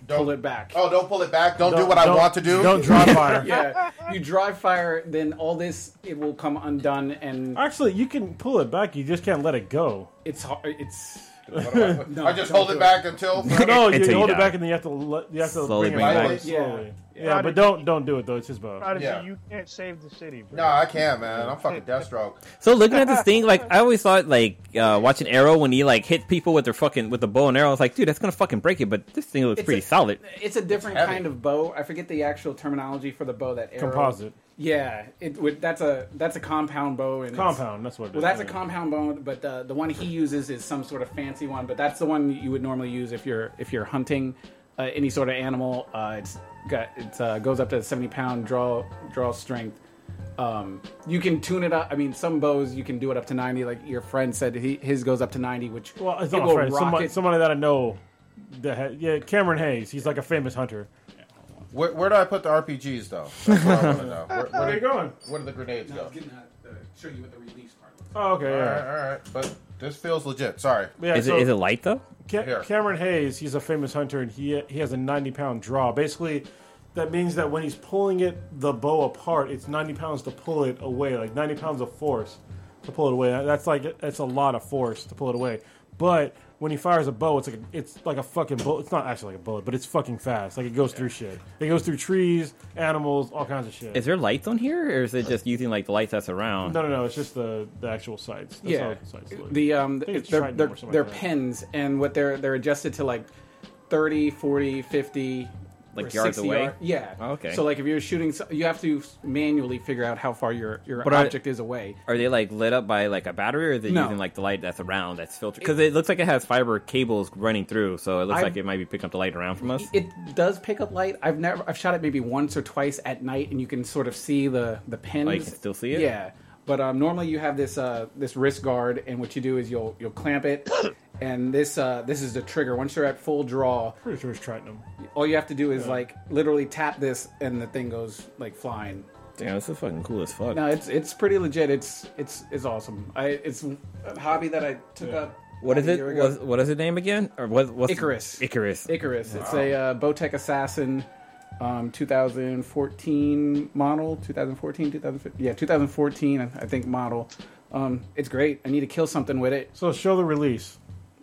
C: Don't
G: pull it back.
C: Oh, don't pull it back. Don't, do
F: Don't-
C: what I
F: don't-
C: want to do.
F: Don't draw fire.
G: yeah, you dry fire, then all this it will come undone, and
F: Actually, you can pull it back. You just can't let it go.
G: it's hard. It's
C: What do I,
G: No,
C: I just
G: don't
C: hold
G: do
C: it
G: it.
C: back until.
F: No, you,
I: Until
F: you
I: you
F: hold it
I: die.
F: back and then you have to let, you have to
I: Slowly
F: bring it
I: bring it
F: back.
C: back.
G: Yeah.
F: Slowly. Yeah,
H: Yeah.
F: but don't don't do it though. It's uh, his bow.
H: Prodigy,
C: Yeah.
H: you can't save the city, bro.
C: no, I can, man. I'm fucking Deathstroke.
I: So looking at this thing, like I always thought, like uh, watching Arrow when he like hit people with their fucking with the bow and arrow, I was like, dude, that's gonna fucking break it. But this thing looks
G: It's
I: pretty
G: a-
I: solid.
G: it's a different
C: heavy.
G: kind of bow. I forget the actual terminology for the bow that arrow.
F: Composite
G: Yeah, it would. That's a that's a compound bow. And it's-
F: compound. That's what. It is.
G: Well, that's a
F: Yeah.
G: compound bow, but the the one he uses is some sort of fancy one. But that's the one you would normally use if you're if you're hunting uh, any sort of animal. Uh, it's got it uh, goes up to seventy pound draw draw strength. Um, you can tune it up. I mean, some bows you can do it up to ninety. Like your friend said, he, his goes up to ninety, which
F: Well, it's
G: it
F: not
G: will
F: friend. Somebody,
G: rocket.
F: somebody that I know. That ha- yeah, Cameron Hayes. He's like a famous hunter.
C: Where, where do I put the RPGs, though? That's what I want to know. Where, where, do-
F: going?
C: where do the grenades go?
G: uh, show you what the release part.
F: Oh, okay.
C: All
F: Yeah.
C: right, all right. But this feels legit. Sorry.
F: yeah
I: Is
F: so
I: it is it light though?
F: Ca-
C: Here.
F: Cameron Hayes, he's a famous hunter, and he he has a ninety pound draw. Basically, that means that when he's pulling it the bow apart, it's ninety pounds to pull it away, like ninety pounds of force to pull it away. That- That's like that's a lot of force to pull it away. But when he fires a bow, it's like a, it's like a fucking bullet. It's not actually like a bullet, but it's fucking fast. Like it goes through shit. It goes through trees, animals, all kinds of shit.
I: Is there lights on here, or is it just using like the lights that's around?
F: no, no, no. It's just the, the actual sights. That's how
G: yeah,
F: the sights look.
G: the um,
F: think it's
G: they're,
F: Trident
G: they're,
F: or something
G: they're
F: like that.
G: pins, and what they're they're adjusted to like 30, 40, 50,
I: Like
G: or
I: yards
G: 60
I: away?
G: yard- yeah.
I: Oh, okay.
G: So like if you're shooting, so- you have to manually figure out how far your your
I: But are-
G: object is away.
I: Are they like lit up by like a battery, or is it
G: No.
I: using like the light that's around that's filtered? Because it looks like it has fiber cables running through, so it looks
G: I-
I: like it might be picking up the light around from us.
G: It does pick up light. I've never I've shot it maybe once or twice at night, and you can sort of see the the pins.
I: Like, you can still see it?
G: Yeah. But um, normally you have this uh, this wrist guard, and what you do is you'll you'll clamp it, and this uh, this is the trigger. Once you're at full draw,
F: Pretty sure it's Tritonum.
G: All you have to do is like literally tap this, and the thing goes like flying.
I: Damn, this is fucking cool as fuck.
G: No, it's it's pretty legit. It's it's it's awesome. I it's a hobby that I took up.
I: What is
G: a
I: it?
G: year ago.
I: What, what is the name again? Or what? What's
G: Icarus.
I: Icarus.
G: Icarus. It's a uh, Bowtech Assassin, um, 2014 model. 2014, 2015. Yeah, 2014. I think model. Um, it's great. I need to kill something with it.
F: So show the release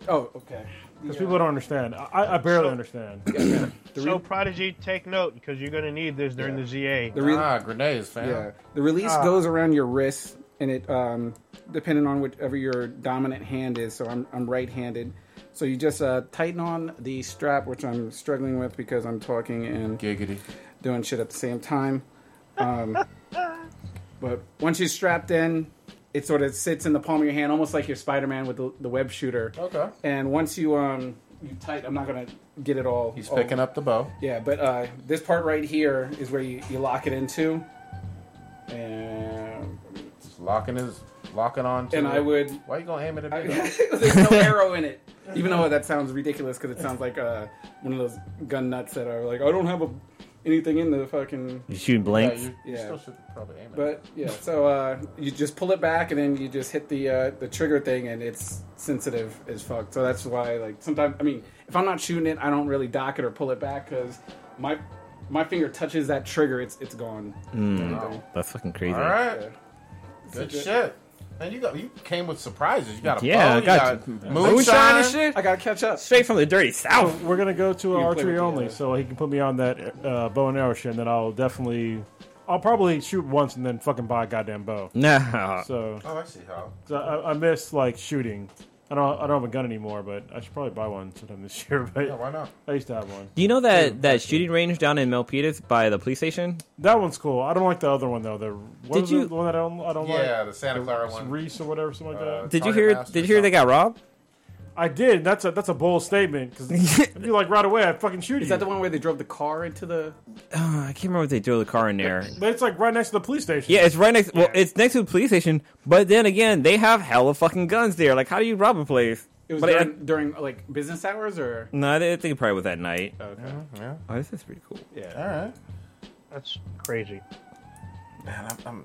G: Oh, okay.
F: because people don't understand. I, I barely
H: So-
F: understand.
H: So Prodigy, take note because you're gonna need this during the ZA.
G: The re-
C: Ah, grenades, fam.
G: Yeah. The release goes around your wrist, and it um, depending on whichever your dominant hand is. So I'm I'm right-handed. So you just uh, tighten on the strap, which I'm struggling with because I'm talking and
C: Giggity.
G: doing shit at the same time. Um, but once you're strapped in, it sort of sits in the palm of your hand, almost like your Spider-Man with the, the web shooter.
C: Okay.
G: And once you um you tight, I'm not gonna get it all.
C: He's
G: all-
C: picking up the bow.
G: yeah, but uh, this part right here is where you, you lock it into. And
C: He's locking his, locking on. To
G: And
C: it.
G: I would-
C: Why you gonna aim it at me? though?
G: there's no arrow in it. Even though that sounds ridiculous because it sounds like uh, one of those gun nuts that are like, I don't have a, anything in the fucking.
I: You shooting
C: yeah,
I: blanks?
C: you, you
G: Yeah.
C: still should probably aim it.
G: But yeah, so uh, you just pull it back and then you just hit the uh, the trigger thing and it's sensitive as fuck. So that's why like sometimes I mean if I'm not shooting it, I don't really dock it or pull it back because my my finger touches that trigger, it's it's gone. Everything.
I: Hmm, That's fucking crazy.
C: All right. Good
G: It's a
C: shit. And you got you came with surprises. You got a
I: Yeah,
C: bow,
I: I
C: you
I: got
C: Oh, got
I: you.
C: moonshine.
I: and shit.
G: I gotta catch up.
I: Straight from the dirty
F: Oh,
I: south.
F: we're gonna go to
G: can play
F: archery
G: with the,
F: only,
G: uh,
F: so he can put me on that uh, bow and arrow shit, and then I'll definitely I'll probably shoot once and then fucking buy a goddamn bow.
I: Nah.
F: So,
C: Oh, I see how.
F: 'cause I, I- I miss like shooting. I don't I don't have a gun anymore, but I should probably buy one sometime this year. But
C: Yeah, why not?
F: I used to have one.
I: Do you know that that shooting range down in Milpitas by the police station?
F: That one's cool. I don't like the other one though. The what
I: Did
F: was
I: you-
F: the one that I don't I don't
C: Yeah,
F: like?
C: the Santa Clara one.
F: Reese or whatever, something like
C: Uh,
F: that.
I: Did you
C: Target
I: hear?
C: master
I: Did you hear they got robbed?
F: I did. That's a that's a bold statement because if you like right away, I fucking shoot
G: Is
F: you.
G: that the one where they drove the car into the?
I: Uh, I can't remember if they drove the car in there.
F: But it's like right next to the police station.
I: Yeah, it's right next. Well, it's next to the police station, but then again, they have hella fucking guns there. Like, how do you rob a place?
G: It was
I: But I-
G: during, during like business hours or
I: No, I didn't think it probably was at night.
G: okay.
I: Oh, this is pretty cool.
C: All right.
H: That's crazy.
C: Man, I'm, I'm,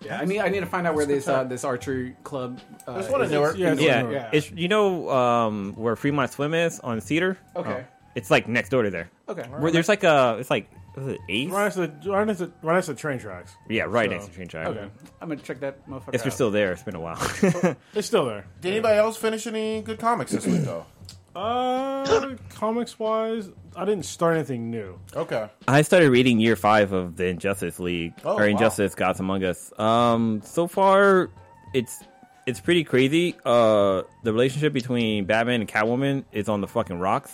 G: Yeah, I need I need to find out where this uh, this archery club. Uh,
C: There's one in
G: is.
C: Newark.
F: yeah, it's
I: Yeah,
F: like-
G: Yeah.
I: it's you know um, where Fremont Swim is on Cedar. Oh,
G: Okay.
I: It's like next door to there.
G: Okay.
I: Where there's like a, it's like was it Ace?
F: Right next to the right next to, right next to the train tracks.
I: Yeah, right
F: So-
I: next to Train Track.
G: Okay. I'm gonna check that motherfucker.
I: If you're
G: out.
I: still there, it's been a while.
F: It's still there.
C: did anybody else finish any good comics this week though?
F: Uh, comics wise, I didn't start anything new.
C: Okay.
I: I started reading year five of the Injustice League
C: Oh,
I: or Injustice Gods Among Us. Um, so far, it's it's pretty crazy. Uh, the relationship between Batman and Catwoman is on the fucking rocks,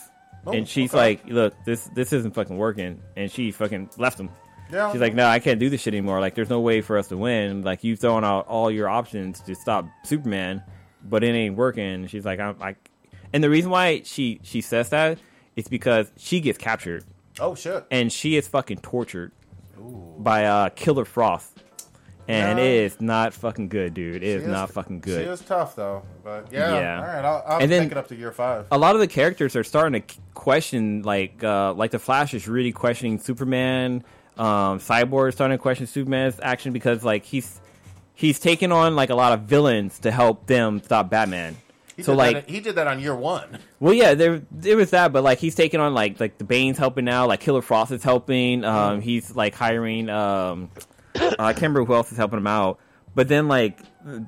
I: and she's
C: Oh, okay.
I: like, "Look, this this isn't fucking working," and she fucking left him.
C: Yeah.
I: She's like, "No, I can't do this shit anymore. Like, there's no way for us to win. Like, you've thrown out all your options to stop Superman, but it ain't working." She's like, "I'm I," and the reason why she she says that is because she gets captured
C: Oh shit.
I: and she is fucking tortured by uh, Killer Frost. And
C: Yeah.
I: it is not fucking good, dude. It is
C: She is-
I: not fucking
C: She
I: good.
C: is tough though, but yeah.
I: Yeah.
C: All right, I'll, I'll
I: And then- uh,
C: take it up to year five.
I: a lot of the characters are starting to question, like, uh, like the Flash is really questioning Superman. Um, Cyborg is starting to question Superman's action because, like, he's he's taking on like a lot of villains to help them stop Batman.
C: He
I: so,
C: did
I: like,
C: that, he did that on year one.
I: Well, yeah, there there was that, but like he's taking on like like the Bane's helping now, like Killer Frost is helping. Um, he's like hiring. Um, I can't remember who else is helping him out. But then like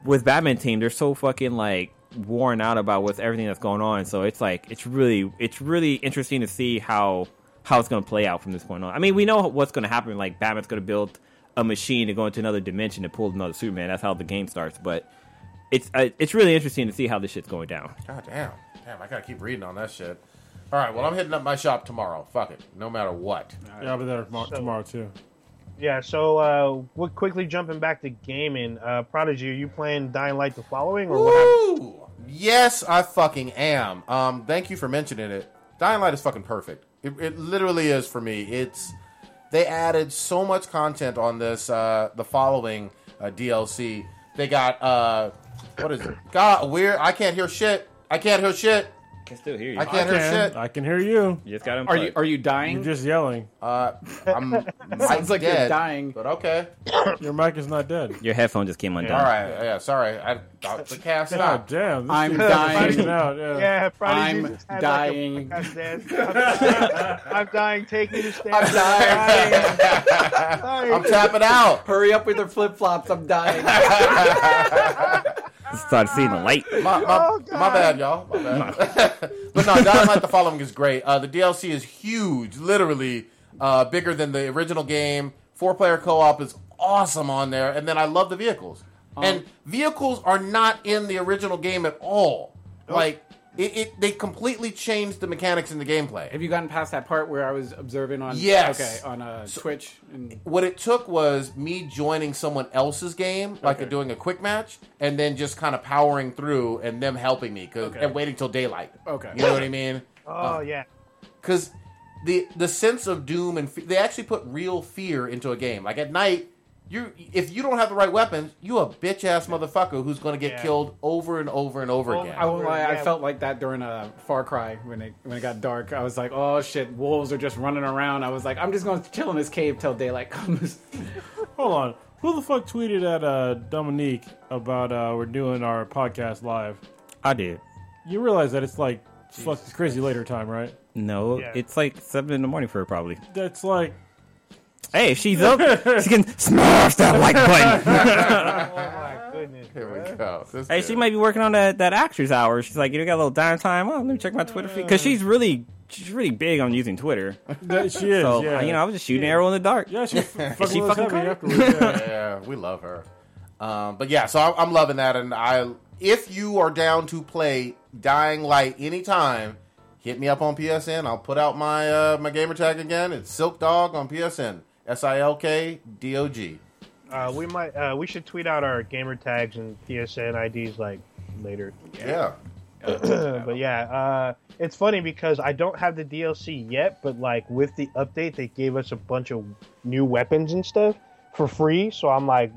I: with Batman team, they're so fucking like worn out about what's everything that's going on. So it's like it's really it's really interesting to see how how it's going to play out from this point on. I mean, we know what's going to happen. Like Batman's going to build a machine to go into another dimension to pull another Superman. That's how the game starts. But it's uh, it's really interesting to see how this shit's going down.
C: God damn, damn! I gotta keep reading on that shit. All right, well, I'm hitting up my shop tomorrow. Fuck it, no matter what.
F: Yeah, I'll be there tomorrow, tomorrow too.
H: Yeah, so uh, we're quickly jumping back to gaming. Uh, Prodigy, are you playing Dying Light the following or what? happened?
C: Ooh, yes, I fucking am. Um, thank you for mentioning it. Dying Light is fucking perfect. It, it literally is for me. It's they added so much content on this uh, the following uh, DLC. They got uh, what is it? God, weird. I can't hear shit. I can't hear shit.
I: can still hear you.
C: I can't hear
F: Can-
C: shit.
F: I can hear you.
I: You just got him.
G: Are you are you
F: You're
G: dying?
F: just yelling.
C: Uh, I'm
G: Sounds like you're
C: dead,
G: dying.
C: But okay.
F: Your mic is not dead.
I: Your headphone just came undone.
C: All right. Yeah. Sorry. I, I the cast
F: God
C: stopped.
F: damn. This
G: I'm
F: dude's
G: dying.
F: freaking Out. Yeah.
H: Yeah, Prodigy.
G: I'm
H: just had,
G: dying.
H: Like a, I'm, dying. Take me to stand.
G: I'm dying.
C: I'm tapping out.
G: Hurry up with your flip flops. I'm dying.
I: Started seeing the light.
C: my, my,
G: Oh,
C: my bad, y'all. My bad. but no, Dying Light: The Following is great. Uh, the DLC is huge, literally uh, bigger than the original game. Four player co op is awesome on there, and then I love the vehicles.
G: Um,
C: and vehicles are not in the original game at all. Like it, it, they completely changed the mechanics in the gameplay.
G: Have you gotten past that part where I was observing on?
C: Yes.
G: Okay, on uh, Twitch. And,
C: what it took was me joining someone else's game, like doing a quick match, and then just kind of powering through and them helping me 'cause- and waiting till daylight.
G: Okay.
C: you know what I mean?
H: Oh yeah.
C: Because the the sense of doom and fe- they actually put real fear into a game. Like at night, you if you don't have the right weapons, you a bitch ass motherfucker who's going to get
H: Yeah.
C: killed over and over and over again.
G: I won't lie, I
H: Yeah.
G: felt like that during uh, Far Cry when it when it got dark. I was like, oh shit, wolves are just running around. I was like, I'm just gonna chill in this cave till daylight comes.
F: Hold on. Who the fuck tweeted at uh, Dominique about uh, we're doing our podcast live?
I: I did.
F: You realize that it's like fuck it's crazy later time, right?
I: No,
H: Yeah.
I: it's like seven in the morning for her probably.
F: That's like
I: Hey, if she's up. she can smash that like button.
H: Oh my goodness.
C: Here we go. This
I: hey,
C: dude.
I: she might be working on that that actor's hour. She's like, you got a little downtime. Oh, let me check my Twitter feed because she's really she's really big on using Twitter.
F: That she is.
I: So uh,
F: yeah.
I: you know, I was just shooting arrow in the dark.
F: yeah, she fucking,
I: She
F: she
I: fucking
F: fucking
I: caught it.
F: afterwards. Yeah.
C: yeah, we love her. Um, but yeah, so I, I'm loving that, and I if you are down to play Dying Light anytime, hit me up on PSN. I'll put out my uh, my gamer tag again. It's Silk Dog on PSN. S I L K D O G.
H: Uh, we might. Uh, we should tweet out our gamer tags and PSN IDs like later.
C: Yeah.
H: but yeah, uh, it's funny because I don't have the DLC yet, but like with the update, they gave us a bunch of new weapons and stuff for free. So I'm like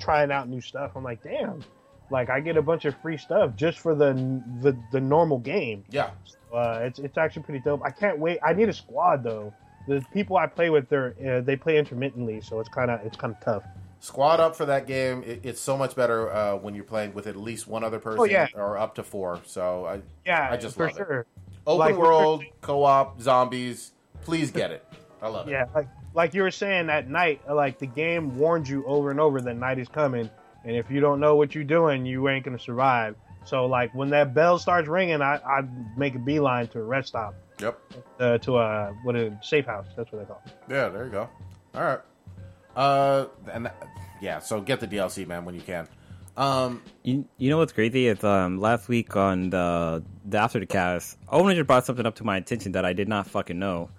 H: trying out new stuff. I'm like, damn, like I get a bunch of free stuff just for the the, the normal game.
C: Yeah.
H: Uh, it's it's actually pretty dope. I can't wait. I need a squad though. The people I play with, they're uh, they play intermittently, so it's kind of it's kind of tough.
C: Squad up for that game. It, it's so much better uh, when you're playing with at least one other person
H: Oh, yeah.
C: or up to four. So I,
H: Yeah,
C: I just
H: for
C: love it.
H: sure.
C: open
H: Like,
C: world co-op zombies. Please get it. I love it.
H: Yeah, like like you were saying at night, like the game warned you over and over that night is coming, and if you don't know what you're doing, you ain't gonna survive. So like when that bell starts ringing, I I make a beeline to a rest stop,
C: Yep.
H: uh, to a what a safe house. That's what they call. it.
C: Yeah, there you go. All right. Uh, and that- yeah, so get the DLC, man, when you can. Um,
I: You, you know what's crazy is um, last week on the, the after the cast, Owen just brought something up to my attention that I did not fucking know,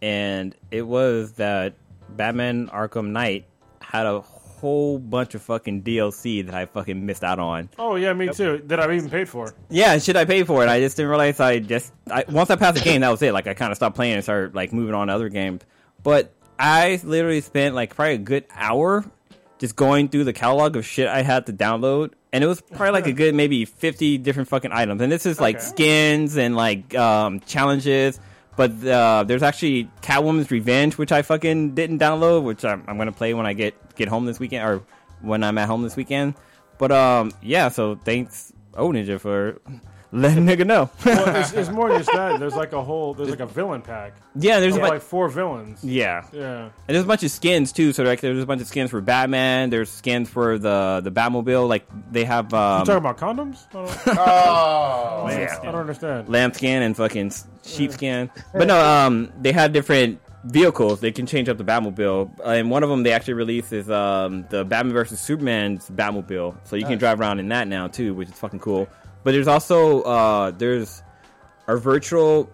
I: and it was that Batman Arkham Knight had a whole bunch of fucking DLC that I fucking missed out on.
F: Oh yeah, me too. That I've even paid for.
I: Yeah, and shit, I paid for it. I just didn't realize I just I, once I passed the game, that was it. Like I kind of stopped playing and started like moving on to other games. But I literally spent like probably a good hour just going through the catalog of shit I had to download, and it was probably like a good maybe fifty different fucking items. And this is like skins and like um, challenges. But uh, there's actually Catwoman's Revenge, which I fucking didn't download, which I'm, I'm gonna play when I get get home this weekend or when I'm at home this weekend. But um, yeah. So thanks, O Ninja, for letting nigga know.
F: Well, it's, it's more than just that. There's like a whole. There's like a villain pack.
I: yeah, there's
F: There's
I: a bunch,
F: like four villains.
I: yeah, and
F: Yeah.
I: there's a bunch of skins too. So like, there's a bunch of skins for Batman. There's skins for the the Batmobile. Like they have um,
F: Talking about condoms? I don't,
C: oh,
F: I don't understand.
I: lambskin and fucking sheepskin. But no, um, they had different vehicles. They can change up the Batmobile, Uh, and one of them they actually released is um the Batman versus Superman's Batmobile. So you can drive around in that now too, which is fucking cool. But there's also uh there's a virtual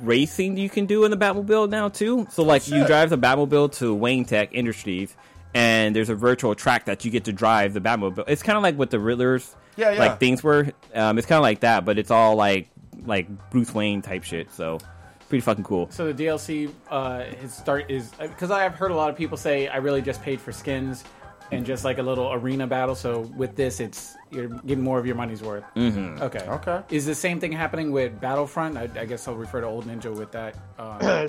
I: racing you can do in the Batmobile now too. So like you drive the Batmobile to Wayne Tech Industries. And there's a virtual track that you get to drive the Batmobile. It's kind of like what the Riddler's
C: Yeah, yeah.
I: like things were. Um, it's kind of like that, but it's all like like Bruce Wayne type shit. So pretty fucking cool.
G: So the DLC, uh, his start is because I have heard a lot of people say I really just paid for skins and just like a little arena battle. So with this, it's you're getting more of your money's worth. Mm-hmm. Okay.
C: Okay.
G: Is the same thing happening with Battlefront? I, I guess I'll refer to Old Ninja with that. Uh,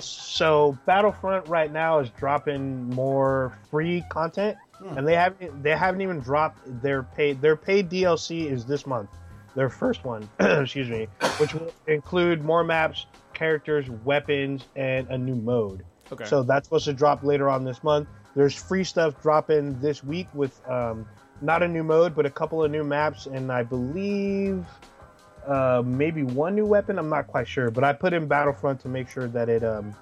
H: So Battlefront right now is dropping more free content, and they haven't they haven't even dropped their paid their paid DLC is this month, their first one, excuse me, which will include more maps, characters, weapons, and a new mode.
G: okay.
H: So that's supposed to drop later on this month. There's free stuff dropping this week with um, not a new mode, but a couple of new maps, and I believe uh, maybe one new weapon. I'm not quite sure, but I put in Battlefront to make sure that it um,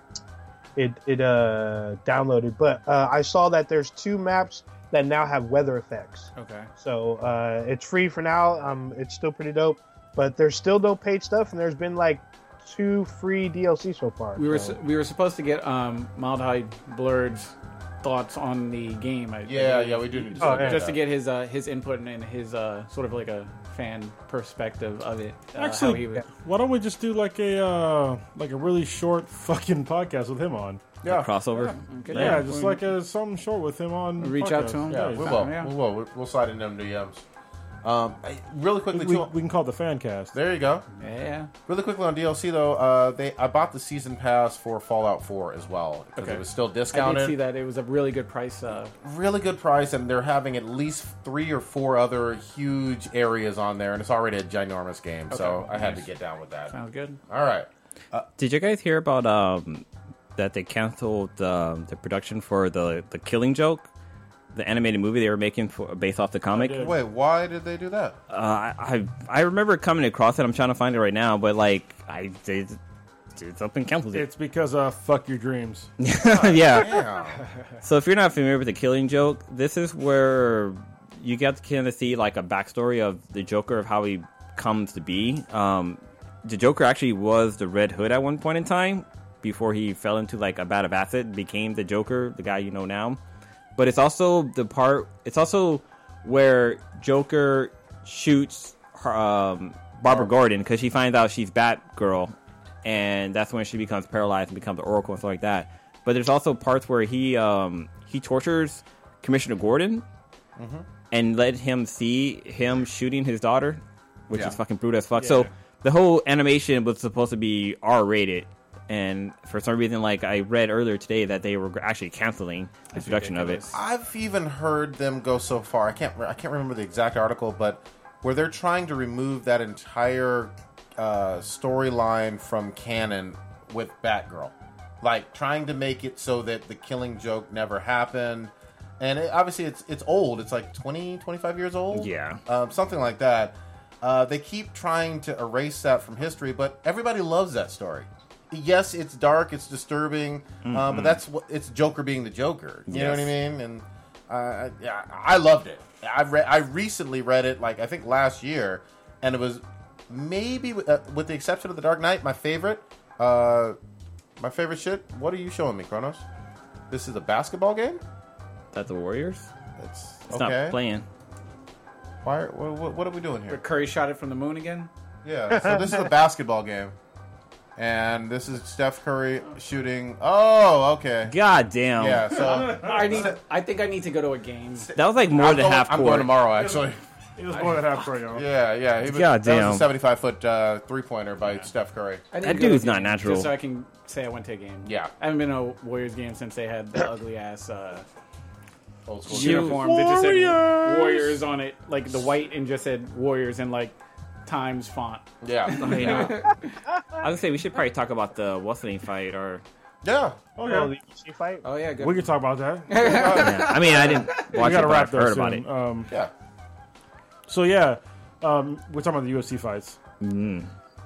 H: it it uh, downloaded. But uh, I saw that there's two maps that now have weather effects.
G: okay.
H: So uh, it's free for now. Um, it's still pretty dope, but there's still no paid stuff, and there's been like two free DLC so far.
I: Oh.
G: We were
H: so-
G: su- we were supposed to get um, Mild High Blurred's thoughts on the game. I,
C: yeah, yeah, we do need to.
H: Oh, yeah.
G: Just to get his uh, his input and his uh, sort of like a fan perspective of it. Uh, how he
F: Actually,
G: would-
F: why don't we just do like a uh, like a really short fucking podcast with him on?
C: yeah,
I: Crossover.
G: Okay.
F: Yeah, just like a something short with him on.
G: Reach out to
F: podcast.
G: him.
C: Yeah, we will.
G: Yeah.
C: We will. We- We'll slide in them DMs. Um, I- really quickly,
F: We,
C: too,
F: we can call it the fan cast.
C: there you go.
G: yeah.
C: Really quickly on DLC though, uh, they I bought the season pass for Fallout 4 as well because
G: Okay.
C: it was still
G: I
C: discounted.
G: did see that it was a really good price. Uh,
C: really good price, and they're having at least three or four other huge areas on there, and it's already a ginormous game, so I had to get down with that.
G: sounds good.
C: All right.
I: Did you guys hear about um that they canceled um, the production for the the Killing Joke? The animated movie they were making for, based off the comic.
F: did.
C: Wait, why did they do that?
I: Uh, I I I remember coming across it. I'm trying to find it right now, but like I they, dude. Something cancels it.
F: It's because uh, fuck your dreams.
I: yeah.
C: Yeah.
I: So if you're not familiar with the Killing Joke, this is where you get to kind of see like a backstory of the Joker of how he comes to be. Um, the Joker actually was the Red Hood at one point in time before he fell into like a bad of acid, became the Joker, the guy you know now. But it's also the part. It's also where Joker shoots her, um, Barbara Gordon because she finds out she's Batgirl, and that's when she becomes paralyzed and becomes the Oracle and stuff like that. But there's also parts where he um, he tortures Commissioner Gordon and let him see him shooting his daughter, which
C: Yeah.
I: is fucking brutal as fuck. So the whole animation was supposed to be R rated, and for some reason, like I read earlier today, that they were actually canceling the production of it.
C: I've even heard them go so far. I can't. re- I can't remember the exact article, but where they're trying to remove that entire uh, storyline from canon with Batgirl, like trying to make it so that the Killing Joke never happened. And it, obviously, it's it's old. It's like 20, 25 years old.
I: Yeah.
C: um, something like that. Uh, they keep trying to erase that from history, but everybody loves that story. Yes, it's dark, it's disturbing, uh,
I: Mm-hmm.
C: but that's what it's Joker being the Joker. You know what I mean? And uh, yeah, I loved it. I read. I recently read it, like I think last year, and it was maybe, uh, with the exception of the Dark Knight, my favorite. Uh, my favorite shit. What are you showing me, Kronos? This is a basketball game.
I: That the Warriors?
C: It's,
I: It's
C: okay.
I: not playing.
C: Why? Are, what, what are we doing here?
G: Curry shot it from the moon again.
C: Yeah, so this is a basketball game. And this is Steph Curry shooting. Oh, okay.
I: God damn.
C: Yeah, so
G: I need. I think I need to go to a game.
I: That was like more
C: I'm
I: than
C: going-
I: half
C: I'm
I: court.
C: going tomorrow, actually.
F: It was more than half for you.
C: Yeah, yeah. He was,
I: God
C: That
I: damn.
C: was a 75 foot uh, three pointer by Steph Curry.
G: I need
I: That
G: to go to
I: dude's
G: a
I: not
G: game,
I: natural.
G: Just so I can say I went to a game.
C: Yeah.
G: I haven't been to a Warriors game since they had the ugly ass uh,
C: Old school.
I: You-
G: uniform that just said Warriors on it, like the white, and just said Warriors in like Times font.
C: Yeah.
I: You know?
G: uh,
I: I would say we should probably talk about the what's the name fight or.
C: yeah.
H: Oh, the EC fight?
G: Oh yeah, good.
F: We can talk about that.
I: Yeah. I mean, I didn't
F: We
I: watch it,
F: got to
I: but I've
F: wrap there
I: heard
F: soon.
I: about
G: Oh,
I: it.
F: Um,
C: Yeah.
F: So yeah, um, we're talking about the UFC fights.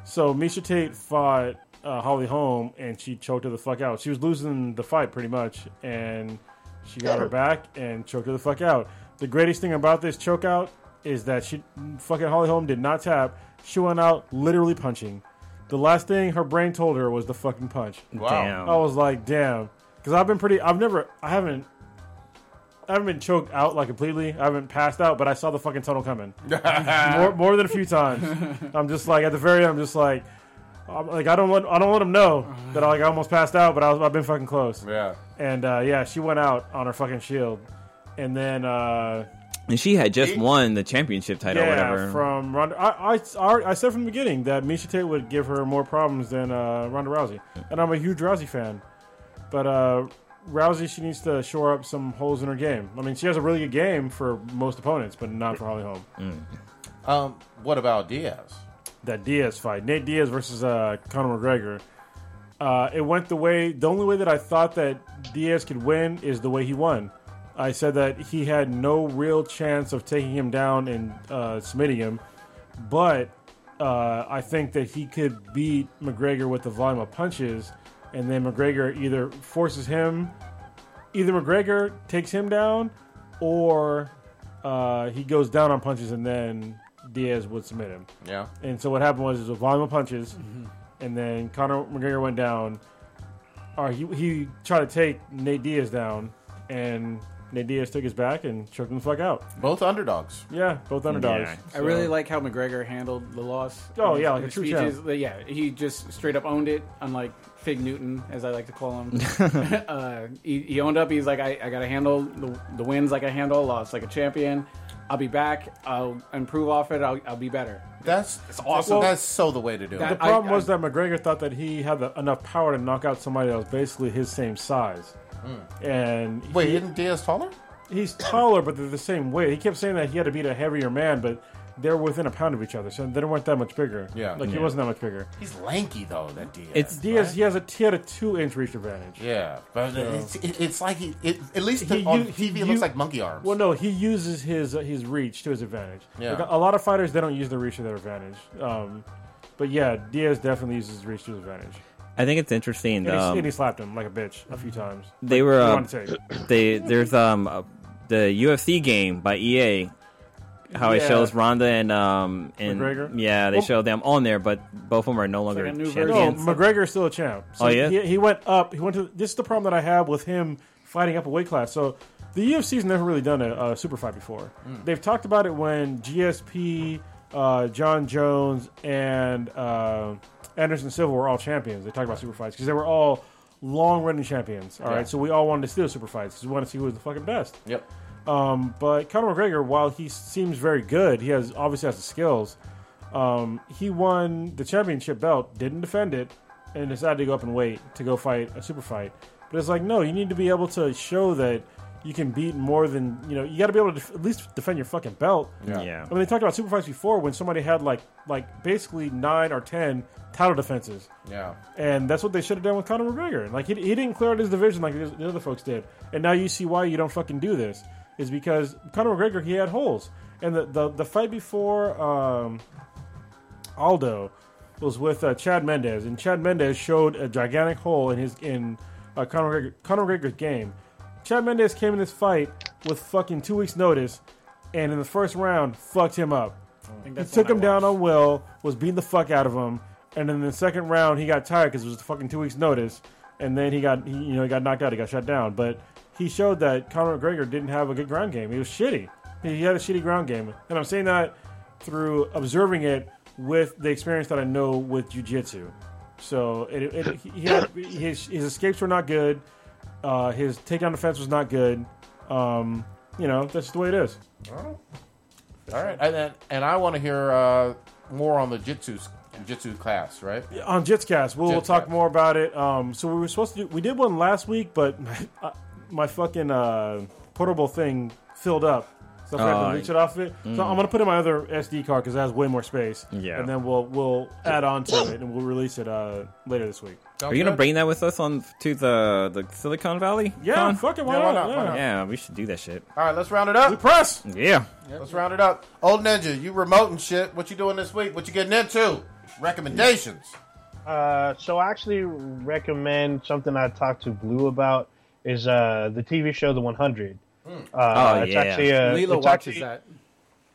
F: So Misha Tate fought uh, Holly Holm, and she choked her the fuck out. She was losing the fight pretty much, and she got her back and choked her the fuck out. The greatest thing about this choke out is that she fucking Holly Holm did not tap. She went out literally punching. The last thing her brain told her was the fucking punch.
C: Wow.
I: Damn.
F: I was like, damn, because I've been pretty. I've never. I haven't. I haven't been choked out like completely. I haven't passed out, but I saw the fucking tunnel coming more, more than a few times. I'm just like at the very end. I'm just like, I'm like I don't let I don't let them know that I like I almost passed out, but I was, I've been fucking close.
C: Yeah.
F: And uh, yeah, she went out on her fucking shield, and then uh,
I: And she had just won the championship title or
F: yeah,
I: whatever.
F: from Ronda. I, I- I I said from the beginning that Misha Tate would give her more problems than uh, Ronda Rousey, and I'm a huge Rousey fan, but uh, Rousey she needs to shore up some holes in her game. I mean, she has a really good game for most opponents, but not for Holly Holm.
C: Um, what about Diaz?
F: that Diaz fight, Nate Diaz versus uh, Conor McGregor. Uh, it went the way. The only way that I thought that Diaz could win is the way he won. I said that he had no real chance of taking him down and uh, submitting him, but uh, I think that he could beat McGregor with the volume of punches, and then McGregor either forces him, either McGregor takes him down, or uh, he goes down on punches, and then Diaz would submit him.
C: Yeah.
F: And so what happened was, it was a volume of punches, and then Conor McGregor went down. Or he, he tried to take Nate Diaz down, and Nate Diaz took his back and choked him the fuck out.
C: Both underdogs.
F: Yeah, both underdogs.
I: Yeah.
G: I really like how McGregor handled the loss.
F: Oh,
G: His-
F: yeah, like a
G: his
F: true
G: speeches, Yeah, he just straight up owned it. Unlike Fig Newton, as I like to call him, uh, he, he owned up. He's like, I, I got to handle the, the wins like I handle a loss, like a champion. I'll be back. I'll improve off it. I'll, I'll be better.
C: That's it's
G: awesome.
C: that's so the way to do
G: That-
F: The
C: it.
G: I-
F: problem was
G: I-
F: that McGregor thought that he had the, enough power to knock out somebody that was basically his same size. And
C: Wait,
F: he-
C: isn't Diaz taller?
F: he's taller, but they're the same weight. He kept saying that he had to beat a heavier man, but they're within a pound of each other, so they weren't that much bigger.
C: Yeah.
F: like he
C: Yeah.
F: wasn't that much bigger.
C: He's lanky though. That Diaz.
I: It's-
F: Diaz, he has a he had a two inch reach advantage.
C: yeah, but it's, it, it's like he. It, at least
F: He
C: on
F: u-
C: TV,
F: he
C: it
F: u-
C: looks like monkey arms.
F: Well, no, he uses his uh, his reach to his advantage.
C: Yeah.
F: Like, a lot of fighters they don't use their reach to their advantage. Um, but yeah, Diaz definitely uses his reach to his advantage.
I: I think it's interesting.
F: And, he, and he
I: Um,
F: slapped him like a bitch a few times.
I: they were
F: Go
I: uh,
F: on to take.
I: they there's um uh, the UFC game by EA. How it
F: Yeah.
I: shows Ronda and um and
F: McGregor?
I: yeah, they
F: Well-
I: show them on there, but both of them are no longer
G: Oh. like a new version. Oh,
F: No,
I: champions.
F: McGregor's still a champ. So
I: Oh, yeah?
F: he, he went up. He went to. This is the problem that I have with him fighting up a weight class. So the UFC's never really done a, a super fight before.
I: Mm.
F: They've talked about it when GSP, uh, John Jones, and uh, Anderson Silva were all champions. They talked about super fights because they were all long running champions. All right, so we all wanted to see those super fights because we wanted to see who was the fucking best.
C: Yep.
F: Um, but Conor McGregor, while he seems very good, he has obviously has the skills. Um, he won the championship belt, didn't defend it, and decided to go up and wait to go fight a super fight. But it's like, no, you need to be able to show that you can beat more than you know. You got to be able to def- at least defend your fucking belt.
I: Yeah.
F: I mean, they talked about super fights before when somebody had like like basically nine or ten title defenses.
C: Yeah.
F: And that's what they should have done with Conor McGregor. Like he, he didn't clear out his division like the the other folks did. And now you see why you don't fucking do this is because Conor McGregor he had holes. And the the, the fight before um, Aldo was with uh, Chad Mendez, and Chad Mendez showed a gigantic hole in his in uh, Conor, McGregor, Conor McGregor's game. Chad Mendez came in this fight with fucking two weeks notice, and in the first round fucked him up.
G: I think
F: He
G: that's
F: took
G: the
F: him
G: one I
F: down
G: watched.
F: on Will, was beating the fuck out of him, and then the second round he got tired because it was the fucking two weeks notice, and then he got he, you know he got knocked out, he got shut down. But he showed that Conor McGregor didn't have a good ground game. He was shitty. He had a shitty ground game, and I'm saying that through observing it with the experience that I know with jujitsu. So it, it, he he had, his his escapes were not good. Uh, his takedown defense was not good. Um, you know that's just the way it is.
C: All right. And then, and I want to hear uh, more on the jitsu jitsu class, right?
F: on Jitscast. We'll, we'll talk
C: Jitscast.
F: more about it. Um, so we were supposed to do. We did one last week, but my, uh, my fucking uh, portable thing filled up. So I forgot
I: Oh,
F: to leech it off of it. So I'm gonna put in my other SD card because it has way more space.
I: Yeah.
F: And then we'll we'll add on to it and we'll release it uh, later this week.
I: Are you gonna bring that with us on to the the Silicon Valley?
F: Yeah.
I: Con?
F: Fuck it. Why,
C: Yeah, why
F: not?
C: not? Why
F: Yeah.
C: not?
I: Yeah, we should do that shit.
C: All right, let's round it up.
F: Press.
I: Yeah.
C: Let's round it up. Old Ninja, you remote and shit. What you doing this week? What you getting into? Recommendations.
H: Uh, so I actually recommend something I talked to Blue about is uh, the TV show The 100. Uh,
I: Oh,
H: it's
I: yeah.
H: actually uh,
G: Hmm. Lilo
H: it's
G: watches
H: actually-
G: that.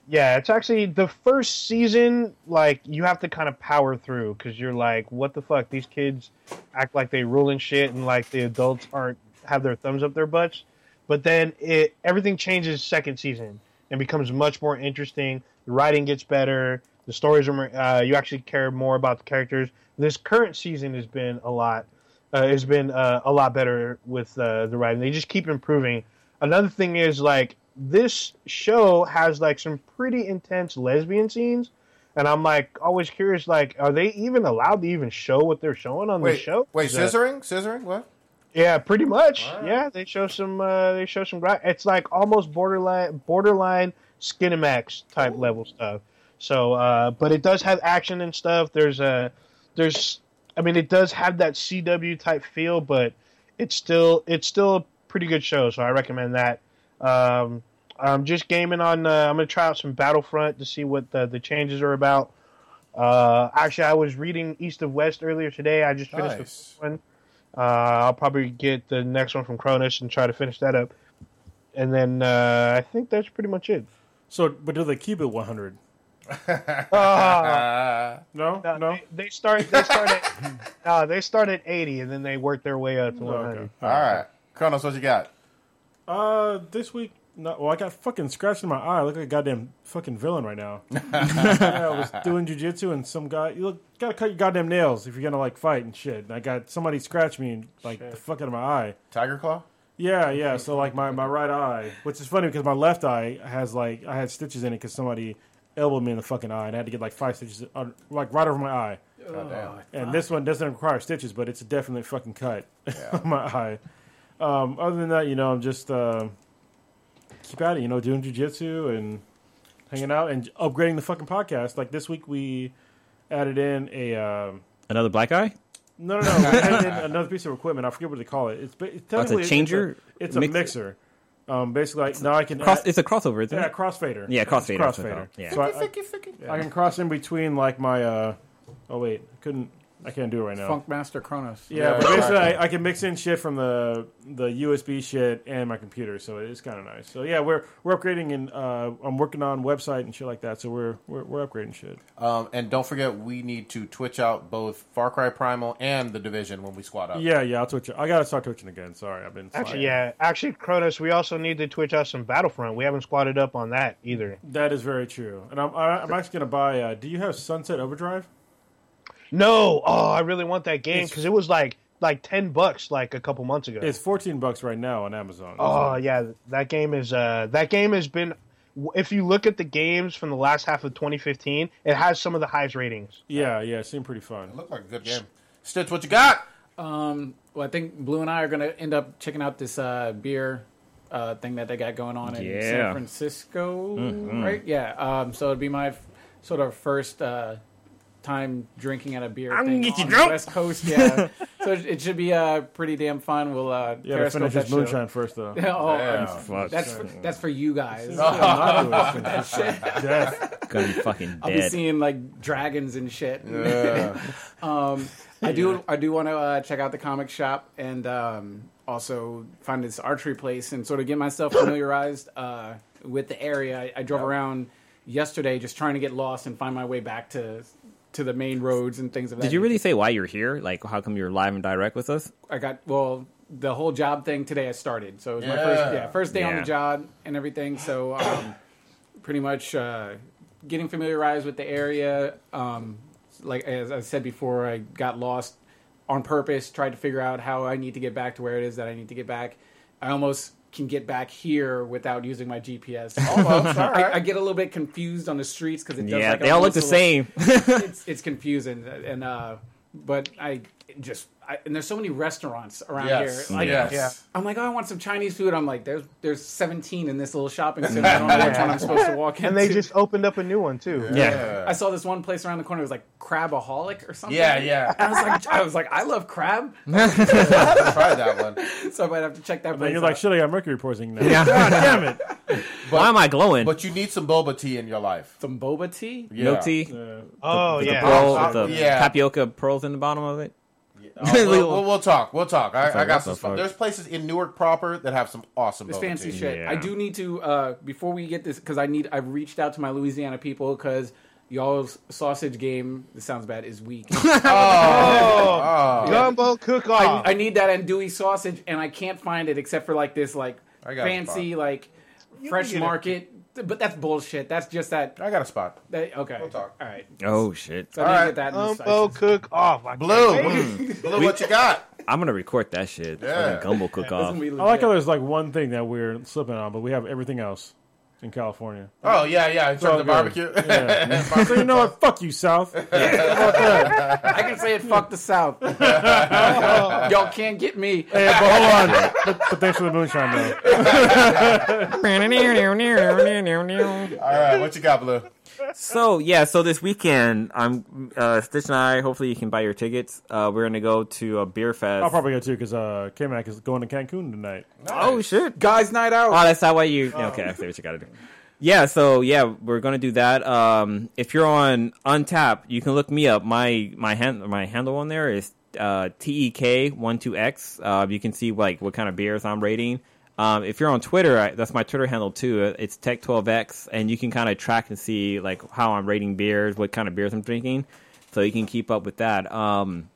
H: Yeah, it's actually the first season. Like you have to kind of power through because you're like, what the fuck? These kids act like they rule and shit, and like the adults aren't have their thumbs up their butts. But then it everything changes second season and becomes much more interesting. The writing gets better. The stories are more- uh, you actually care more about the characters. This current season has been a lot uh, has been uh, a lot better with uh, the writing. They just keep improving. Another thing is like this show has like some pretty intense lesbian scenes, and I'm like always curious like are they even allowed to even show what they're showing on the
C: Wait,
H: show?
C: wait,
H: Is that-
C: scissoring, scissoring. What?
H: yeah, pretty much.
C: Wow.
H: Yeah, they show some. Uh, they show some. gra- It's like almost borderline, borderline Skinemax type level stuff. So, uh, but it does have action and stuff. There's a, there's. I mean, it does have that CW type feel, but it's still it's still a pretty good show. So I recommend that. Um, I'm just gaming on. Uh, I'm gonna try out some Battlefront to see what the, the changes are about. Uh, actually, I was reading East of West earlier today. I just finished the
C: Nice.
H: first one. Uh, I'll probably get the next one from Cronus and try to finish that up. And then uh, I think that's pretty much it.
F: So, but do they keep it 100?
C: Uh,
F: No. No.
H: They, they start. They start at. no, Uh, they start at eighty, and then they work their way up to one hundred.
F: Oh, okay.
C: all right, Kronos, what you got?
F: Uh, this week. No, well, I got fucking scratched in my eye. I look like a goddamn fucking villain right now. Yeah, I was doing jujitsu and some guy. You look, gotta cut your goddamn nails if you're gonna like fight and shit. And I got somebody scratch me and like the fuck out of my eye.
C: Tiger Claw.
F: Yeah, yeah. So like my, my right eye, which is funny because my left eye has like I had stitches in it because somebody elbowed me in the fucking eye and I had to get like five stitches on, like right over my eye.
H: Oh.
C: God damn.
F: And this one doesn't require stitches, but it's a definite fucking cut on my eye. Um, other than that, you know, I'm just uh, keep at it. You know, doing jujitsu and hanging out and upgrading the fucking podcast. Like this week, we added in a um,
I: Another black eye?
F: no, no, no, we added in another piece of equipment. I forget what they call it. It's, ba- it's technically
I: Oh, changer?
F: It's a, it's a
I: Mixer?
F: mixer. Um, basically, like now I can
I: Cross
F: add-
I: it's a crossover, isn't
F: yeah
I: it?
F: crossfader.
I: Yeah,
F: It's
I: crossfader, that's what I
F: Crossfader.
I: thought. Yeah.
F: So I, I- I can cross in between like my. Uh, oh wait, I couldn't. I can't do it right now.
G: Funkmaster Kronos.
F: Yeah,
C: Yeah,
F: but basically,
C: exactly.
F: I, I can mix in shit from the the USB shit and my computer, so it's kind of nice. So yeah, we're we're upgrading and uh, I'm working on website and shit like that. So we're we're, we're upgrading shit.
C: Um, and don't forget, we need to Twitch out both Far Cry Primal and The Division when we squad up.
F: Yeah, yeah, I'll twitch. I gotta start twitching again. Sorry, I've been
H: Actually,
F: slacking.
H: yeah. Actually, Cronus, we also need to twitch out some Battlefront. We haven't squatted up on that either.
F: That is very true. And I'm I, I'm actually gonna buy. Uh, do you have Sunset Overdrive?
H: No, oh, I really want that game because it was like like ten bucks like a couple months ago.
F: It's 14 bucks right now on Amazon.
H: Oh yeah, that game is uh that game has been. If you look at the games from the last half of 2015, it has some of the highest ratings.
F: yeah, yeah, it seemed pretty fun.
C: Looked like a good game. Stitch, what you got?
G: Um, well, I think Blue and I are going to end up checking out this uh, beer uh, thing that they got going on in
I: Yeah.
G: San Francisco, right? Yeah. Um, so it'd be my f- sort of first uh, time drinking at a beer.
I: I'm
G: thing
I: gonna get you
G: on
I: drunk.
G: The West Coast, yeah. so it, it should be uh, pretty damn fun. We'll uh,
F: Yeah, to finish
G: that
F: this
G: show.
F: moonshine first though.
G: oh,
C: Yeah.
I: Fuck.
G: that's for, that's for you guys.
F: I'm not doing this shit. Death.
I: gonna be fucking
G: I'll be
I: dead.
G: seeing like dragons and shit.
C: Yeah.
G: Um, I do. I do want to uh, check out the comic shop and um, also find this archery place and sort of get myself familiarized uh, with the area. I, I drove around yesterday just trying to get lost and find my way back to to the main roads and things of that.
I: Did you
G: nature.
I: really say why you're here? Like, how come you're live and direct with us?
G: I got well. The whole job thing today I started, so it was my
C: Yeah.
G: first yeah first day on
I: Yeah.
G: the job and everything. So um, pretty much uh, getting familiarized with the area. Um, like as I said before, I got lost on purpose. Tried to figure out how I need to get back to where it is that I need to get back. I almost can get back here without using my GPS.
C: Oh,
G: Almost, I, I get a little bit confused on the streets because it does
I: yeah,
G: like a
I: they all look the
G: whistle
I: same.
G: it's it's confusing and uh but i just I, and there's so many restaurants around
C: Yes.
G: here like
C: yes.
H: yeah.
G: i'm like oh i want some chinese food i'm like there's there's 17 in this little shopping center i don't know which one i'm supposed to walk in
H: And they just opened up a new one too.
I: yeah.
G: i saw this one place around the corner it was like crabaholic or something
C: Yeah, yeah.
G: I was like, I was like, I love crab,
C: Try that one.
G: so I might have to check that.
F: And
G: place
F: you're like,
G: out.
F: shit, I got mercury poisoning now.
I: Yeah.
F: God damn it.
I: Why am I glowing?
C: But you need some boba tea in your life.
G: some boba tea.
C: Yeah.
I: Milk tea,
F: Uh,
H: Oh yeah.
I: pearl,
C: uh,
I: the
C: yeah.
I: tapioca pearls in the bottom of it.
C: Oh, we'll, we'll- we'll talk. We'll talk. I, I got
I: like, what
C: some.
I: the
C: Fun.
I: fuck?
C: There's places in Newark proper that have some awesome
G: It's
C: boba
G: fancy
C: tea.
G: shit.
I: Yeah.
G: I do need to uh, before we get this because I need. I've reached out to my Louisiana people because y'all's sausage game. This sounds bad. Is weak.
H: Oh, gumbo cook off.
G: I need that andouille sausage, and I can't find it except for like this like
C: I got it,
G: fancy like fresh
H: get it.
G: market. But that's bullshit. That's just that.
C: I got a spot.
G: that okay,
C: talk.
G: all right.
I: Oh shit!
G: So I need to
C: right,
G: get that. in this-
H: Gumbo cook off. I
C: Blue,
H: can't wait.
C: Blue, what you got?
I: I'm gonna record that shit.
C: Yeah.
I: Fucking Gumbo cook
G: This is
I: off.
G: gonna be
F: I like
G: legit.
F: how there's like one thing that we're slipping on, but we have everything else in California.
C: Oh yeah, yeah. In terms
F: all
C: of
F: good.
C: barbecue.
F: so you know what? Fuck you, South.
G: I can say it. Fuck the South. Hmm. Y'all can't get me.
F: Yeah, but hold on. But, but thanks for the moonshine, though.
C: All right, what you got, Blue?
I: So yeah, so this weekend, I'm uh, Stitch and I. Hopefully, you can buy your tickets. Uh, we're gonna go to a beer fest.
C: Oh,
F: I'll probably go too because uh, K Mac is going to Cancun tonight.
I: oh shit!
G: Guys, night out.
I: Oh, that's not why you. Okay, I see what you got to do. Yeah, so yeah, we're gonna do that. Um, if you're on Untap, you can look me up. My my hand my handle on there is uh, tek12x. Uh, you can see like what kind of beers I'm rating. Um, if you're on Twitter, I, that's my Twitter handle too. Uh, It's tech12x, and you can kind of track and see like how I'm rating beers, what kind of beers I'm drinking, so you can keep up with that. Um,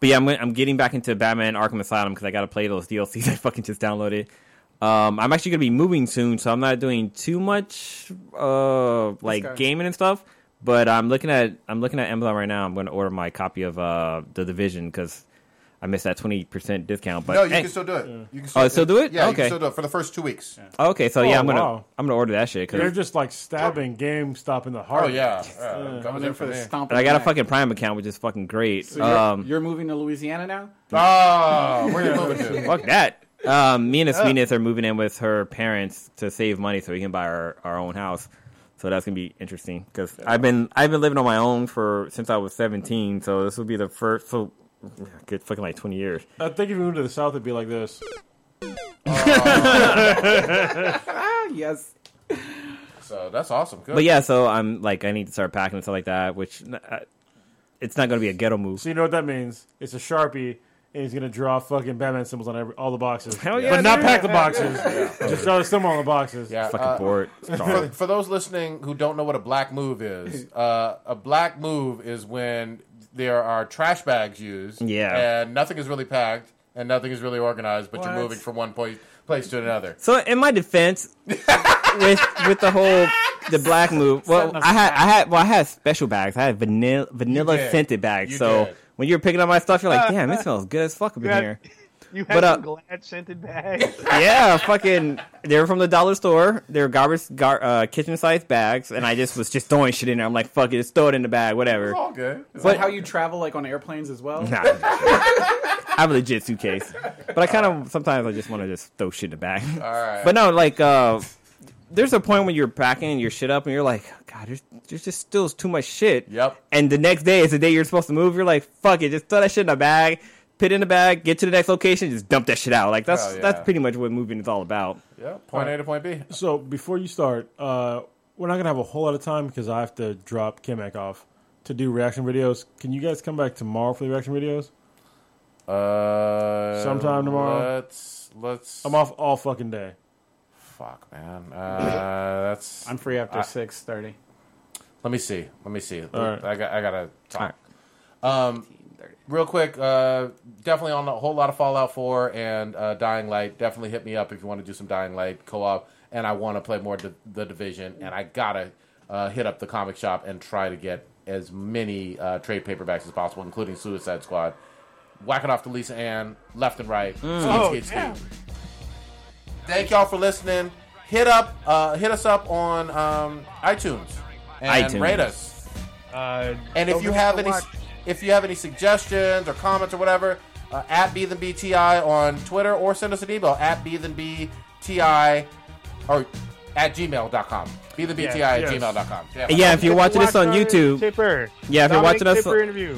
I: but yeah, I'm I'm getting back into Batman Arkham Asylum because I got to play those DLCs I fucking just downloaded. Um, I'm actually gonna be moving soon, so I'm not doing too much uh like
G: Okay.
I: gaming and stuff. But I'm looking at I'm looking at Amazon right now. I'm gonna order my copy of uh the Division because I missed that twenty percent discount. But
C: No, you
I: hey,
C: can still do it. You can
I: Oh, still do it?
C: Yeah, you can
I: Okay.
C: still do it for the first two weeks.
I: okay, so yeah,
F: Oh,
I: I'm gonna
F: wow.
I: I'm gonna order that shit
F: They're
I: because
F: just like stabbing GameStop in the heart.
C: Oh yeah, yeah.
G: Uh, I'm
C: coming
G: in
C: in
G: for
C: from
G: the
C: there.
G: stomp.
I: I got a
G: back.
I: fucking Prime account, which is fucking great.
G: So you're,
I: um,
G: you're moving to Louisiana now.
C: Oh, where you moving to?
I: fuck that. Um, me and Miss Venus are moving in with her parents to save money so we can buy our, our own house. So that's gonna be interesting because I've been I've been living on my own for since I was seventeen. So this will be the first. So good fucking like twenty years.
F: I think if you moved to the South, it'd be like this.
G: Ah, yes.
C: So that's awesome. Good.
I: But yeah, so I'm like I need to start packing and stuff like that. Which uh, it's not gonna be a ghetto move.
F: So you know what that means? It's a sharpie, and he's gonna draw fucking Batman symbols on every, all the boxes.
I: Hell yeah,
F: but not
I: dude.
F: pack the boxes. Just draw the symbol on the boxes.
C: Yeah,
I: Fucking
C: uh,
I: bored.
C: for, for those listening who don't know what a black move is, uh, a black move is when there are trash bags used,
I: Yeah.
C: and nothing is really packed and nothing is really organized, but you're moving from one place place to another.
I: So in my defense, with with the whole the black move, well, I had I had well I had special bags. I had vanilla vanilla
C: did.
I: scented bags.
C: You
I: so
C: did.
I: when you're picking up my stuff, you're like, damn, it smells good as fuck up in
H: Yeah.
I: here.
H: You have
I: But, uh,
H: some glad scented bags.
I: Yeah, fucking. They were from the dollar store. They were garbage, gar- uh, kitchen sized bags, and I just was just throwing shit in there. I'm like, fuck it, just throw it in the bag, whatever.
C: It's all good. It's
G: But how you travel like on airplanes as well?
I: Nah, I have a legit suitcase, but I kind of sometimes I just want to just throw shit in the bag.
C: Alright.
I: But no, like uh, there's a point when you're packing your shit up and you're like, God, there's, there's just still too much shit.
C: Yep.
I: And the next day is the day you're supposed to move. You're like, fuck it, just throw that shit in a bag, put it in the bag, get to the next location, just dump that shit out. Like that's
C: Hell yeah.
I: that's pretty much what moving is all about.
C: yeah, point A to point B.
F: So before you start, uh, we're not gonna have a whole lot of time because I have to drop Kimek off to do reaction videos. Can you guys come back tomorrow for the reaction videos?
C: Uh,
F: Sometime tomorrow.
C: Let's let's.
F: I'm off all fucking day.
C: Fuck, man. Uh, that's.
G: I'm free after six thirty.
C: let me see. Let me see.
F: right.
C: I got. I gotta talk.
I: Alright.
C: Um, real quick, uh, definitely on a whole lot of Fallout 4 and uh, Dying Light. Definitely hit me up if you want to do some Dying Light co-op, and I want to play more di- the Division, and I gotta uh, hit up the comic shop and try to get as many uh, trade paperbacks as possible, including Suicide Squad. Whack it off to Lisa Ann, left and right.
H: Oh,
C: Skeet, skeet, skeet.
H: yeah.
C: Thank y'all for listening. Hit up, uh, hit us up on um, iTunes and
I: iTunes.
C: rate us.
H: Uh,
C: And if
H: don't
C: you
H: forget
C: have
H: to
C: any,
H: watch-
C: if you have any suggestions or comments or whatever, uh, at be than BTI on Twitter or send us an email at be than BTI or at gmail.com. Be than BTI at
F: yes.
C: gmail.com. Yeah.
I: And yeah, if you're watching this on
H: Watch our
I: YouTube,
H: Tipper.
I: Yeah, if you're
H: Dominic
I: watching us-
H: Tipper interview.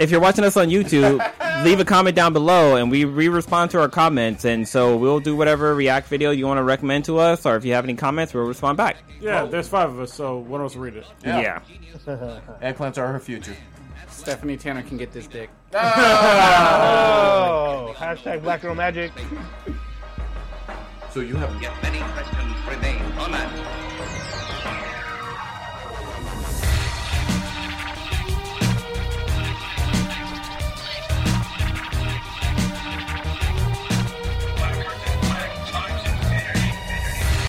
I: if you're watching us on YouTube, leave a comment down below and we re respond to our comments. And so we'll do whatever React video you want to recommend to us, or if you have any comments, we'll respond back.
F: Yeah, there's five of us, so one of us will read it.
C: Yeah.
I: Yeah.
C: Eggplants are her future.
G: Stephanie Tanner can get this dick.
H: Oh, hashtag Black Girl Magic.
C: So you have
D: Yet many questions remain unanswered.